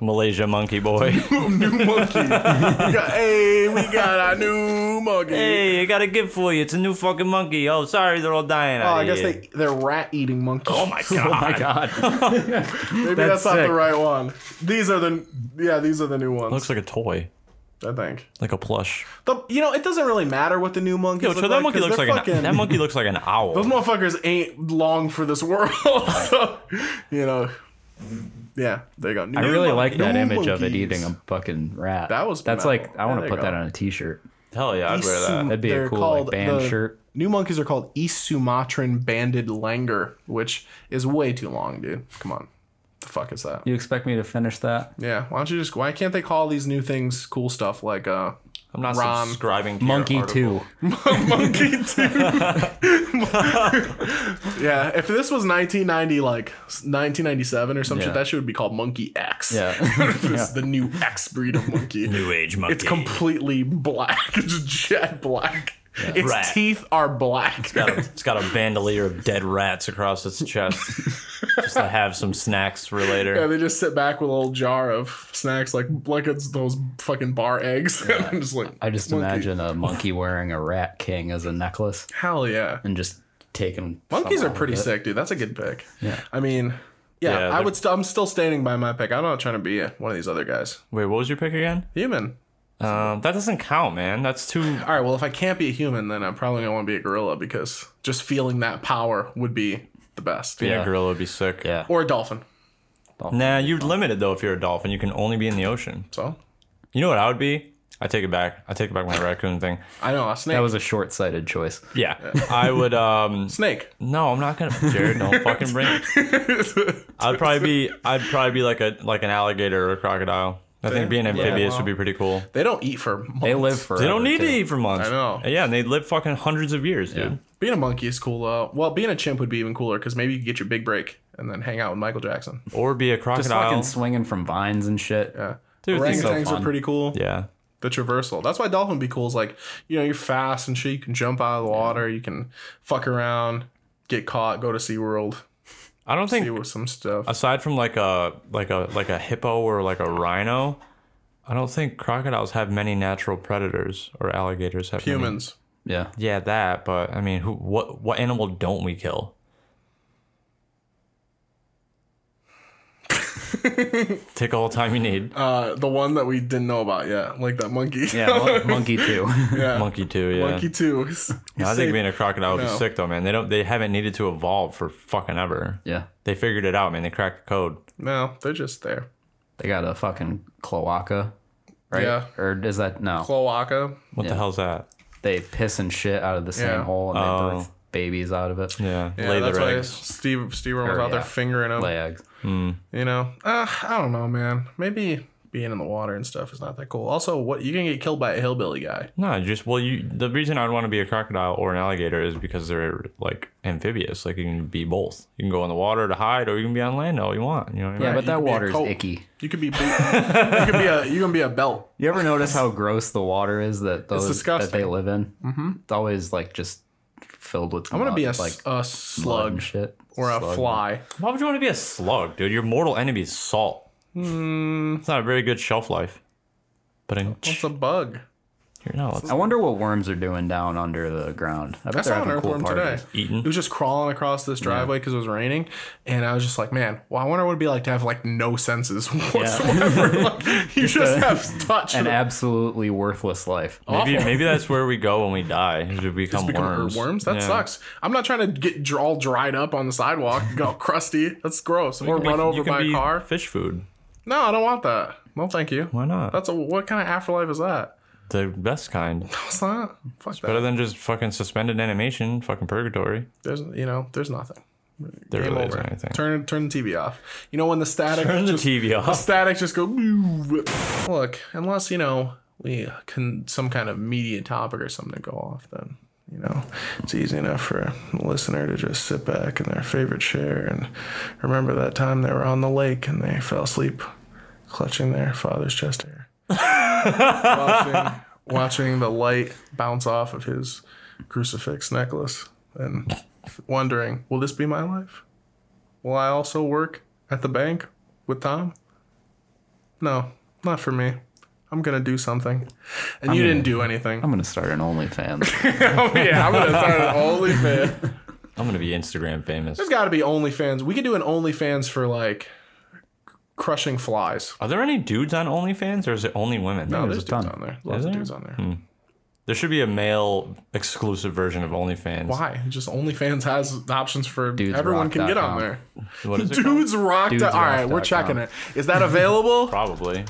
Speaker 2: Malaysia monkey boy.
Speaker 1: new monkey. We got, hey, we got our new monkey.
Speaker 2: hey, I got a gift for you. It's a new fucking monkey. Oh, sorry, they're all dying.
Speaker 1: Oh, I guess they they're rat eating monkeys. Oh my
Speaker 3: Oh my god.
Speaker 1: Maybe that's, not
Speaker 3: sick.
Speaker 1: the right one. These are the yeah, these are the new ones.
Speaker 2: Looks like a toy,
Speaker 1: I think.
Speaker 2: like a plush.
Speaker 1: The, you know, it doesn't really matter what the new monkeys
Speaker 2: Yo,
Speaker 1: look
Speaker 2: so that
Speaker 1: like,
Speaker 2: monkey
Speaker 1: 'cause
Speaker 2: looks
Speaker 1: they're
Speaker 2: like
Speaker 1: fucking,
Speaker 2: an, that monkey looks like an owl.
Speaker 1: Those motherfuckers ain't long for this world. so, you know, yeah, there you go.
Speaker 3: I
Speaker 1: New
Speaker 3: really
Speaker 1: mon-
Speaker 3: like that
Speaker 1: new
Speaker 3: image of it
Speaker 1: monkeys.
Speaker 3: eating a fucking rat.
Speaker 1: That was
Speaker 3: That's
Speaker 1: metal.
Speaker 3: like I want
Speaker 1: There
Speaker 3: to
Speaker 1: you
Speaker 3: put
Speaker 1: go.
Speaker 3: that on a t-shirt.
Speaker 2: Hell yeah, I'd wear that.
Speaker 1: Isum-
Speaker 3: That'd be a
Speaker 1: they're
Speaker 3: cool, like,
Speaker 1: called-
Speaker 3: band
Speaker 1: the
Speaker 3: shirt.
Speaker 1: New monkeys are called East Sumatran Banded Langur, which is way too long, dude. Come on, the fuck is that?
Speaker 3: You expect me to finish that?
Speaker 1: Yeah, why don't you just? Why can't they call these new things cool stuff like uh,
Speaker 2: I'm not
Speaker 1: Rom.
Speaker 2: subscribing to your
Speaker 3: Monkey
Speaker 2: article.
Speaker 3: two.
Speaker 1: monkey too? yeah, if this was 1990, like 1997 or some
Speaker 3: Yeah.
Speaker 1: shit, that shit would be called Monkey X.
Speaker 3: Yeah.
Speaker 1: this is the new X breed of monkey.
Speaker 2: New age monkey.
Speaker 1: It's completely black. It's jet black. Its
Speaker 2: Right.
Speaker 1: teeth are black.
Speaker 2: Got a- it's got a bandolier of dead rats across its chest, just to have some snacks for later.
Speaker 1: Yeah, they just sit back with a little jar of snacks, like like it's those fucking bar eggs. and I'm just like,
Speaker 3: I just
Speaker 1: monkey.
Speaker 3: imagine a monkey wearing a rat king as a necklace
Speaker 1: Hell yeah,
Speaker 3: and just taking.
Speaker 1: monkeys
Speaker 3: some
Speaker 1: are pretty
Speaker 3: out of it.
Speaker 1: sick, dude. That's a good pick.
Speaker 3: Yeah.
Speaker 1: I mean, yeah,
Speaker 2: Yeah,
Speaker 1: I
Speaker 2: they're-
Speaker 1: would. St- I'm still standing by my pick. I'm not trying to be one of these other guys.
Speaker 2: Wait, what was your pick again?
Speaker 1: Human.
Speaker 2: Um, that doesn't count, man. That's too.
Speaker 1: All right. Well, if I can't be a human, then I'm probably gonna want to be a gorilla because just feeling that power would be the best.
Speaker 2: Being
Speaker 3: Yeah.
Speaker 2: a gorilla would be sick.
Speaker 3: Yeah.
Speaker 1: Or a dolphin.
Speaker 2: Nah, you're limited though. If you're a dolphin, you can only be in the ocean.
Speaker 1: So
Speaker 2: You know what I would be? I take it back. I take it back my raccoon thing.
Speaker 1: I know a snake.
Speaker 3: That was a short-sighted choice.
Speaker 2: Yeah, I would. Um,
Speaker 1: snake.
Speaker 2: no, I'm not gonna. Jared, don't fucking bring. It. I'd probably be. I'd probably be like a like an alligator or a crocodile. I think being amphibious would be pretty cool.
Speaker 1: They don't eat for. Months.
Speaker 3: They live for.
Speaker 2: They don't need to eat for months.
Speaker 1: I know.
Speaker 2: Yeah, and they live fucking hundreds of years, dude.
Speaker 1: Being a monkey is cool though. Well, being a chimp would be even cooler because maybe you could get your big break and then hang out with Michael Jackson.
Speaker 2: Or be a
Speaker 3: Just
Speaker 2: crocodile.
Speaker 3: fucking swinging from vines and shit.
Speaker 1: Yeah.
Speaker 2: Dude, it's so
Speaker 1: Orangutans are
Speaker 3: fun.
Speaker 1: pretty cool.
Speaker 2: yeah.
Speaker 1: The traversal. That's why dolphin be cool is like, you know, you're fast and shit. You can jump out of the water. You can fuck around, get caught, go to SeaWorld,
Speaker 2: I don't
Speaker 1: see
Speaker 2: think
Speaker 1: with some stuff.
Speaker 2: aside from like a like a like a hippo or like a rhino, I don't think crocodiles have many natural predators or alligators have many.
Speaker 1: Humans.
Speaker 3: Yeah.
Speaker 2: Yeah, that. But I mean, who? What? What animal don't we kill? Take all the time you need.
Speaker 1: Uh, the one that we didn't know about yet, like that monkey.
Speaker 3: Yeah. mon- monkey too.
Speaker 1: Yeah.
Speaker 2: Monkey too. Yeah.
Speaker 1: Monkey too. He's-
Speaker 2: No, I
Speaker 1: he's
Speaker 2: think
Speaker 1: safe.
Speaker 2: being a crocodile would be
Speaker 1: No.
Speaker 2: sick though, man. They don't. They haven't needed to evolve for fucking ever.
Speaker 3: yeah.
Speaker 2: They figured it out, man. They cracked the code.
Speaker 1: no, they're just there.
Speaker 3: They got a fucking cloaca, right?
Speaker 1: Yeah.
Speaker 3: Or is that no?
Speaker 1: Cloaca.
Speaker 2: What the hell's that?
Speaker 3: they piss and shit out of the same
Speaker 1: Yeah.
Speaker 3: hole and
Speaker 2: Oh.
Speaker 3: they birth babies out of it.
Speaker 2: Yeah.
Speaker 1: Yeah,
Speaker 2: lay
Speaker 1: that's
Speaker 2: their
Speaker 1: why
Speaker 2: eggs.
Speaker 1: Steve Steve Irwin
Speaker 3: Or,
Speaker 1: was out there
Speaker 3: yeah.
Speaker 1: fingering them.
Speaker 3: Lay eggs.
Speaker 1: You know, uh, I don't know, man. Maybe being in the water and stuff is not that cool. Also, what you can get killed by a hillbilly guy.
Speaker 2: No, just well, you. The reason I'd want to be a crocodile or an alligator is because they're like amphibious. Like you can be both. You can go in the water to hide, or you can be on land all you want. You know what I mean?
Speaker 3: Yeah,
Speaker 1: you
Speaker 3: but
Speaker 1: could
Speaker 3: that
Speaker 1: be a
Speaker 3: water's
Speaker 1: colt.
Speaker 3: icky.
Speaker 1: You could be, you could be a, you can be a belt.
Speaker 3: You ever notice how gross the water is that those that
Speaker 1: disgusting.
Speaker 3: they live in? Mm-hmm. It's always like just filled with.
Speaker 1: I'm gonna be a, s-
Speaker 3: like
Speaker 1: a
Speaker 3: blood and
Speaker 1: slug
Speaker 3: shit
Speaker 1: or a
Speaker 3: Slug.
Speaker 1: fly.
Speaker 2: Why would you want to be a slug, dude? Your mortal enemy is
Speaker 1: Hmm.
Speaker 2: salt. It's not a very good shelf life. But in,
Speaker 1: What's a bug?
Speaker 2: Here, no, let's
Speaker 3: I wonder what worms are doing down under the ground. I bet
Speaker 1: I
Speaker 3: they're
Speaker 1: saw an
Speaker 3: having cool
Speaker 1: earthworm today.
Speaker 3: parties.
Speaker 1: It was just crawling across this driveway because it was raining, and I was just like, "Man, well, I wonder what it'd be like to have like no senses whatsoever. Like, you just,
Speaker 3: a-
Speaker 1: have touch
Speaker 3: An
Speaker 1: and
Speaker 3: absolutely worthless life.
Speaker 2: Maybe,
Speaker 1: Awful.
Speaker 2: maybe that's where we go when we die. Is we become,
Speaker 1: become
Speaker 2: worms.
Speaker 1: worms. That
Speaker 2: Yeah.
Speaker 1: sucks. I'm not trying to get dr- all dried up on the sidewalk, go crusty. That's gross. Or
Speaker 2: You-
Speaker 1: run
Speaker 2: you
Speaker 1: over
Speaker 2: can
Speaker 1: by
Speaker 2: be
Speaker 1: a car.
Speaker 2: Fish food.
Speaker 1: No, I don't want that. No, thank you.
Speaker 2: Why not?
Speaker 1: That's a what kind of afterlife is that?
Speaker 2: the best kind.
Speaker 1: No, it's not. Fuck that.
Speaker 2: Better than just fucking suspended animation, fucking purgatory.
Speaker 1: There's you know, there's nothing.
Speaker 2: There really isn't anything.
Speaker 1: Turn turn the TV off. You know when the static
Speaker 2: Turn the
Speaker 1: just,
Speaker 2: TV
Speaker 1: the
Speaker 2: off.
Speaker 1: static just go. Look, unless you know we can some kind of media topic or something to go off, then you know it's easy enough for a listener to just sit back in their favorite chair and remember that time they were on the lake and they fell asleep clutching their father's chest hair, watching, watching the light bounce off of his crucifix necklace and wondering, will this be my life? Will I also work at the bank with Tom? No, not for me. I'm gonna do something, and you didn't do anything.
Speaker 3: I'm gonna start an OnlyFans.
Speaker 1: Oh yeah, I'm gonna start an OnlyFans.
Speaker 2: I'm gonna be Instagram famous.
Speaker 1: There's got to be OnlyFans. We could do an OnlyFans for like crushing flies.
Speaker 2: Are there any dudes on OnlyFans or is it only women?
Speaker 1: No, there's
Speaker 3: there's a
Speaker 1: dudes
Speaker 3: ton. Hmm.
Speaker 1: on there. Lots
Speaker 2: Is
Speaker 1: of
Speaker 2: there?
Speaker 1: dudes on there.
Speaker 2: There should be a male exclusive version of OnlyFans.
Speaker 1: Why? Just OnlyFans has options for
Speaker 3: Dudes
Speaker 1: everyone
Speaker 3: rock
Speaker 1: can
Speaker 3: dot
Speaker 1: get on
Speaker 3: com.
Speaker 1: there.
Speaker 2: What is it called?
Speaker 1: Dudes rock.
Speaker 3: Dudes
Speaker 1: dot- All right,
Speaker 3: rock
Speaker 1: we're
Speaker 3: dot
Speaker 1: checking
Speaker 3: com.
Speaker 1: it. Is that available?
Speaker 2: Probably.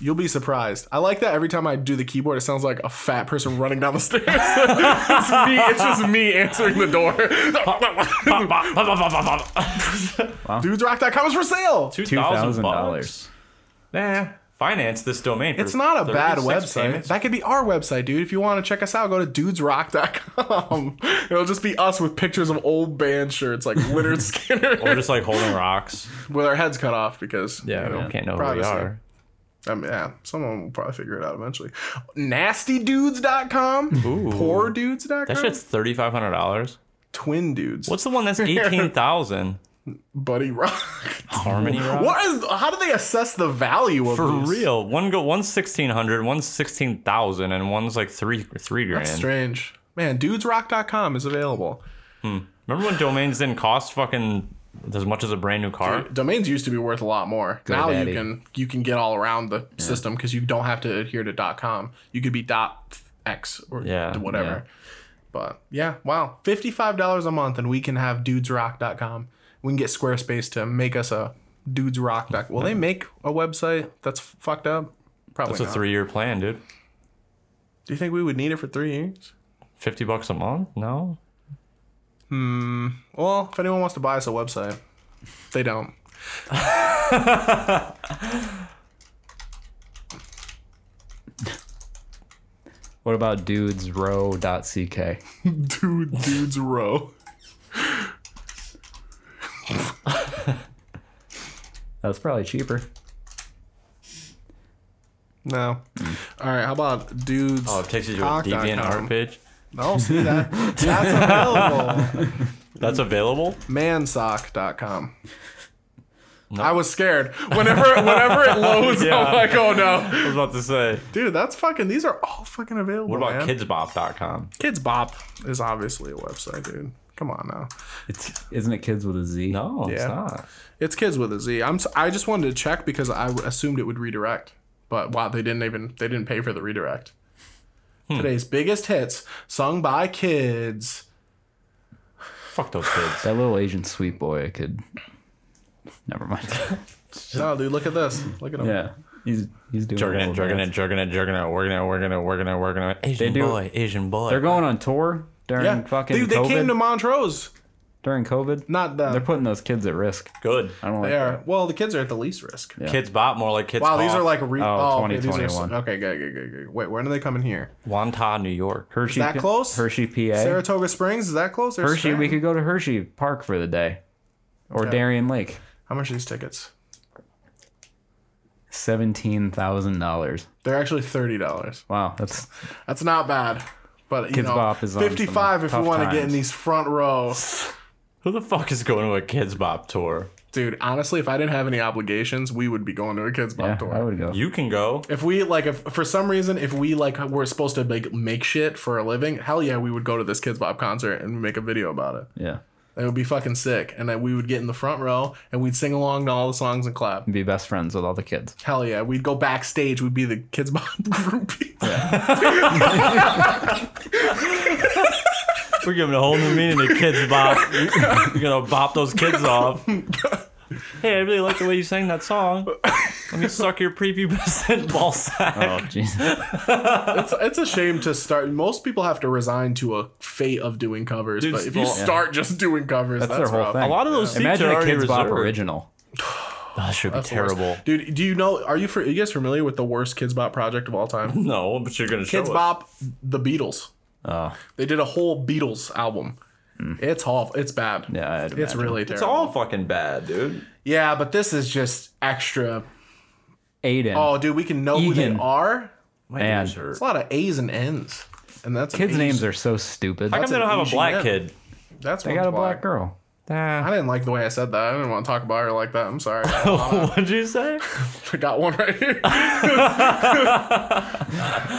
Speaker 1: You'll be surprised. I like that every time I do the keyboard, it sounds like a fat person running down the stairs. it's, me, it's just me answering the door. DudesRock.com is for sale.
Speaker 3: Two thousand dollars.
Speaker 2: Nah. Finance this domain. For
Speaker 1: It's not a bad
Speaker 2: 36
Speaker 1: website.
Speaker 2: payments.
Speaker 1: That could be our website, dude. If you want to check us out, go to dudesrock.com. It'll just be us with pictures of old band shirts like Leonard Skinner
Speaker 2: Or just like holding rocks.
Speaker 1: with our heads cut off because
Speaker 2: Yeah, we can't know who we
Speaker 1: privacy.
Speaker 2: are.
Speaker 1: I mean, yeah, someone will probably figure it out eventually. Nastydudes.com,
Speaker 2: That
Speaker 1: poordudes.com,
Speaker 2: shit's thirty five hundred dollars.
Speaker 1: twin dudes.
Speaker 2: What's the one that's eighteen thousand?
Speaker 1: Buddy Rock?
Speaker 2: Harmony Rock.
Speaker 1: What is? How do they assess the value of
Speaker 2: For
Speaker 1: these?
Speaker 2: real, one go one's sixteen hundred, one's sixteen thousand, and one's like three three grand.
Speaker 1: That's strange. Man, dudesrock.com is available.
Speaker 2: Remember when domains didn't cost fucking as much as a brand new car?
Speaker 1: Domains used to be worth a lot more. now
Speaker 3: GoDaddy.
Speaker 1: you can you can get all around the system because you don't have to adhere to .com. You could be .dot .x or
Speaker 2: Yeah,
Speaker 1: whatever.
Speaker 3: yeah.
Speaker 1: But yeah, wow, fifty five dollars a month, and we can have dudesrock.com. We can get Squarespace to make us a dudesrock. Will they make a website that's fucked up? Probably
Speaker 2: That's a
Speaker 1: not.
Speaker 2: three year plan, dude.
Speaker 1: Do you think we would need it for three years?
Speaker 2: Fifty bucks a month? No.
Speaker 1: Well, if anyone wants to buy us a website, they don't.
Speaker 3: What about dudesrow.ck?
Speaker 1: Dude, dudes row.
Speaker 3: That's probably cheaper.
Speaker 1: No. All right. How about dudes?
Speaker 2: Oh, it takes you to a deviant art page.
Speaker 1: No, Oh, see that. That's available.
Speaker 2: That's available.
Speaker 1: Mansock.com. I was scared. Whenever, whenever it loads,
Speaker 2: Yeah.
Speaker 1: I'm like, oh no,
Speaker 2: I was about to say.
Speaker 1: dude, that's fucking. These are all fucking available.
Speaker 2: What about
Speaker 1: man.
Speaker 2: kidsbop.com?
Speaker 1: Kids Bop is obviously a website, dude. Come on now.
Speaker 3: It's isn't it kids with a Z?
Speaker 2: No, it's
Speaker 1: Yeah.
Speaker 2: not.
Speaker 1: It's kids with a Z. I'm. s- I just wanted to check because I assumed it would redirect, but wow, they didn't even. They didn't pay for the redirect.
Speaker 3: Hmm.
Speaker 1: Today's biggest hits sung by kids.
Speaker 2: Fuck those kids.
Speaker 3: That little Asian sweet boy could. Never mind.
Speaker 1: No, dude, look at this. Look at them.
Speaker 3: yeah, he's he's doing. a
Speaker 2: Jerking
Speaker 3: little
Speaker 2: it, jerking it,
Speaker 3: dance.
Speaker 2: jerking it, jerking it, working it, working it, working it, working it. Asian
Speaker 3: do-
Speaker 2: boy, Asian boy.
Speaker 3: They're going on tour during
Speaker 1: Yeah,
Speaker 3: fucking
Speaker 1: Dude, they
Speaker 3: COVID.
Speaker 1: came to Montrose.
Speaker 3: during COVID.
Speaker 1: Not
Speaker 3: They're
Speaker 1: that.
Speaker 3: putting those kids at risk.
Speaker 2: good.
Speaker 3: I don't like
Speaker 1: They are.
Speaker 3: that.
Speaker 1: Well, the kids are at the least risk.
Speaker 3: Yeah.
Speaker 2: Kids bop more like kids.
Speaker 1: Wow, these
Speaker 2: Cough.
Speaker 1: are like re-
Speaker 3: Oh,
Speaker 1: oh, okay, these are
Speaker 3: 2021.
Speaker 1: okay, good, good, good, good. Wait, when are they coming here?
Speaker 2: Wanta, New York.
Speaker 3: Hershey.
Speaker 1: that
Speaker 3: P-
Speaker 1: close?
Speaker 3: Hershey, PA.
Speaker 1: Saratoga Springs is that close? There's
Speaker 3: Hershey. We
Speaker 1: Scranton.
Speaker 3: could go to Hershey Park for the day, or Darien Lake.
Speaker 1: How much are these tickets?
Speaker 3: Seventeen thousand dollars.
Speaker 1: They're actually thirty dollars.
Speaker 3: Wow, that's
Speaker 1: That's not bad. But you
Speaker 3: Kids
Speaker 1: know,
Speaker 3: Bop is on some
Speaker 1: fifty-five. If you
Speaker 3: tough
Speaker 1: want to get in
Speaker 3: times.
Speaker 1: these front row,
Speaker 2: Who the fuck is going to a kids bop tour?
Speaker 1: Dude, honestly, if I didn't have any obligations, we would be going to a kids' pop tour.
Speaker 3: I would go.
Speaker 2: You can go.
Speaker 1: If we like, if for some reason, if we like, were supposed to like make shit for a living, hell yeah, we would go to this Kids Bop concert and make a video about it.
Speaker 3: Yeah.
Speaker 1: It would be fucking sick, and then we would get in the front row and we'd sing along to all the songs and clap.
Speaker 3: Be best friends with all the kids.
Speaker 1: Hell yeah, we'd go backstage. We'd be the Kids Bop groupies.
Speaker 2: We're giving a whole new meaning to kids bop. You're gonna bop those kids off. Hey, I really like the way you sang that song. Let me suck your prepubescent ball sack.
Speaker 3: Oh Jesus.
Speaker 1: It's, it's a shame to start. Most people have to resign to a fate of doing covers,
Speaker 2: Dude,
Speaker 1: but if you
Speaker 2: well-
Speaker 1: start just doing covers, that's,
Speaker 3: That's their whole
Speaker 1: rough.
Speaker 3: thing.
Speaker 2: A lot of those seats
Speaker 3: Imagine
Speaker 2: are
Speaker 3: a
Speaker 2: already
Speaker 3: kids bop
Speaker 2: reserved.
Speaker 3: original.
Speaker 2: That should be terrible.
Speaker 1: Dude, do you know? Are you, fr- you guys familiar with the worst Kids Bop project of all time?
Speaker 2: No, but you're gonna show
Speaker 1: Kids
Speaker 2: it.
Speaker 1: Bop, the Beatles.
Speaker 3: Oh. Hmm.
Speaker 1: They did a whole Beatles album. It's awful. It's bad.
Speaker 3: Yeah, I'd
Speaker 1: it's
Speaker 3: imagine.
Speaker 1: really terrible.
Speaker 2: It's all fucking bad, dude.
Speaker 1: yeah, but this is just extra.
Speaker 3: Aiden.
Speaker 1: Oh, dude, we can know who they
Speaker 3: Egan.
Speaker 1: are.
Speaker 2: My
Speaker 3: Man.
Speaker 2: ears hurt.
Speaker 1: It's a lot of A's and N's, and that's an
Speaker 3: Kids'
Speaker 1: Asian-
Speaker 3: names are so stupid.
Speaker 2: How come they don't have a
Speaker 1: Asian
Speaker 2: black
Speaker 1: man.
Speaker 2: kid?
Speaker 1: That's
Speaker 3: They got a black girl.
Speaker 1: I didn't like the way I said that. I didn't want to talk about her like that. I'm sorry. I
Speaker 2: What'd you say?
Speaker 1: got one right here.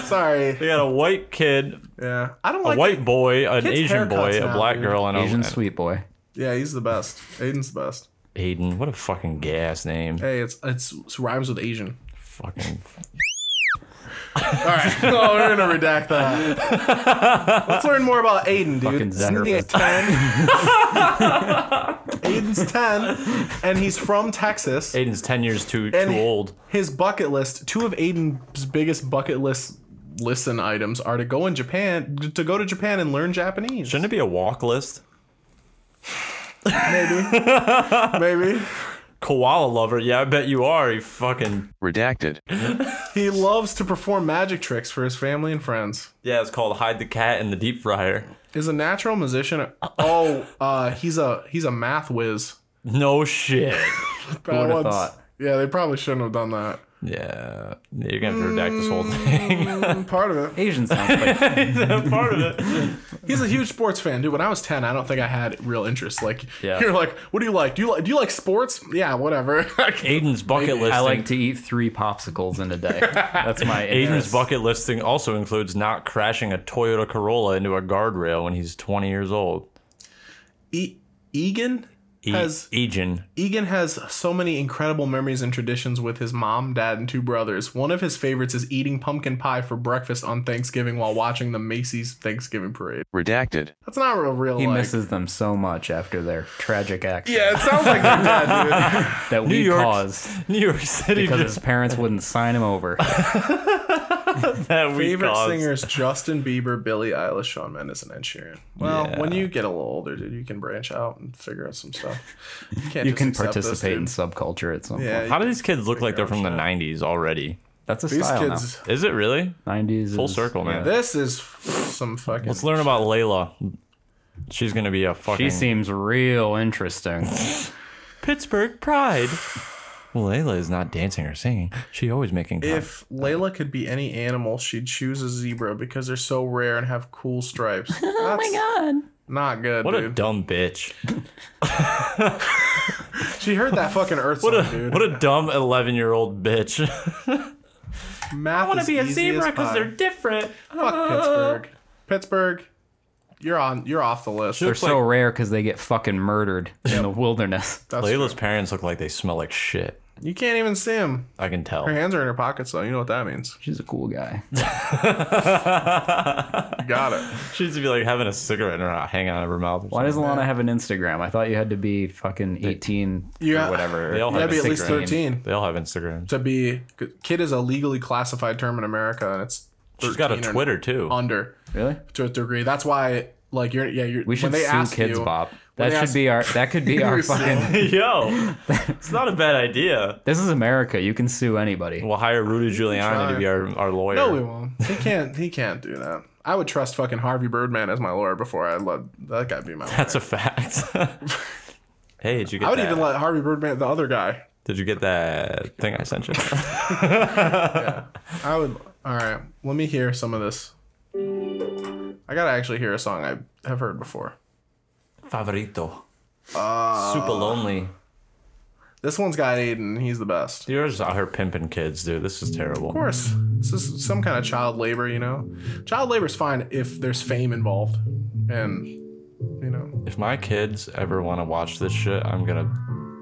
Speaker 1: sorry.
Speaker 2: They got a white kid,
Speaker 1: Yeah, I don't
Speaker 2: a
Speaker 1: like.
Speaker 2: white boy, an
Speaker 1: kids'
Speaker 2: Asian boy,
Speaker 1: haircuts
Speaker 2: a
Speaker 1: now,
Speaker 2: black
Speaker 1: dude.
Speaker 2: girl, and
Speaker 3: Asian
Speaker 2: a
Speaker 3: sweet boy.
Speaker 1: Yeah, he's the best. Aiden's the best.
Speaker 2: Aiden. What a fucking gay ass name.
Speaker 1: Hey, it's it's it rhymes with Asian.
Speaker 2: Fucking
Speaker 1: All right. Oh, we're gonna redact that. Let's learn more about Aiden,
Speaker 3: Fucking
Speaker 1: dude. Aiden's ten. Aiden's ten, and he's from Texas.
Speaker 2: Aiden's ten years too
Speaker 1: and
Speaker 2: too old.
Speaker 1: His bucket list. Two of Aiden's biggest bucket list listen items are to go in Japan, to go to Japan and learn Japanese.
Speaker 2: Shouldn't it be a walk list?
Speaker 1: Maybe
Speaker 2: Koala lover. Yeah, I bet you are. You fucking
Speaker 11: redacted,
Speaker 1: he loves to perform magic tricks for his family and friends.
Speaker 2: yeah. It's called hide the cat in the deep fryer.
Speaker 1: Is a natural musician. Oh, uh, he's a he's a math whiz.
Speaker 2: No shit.
Speaker 1: That
Speaker 3: would've
Speaker 1: one's-
Speaker 3: thought?
Speaker 1: Yeah, they probably shouldn't have done that.
Speaker 2: yeah, you're gonna have to redact this whole thing.
Speaker 1: Part of it.
Speaker 3: Asian sounds like
Speaker 2: Part of it.
Speaker 1: He's a huge sports fan, dude. When I was ten, I don't think I had real interest. Like,
Speaker 3: Yeah.
Speaker 1: you're like, what do you like? Do you like do you like sports? Yeah, whatever.
Speaker 2: Aiden's bucket list.
Speaker 3: I like to eat three popsicles in a day. That's my
Speaker 2: Aiden's bucket listing also includes not crashing a Toyota Corolla into a guardrail when he's 20 years old.
Speaker 1: E- Egan
Speaker 2: E-
Speaker 1: has
Speaker 2: Egan.
Speaker 1: Egan has so many incredible memories and traditions with his mom, dad, and two brothers. One of his favorites is eating pumpkin pie for breakfast on Thanksgiving while watching the Macy's Thanksgiving parade.
Speaker 11: redacted,
Speaker 1: That's not real real
Speaker 3: He
Speaker 1: life.
Speaker 3: misses them so much after their tragic accident
Speaker 1: yeah, it sounds like they're dead, dude.
Speaker 3: that we
Speaker 2: York's-
Speaker 3: caused
Speaker 2: New York City
Speaker 3: because his
Speaker 2: just
Speaker 3: parents wouldn't sign him over.
Speaker 2: that we
Speaker 1: favorite
Speaker 2: caused.
Speaker 1: singers Justin Bieber, Billie Eilish, Shawn Mendes, and Ed Sheeran. Well, when you get a little older, dude, you can branch out and figure out some stuff. You, can't
Speaker 3: You
Speaker 1: just
Speaker 3: can
Speaker 1: accept this,
Speaker 3: participate in
Speaker 1: dude.
Speaker 3: subculture at some point.
Speaker 1: Yeah,
Speaker 2: How do these kids look like they're from the 90s already?
Speaker 3: That's a
Speaker 1: these
Speaker 3: style
Speaker 1: kids.
Speaker 2: Is it really?
Speaker 3: now. 90s
Speaker 2: Full
Speaker 3: is-
Speaker 2: circle, man.
Speaker 1: This is f- some fucking.
Speaker 2: Let's learn about Layla. She's gonna be a fucking
Speaker 3: She seems real interesting.
Speaker 2: Pittsburgh Pride. Well, Layla is not dancing or singing. She always making. If
Speaker 1: If Layla could be any animal, she'd choose a zebra because they're so rare and have cool stripes. oh my god. Not good,
Speaker 2: what a
Speaker 1: dude.
Speaker 2: dumb bitch.
Speaker 1: she heard that fucking earth song,
Speaker 2: What a
Speaker 1: dude.
Speaker 2: what a dumb eleven year old bitch.
Speaker 1: Math I want to be a zebra because they're different. Fuck Pittsburgh. Pittsburgh, you're on. You're off the list.
Speaker 3: They're so rare because they get fucking murdered in the wilderness.
Speaker 1: That's
Speaker 2: Layla's parents look like they smell like shit.
Speaker 1: You can't even see him.
Speaker 2: I can tell.
Speaker 1: Her hands are in her pockets, though. You know what that means.
Speaker 3: She's a cool guy.
Speaker 1: You got it.
Speaker 2: She used to be like having a cigarette in her hang out of her mouth. or
Speaker 3: Why
Speaker 2: something.
Speaker 3: does Alana have an Instagram? I thought you had to be fucking 18
Speaker 1: Yeah.
Speaker 3: or whatever.
Speaker 2: They all
Speaker 1: You
Speaker 2: have
Speaker 1: gotta be at least
Speaker 2: Instagram.
Speaker 1: 13
Speaker 2: They all have Instagrams.
Speaker 1: to be. Kid is a legally classified term in America, and it's.
Speaker 2: She's got a
Speaker 1: 13 or
Speaker 2: Twitter too.
Speaker 1: Under
Speaker 3: Really?
Speaker 1: to a degree. That's why, like, you're. Yeah, you're.
Speaker 3: We should
Speaker 1: when they
Speaker 3: sue
Speaker 1: ask
Speaker 3: Kids
Speaker 1: you,
Speaker 3: Bop.
Speaker 1: when
Speaker 3: That
Speaker 1: they
Speaker 3: should
Speaker 1: ask-
Speaker 3: be our. That could be our
Speaker 1: You're suing.
Speaker 3: fucking.
Speaker 2: Yo, it's not a bad idea.
Speaker 3: This is America. You can sue anybody.
Speaker 2: We'll hire Rudy Giuliani to be our, our lawyer.
Speaker 1: No, we won't. He can't. He can't do that. I would trust fucking Harvey Birdman as my lawyer before I let that guy be my. lawyer.
Speaker 2: That's a fact. hey, did you get
Speaker 1: I would
Speaker 2: that?
Speaker 1: even let Harvey Birdman, the other guy.
Speaker 2: did you get that thing I sent you?
Speaker 1: I would. All right, let me hear some of this. I gotta actually hear a song I have heard before.
Speaker 2: Uh, Favorito. Super lonely.
Speaker 1: This one's got Aiden. He's the best.
Speaker 2: You're just out here pimping kids, dude. This is terrible.
Speaker 1: Of course. This is some kind of child labor, you know? Child labor's fine if there's fame involved. And, you know,
Speaker 2: If my kids ever want to watch this shit, I'm gonna.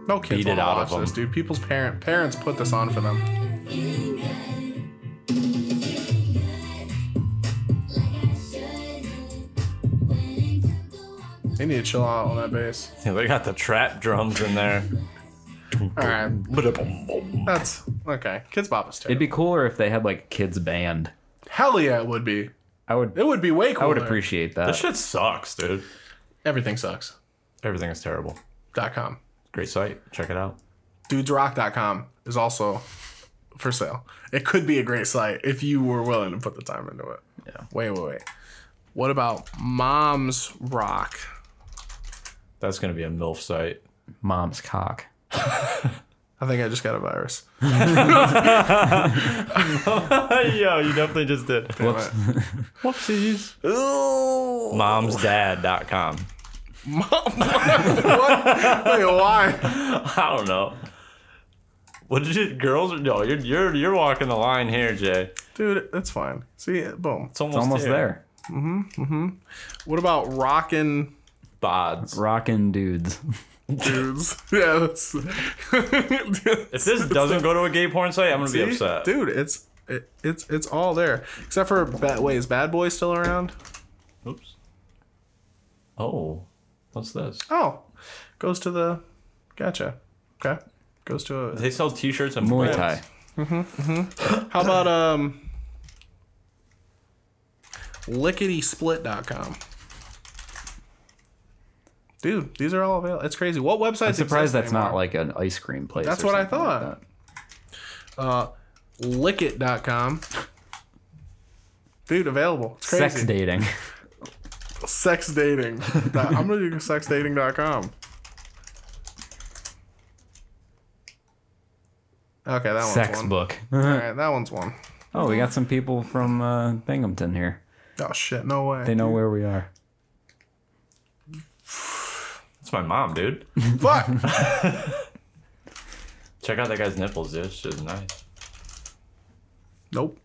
Speaker 1: no kids
Speaker 2: Beat it
Speaker 1: want to
Speaker 2: out of
Speaker 1: watch this,
Speaker 2: them.
Speaker 1: dude. People's parent parents put this on for them. They need to chill out on that bass.
Speaker 2: they got the trap drums in there.
Speaker 1: All right. That's okay. Kids Bop is
Speaker 3: It'd
Speaker 1: terrible.
Speaker 3: be cooler if they had like a kids band.
Speaker 1: Hell yeah, it would be.
Speaker 3: I would
Speaker 1: It would be way
Speaker 3: I
Speaker 1: cooler.
Speaker 3: would appreciate that.
Speaker 2: This shit sucks, dude.
Speaker 1: Everything sucks.
Speaker 2: Everything is terrible.
Speaker 1: Dot com.
Speaker 2: Great site. Check it out.
Speaker 1: dudesrock.com is also for sale. It could be a great site if you were willing to put the time into it. Yeah. Wait, wait, wait. What about Mom's Rock?
Speaker 2: That's gonna be a milf site.
Speaker 3: Mom's cock.
Speaker 1: I think I just got a virus.
Speaker 2: Yo, you definitely just did.
Speaker 3: Whoops.
Speaker 2: Whoopsies.
Speaker 1: Ooh.
Speaker 2: Momsdad.com.
Speaker 1: Mom. what? Wait, why?
Speaker 2: I don't know. What did you girls? No, you're you're you're walking the line here, Jay.
Speaker 1: Dude, it's fine. See, boom.
Speaker 2: It's almost,
Speaker 3: It's almost
Speaker 2: here.
Speaker 3: there.
Speaker 1: What about Rockin'
Speaker 2: Bods.
Speaker 3: Rockin' dudes.
Speaker 1: Dudes? yeah, that's.
Speaker 2: If this doesn't go to a gay porn site, I'm gonna be
Speaker 1: See?
Speaker 2: upset.
Speaker 1: Dude, it's it, it's it's all there. Except for Bat wait, is Bad Boy still around?
Speaker 2: Oops. Oh, what's this?
Speaker 1: Oh. Goes to the gotcha. Okay. Goes to a
Speaker 2: They sell T-shirts and
Speaker 3: Muay
Speaker 2: prints.
Speaker 3: Thai.
Speaker 1: how about um lickitysplit.com. Dude, these are all available. It's crazy. What websites?
Speaker 3: I'm surprised that's not like an ice cream place.
Speaker 1: That's
Speaker 3: or
Speaker 1: what I
Speaker 3: something like
Speaker 1: thought.
Speaker 3: that.
Speaker 1: lickit.com. Dude, available. It's crazy.
Speaker 3: Sex dating.
Speaker 1: Sex dating. I'm gonna do sexdating.com. Okay, that one's
Speaker 3: Sex
Speaker 1: one.
Speaker 3: book.
Speaker 1: All right, that one's one.
Speaker 3: Oh, we got some people from uh, Binghamton here.
Speaker 1: Oh shit, no way.
Speaker 3: They know where we are.
Speaker 2: That's my mom, dude.
Speaker 1: Fuck.
Speaker 2: Check out that guy's nipples, dude. This shit is nice.
Speaker 1: nope.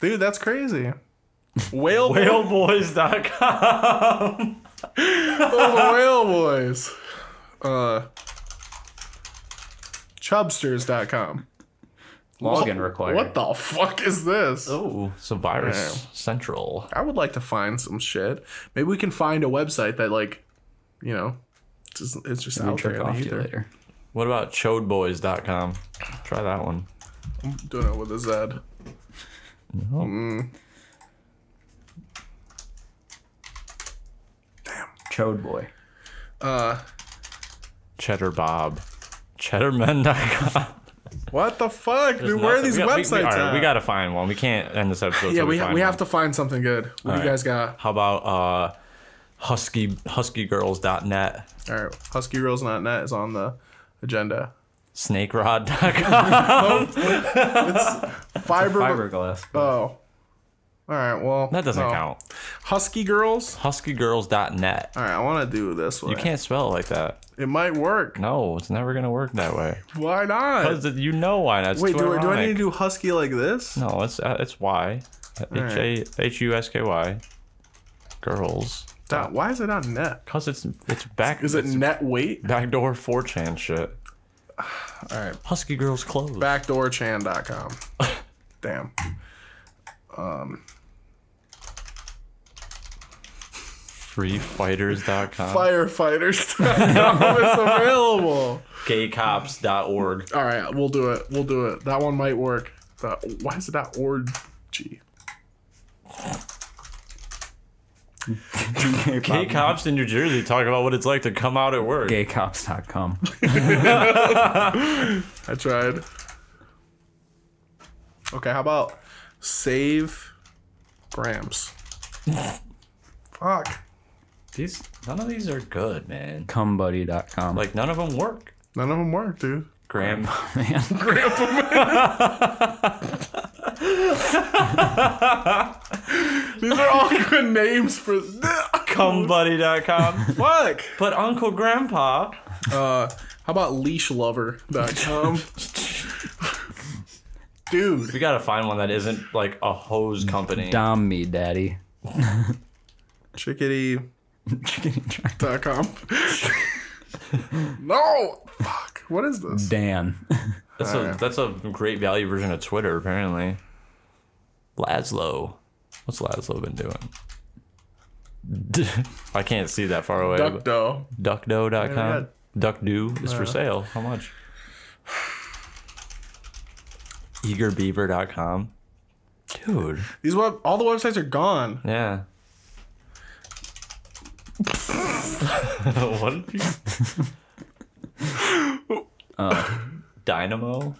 Speaker 1: Dude, that's crazy. Whale boy,
Speaker 2: Whaleboys.com.
Speaker 1: those are whale boys. Uh, Chubsters.com.
Speaker 3: Login required.
Speaker 1: What the fuck is this?
Speaker 2: Oh, so virus central.
Speaker 1: I would like to find some shit. Maybe we can find a website that like, you know, just, it's just
Speaker 3: We
Speaker 1: out there
Speaker 3: jerk
Speaker 1: in
Speaker 3: off
Speaker 1: the
Speaker 3: to you
Speaker 1: ether.
Speaker 3: later.
Speaker 2: What about chodeboys.com? Try that one.
Speaker 1: Doing it with a Z.
Speaker 3: Chode boy.
Speaker 2: Cheddar Bob. Cheddarmen.com.
Speaker 1: What the fuck,
Speaker 2: There's
Speaker 1: dude? Where are
Speaker 2: nothing.
Speaker 1: these
Speaker 2: we got- we-
Speaker 1: websites
Speaker 2: we, all right,
Speaker 1: at?
Speaker 2: we gotta find one. We can't end this episode.
Speaker 1: yeah,
Speaker 2: till
Speaker 1: we,
Speaker 2: we,
Speaker 1: ha-
Speaker 2: find
Speaker 1: we have
Speaker 2: one.
Speaker 1: to find something good. What do
Speaker 2: right.
Speaker 1: you guys got?
Speaker 2: How about uh, husky huskygirls.net,
Speaker 1: All right, HuskyReels.net is on the agenda.
Speaker 2: snakerod.com.
Speaker 1: Fiber.
Speaker 3: Fiberglass.
Speaker 1: Oh. All right. Well,
Speaker 2: that doesn't
Speaker 1: no.
Speaker 2: count.
Speaker 1: Husky girls.
Speaker 2: Huskygirls.net.
Speaker 1: All right, I want to do it this way.
Speaker 2: You can't spell it like that.
Speaker 1: It might work.
Speaker 2: No, it's never gonna work that way.
Speaker 1: Why not?
Speaker 2: Because you know why not? It's
Speaker 1: Wait,
Speaker 2: too
Speaker 1: do I, do I need to
Speaker 2: ironic.
Speaker 1: do husky like this?
Speaker 2: No, it's uh, it's Y. H A H U S K Y. Girls.
Speaker 1: Dot- Why is it not net?
Speaker 2: Cause it's it's back.
Speaker 1: Is it
Speaker 2: it's
Speaker 1: net weight?
Speaker 2: backdoor 4chan shit? All
Speaker 1: right.
Speaker 2: Husky girls clothes.
Speaker 1: Backdoorchan.com. Damn.
Speaker 2: Freefighters.com.
Speaker 1: Firefighters.com is available.
Speaker 2: Gaycops.org.
Speaker 1: All right, we'll do it. We'll do it. That one might work. The- why is it not org? G? Um,
Speaker 2: Gay cops in New Jersey talk about what it's like to come out at work.
Speaker 3: Gaycops.com.
Speaker 1: I tried. Okay, how about save grams? Fuck.
Speaker 2: These none of these are good, man.
Speaker 3: Cumbuddy.com.
Speaker 2: Like none of them work.
Speaker 1: None of them work, dude.
Speaker 2: Graham.
Speaker 3: man.
Speaker 1: These are all good names for
Speaker 2: Cumbuddy.com.
Speaker 1: fuck.
Speaker 2: But Uncle Grandpa.
Speaker 1: Uh, how about leashlover.com? Dude.
Speaker 2: We gotta find one that isn't like a hose company.
Speaker 3: Dom me, daddy.
Speaker 1: Chickadee.com. no! Fuck. What is this?
Speaker 3: Dan.
Speaker 2: That's a that's a great value version of Twitter, apparently. Laszlo. What's Laszlo been doing? I can't see that far away. but-
Speaker 1: Duckdo.
Speaker 2: Duckdo.com.
Speaker 1: Yeah. Uh-huh.
Speaker 2: Duckdo is for sale. How much? Eagerbeaver.com. Dude.
Speaker 1: These web, all the websites are gone.
Speaker 2: Yeah. what? Did you... Dynamo?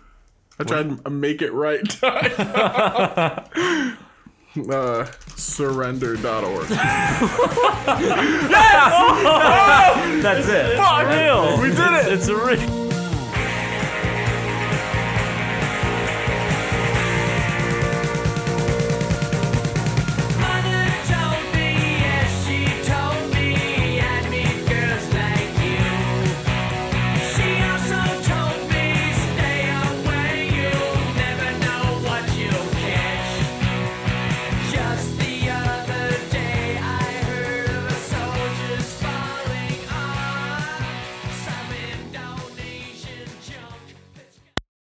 Speaker 1: I tried to make it right. uh, surrender.org.
Speaker 2: That's it. Fuck you! We did it! It's a re-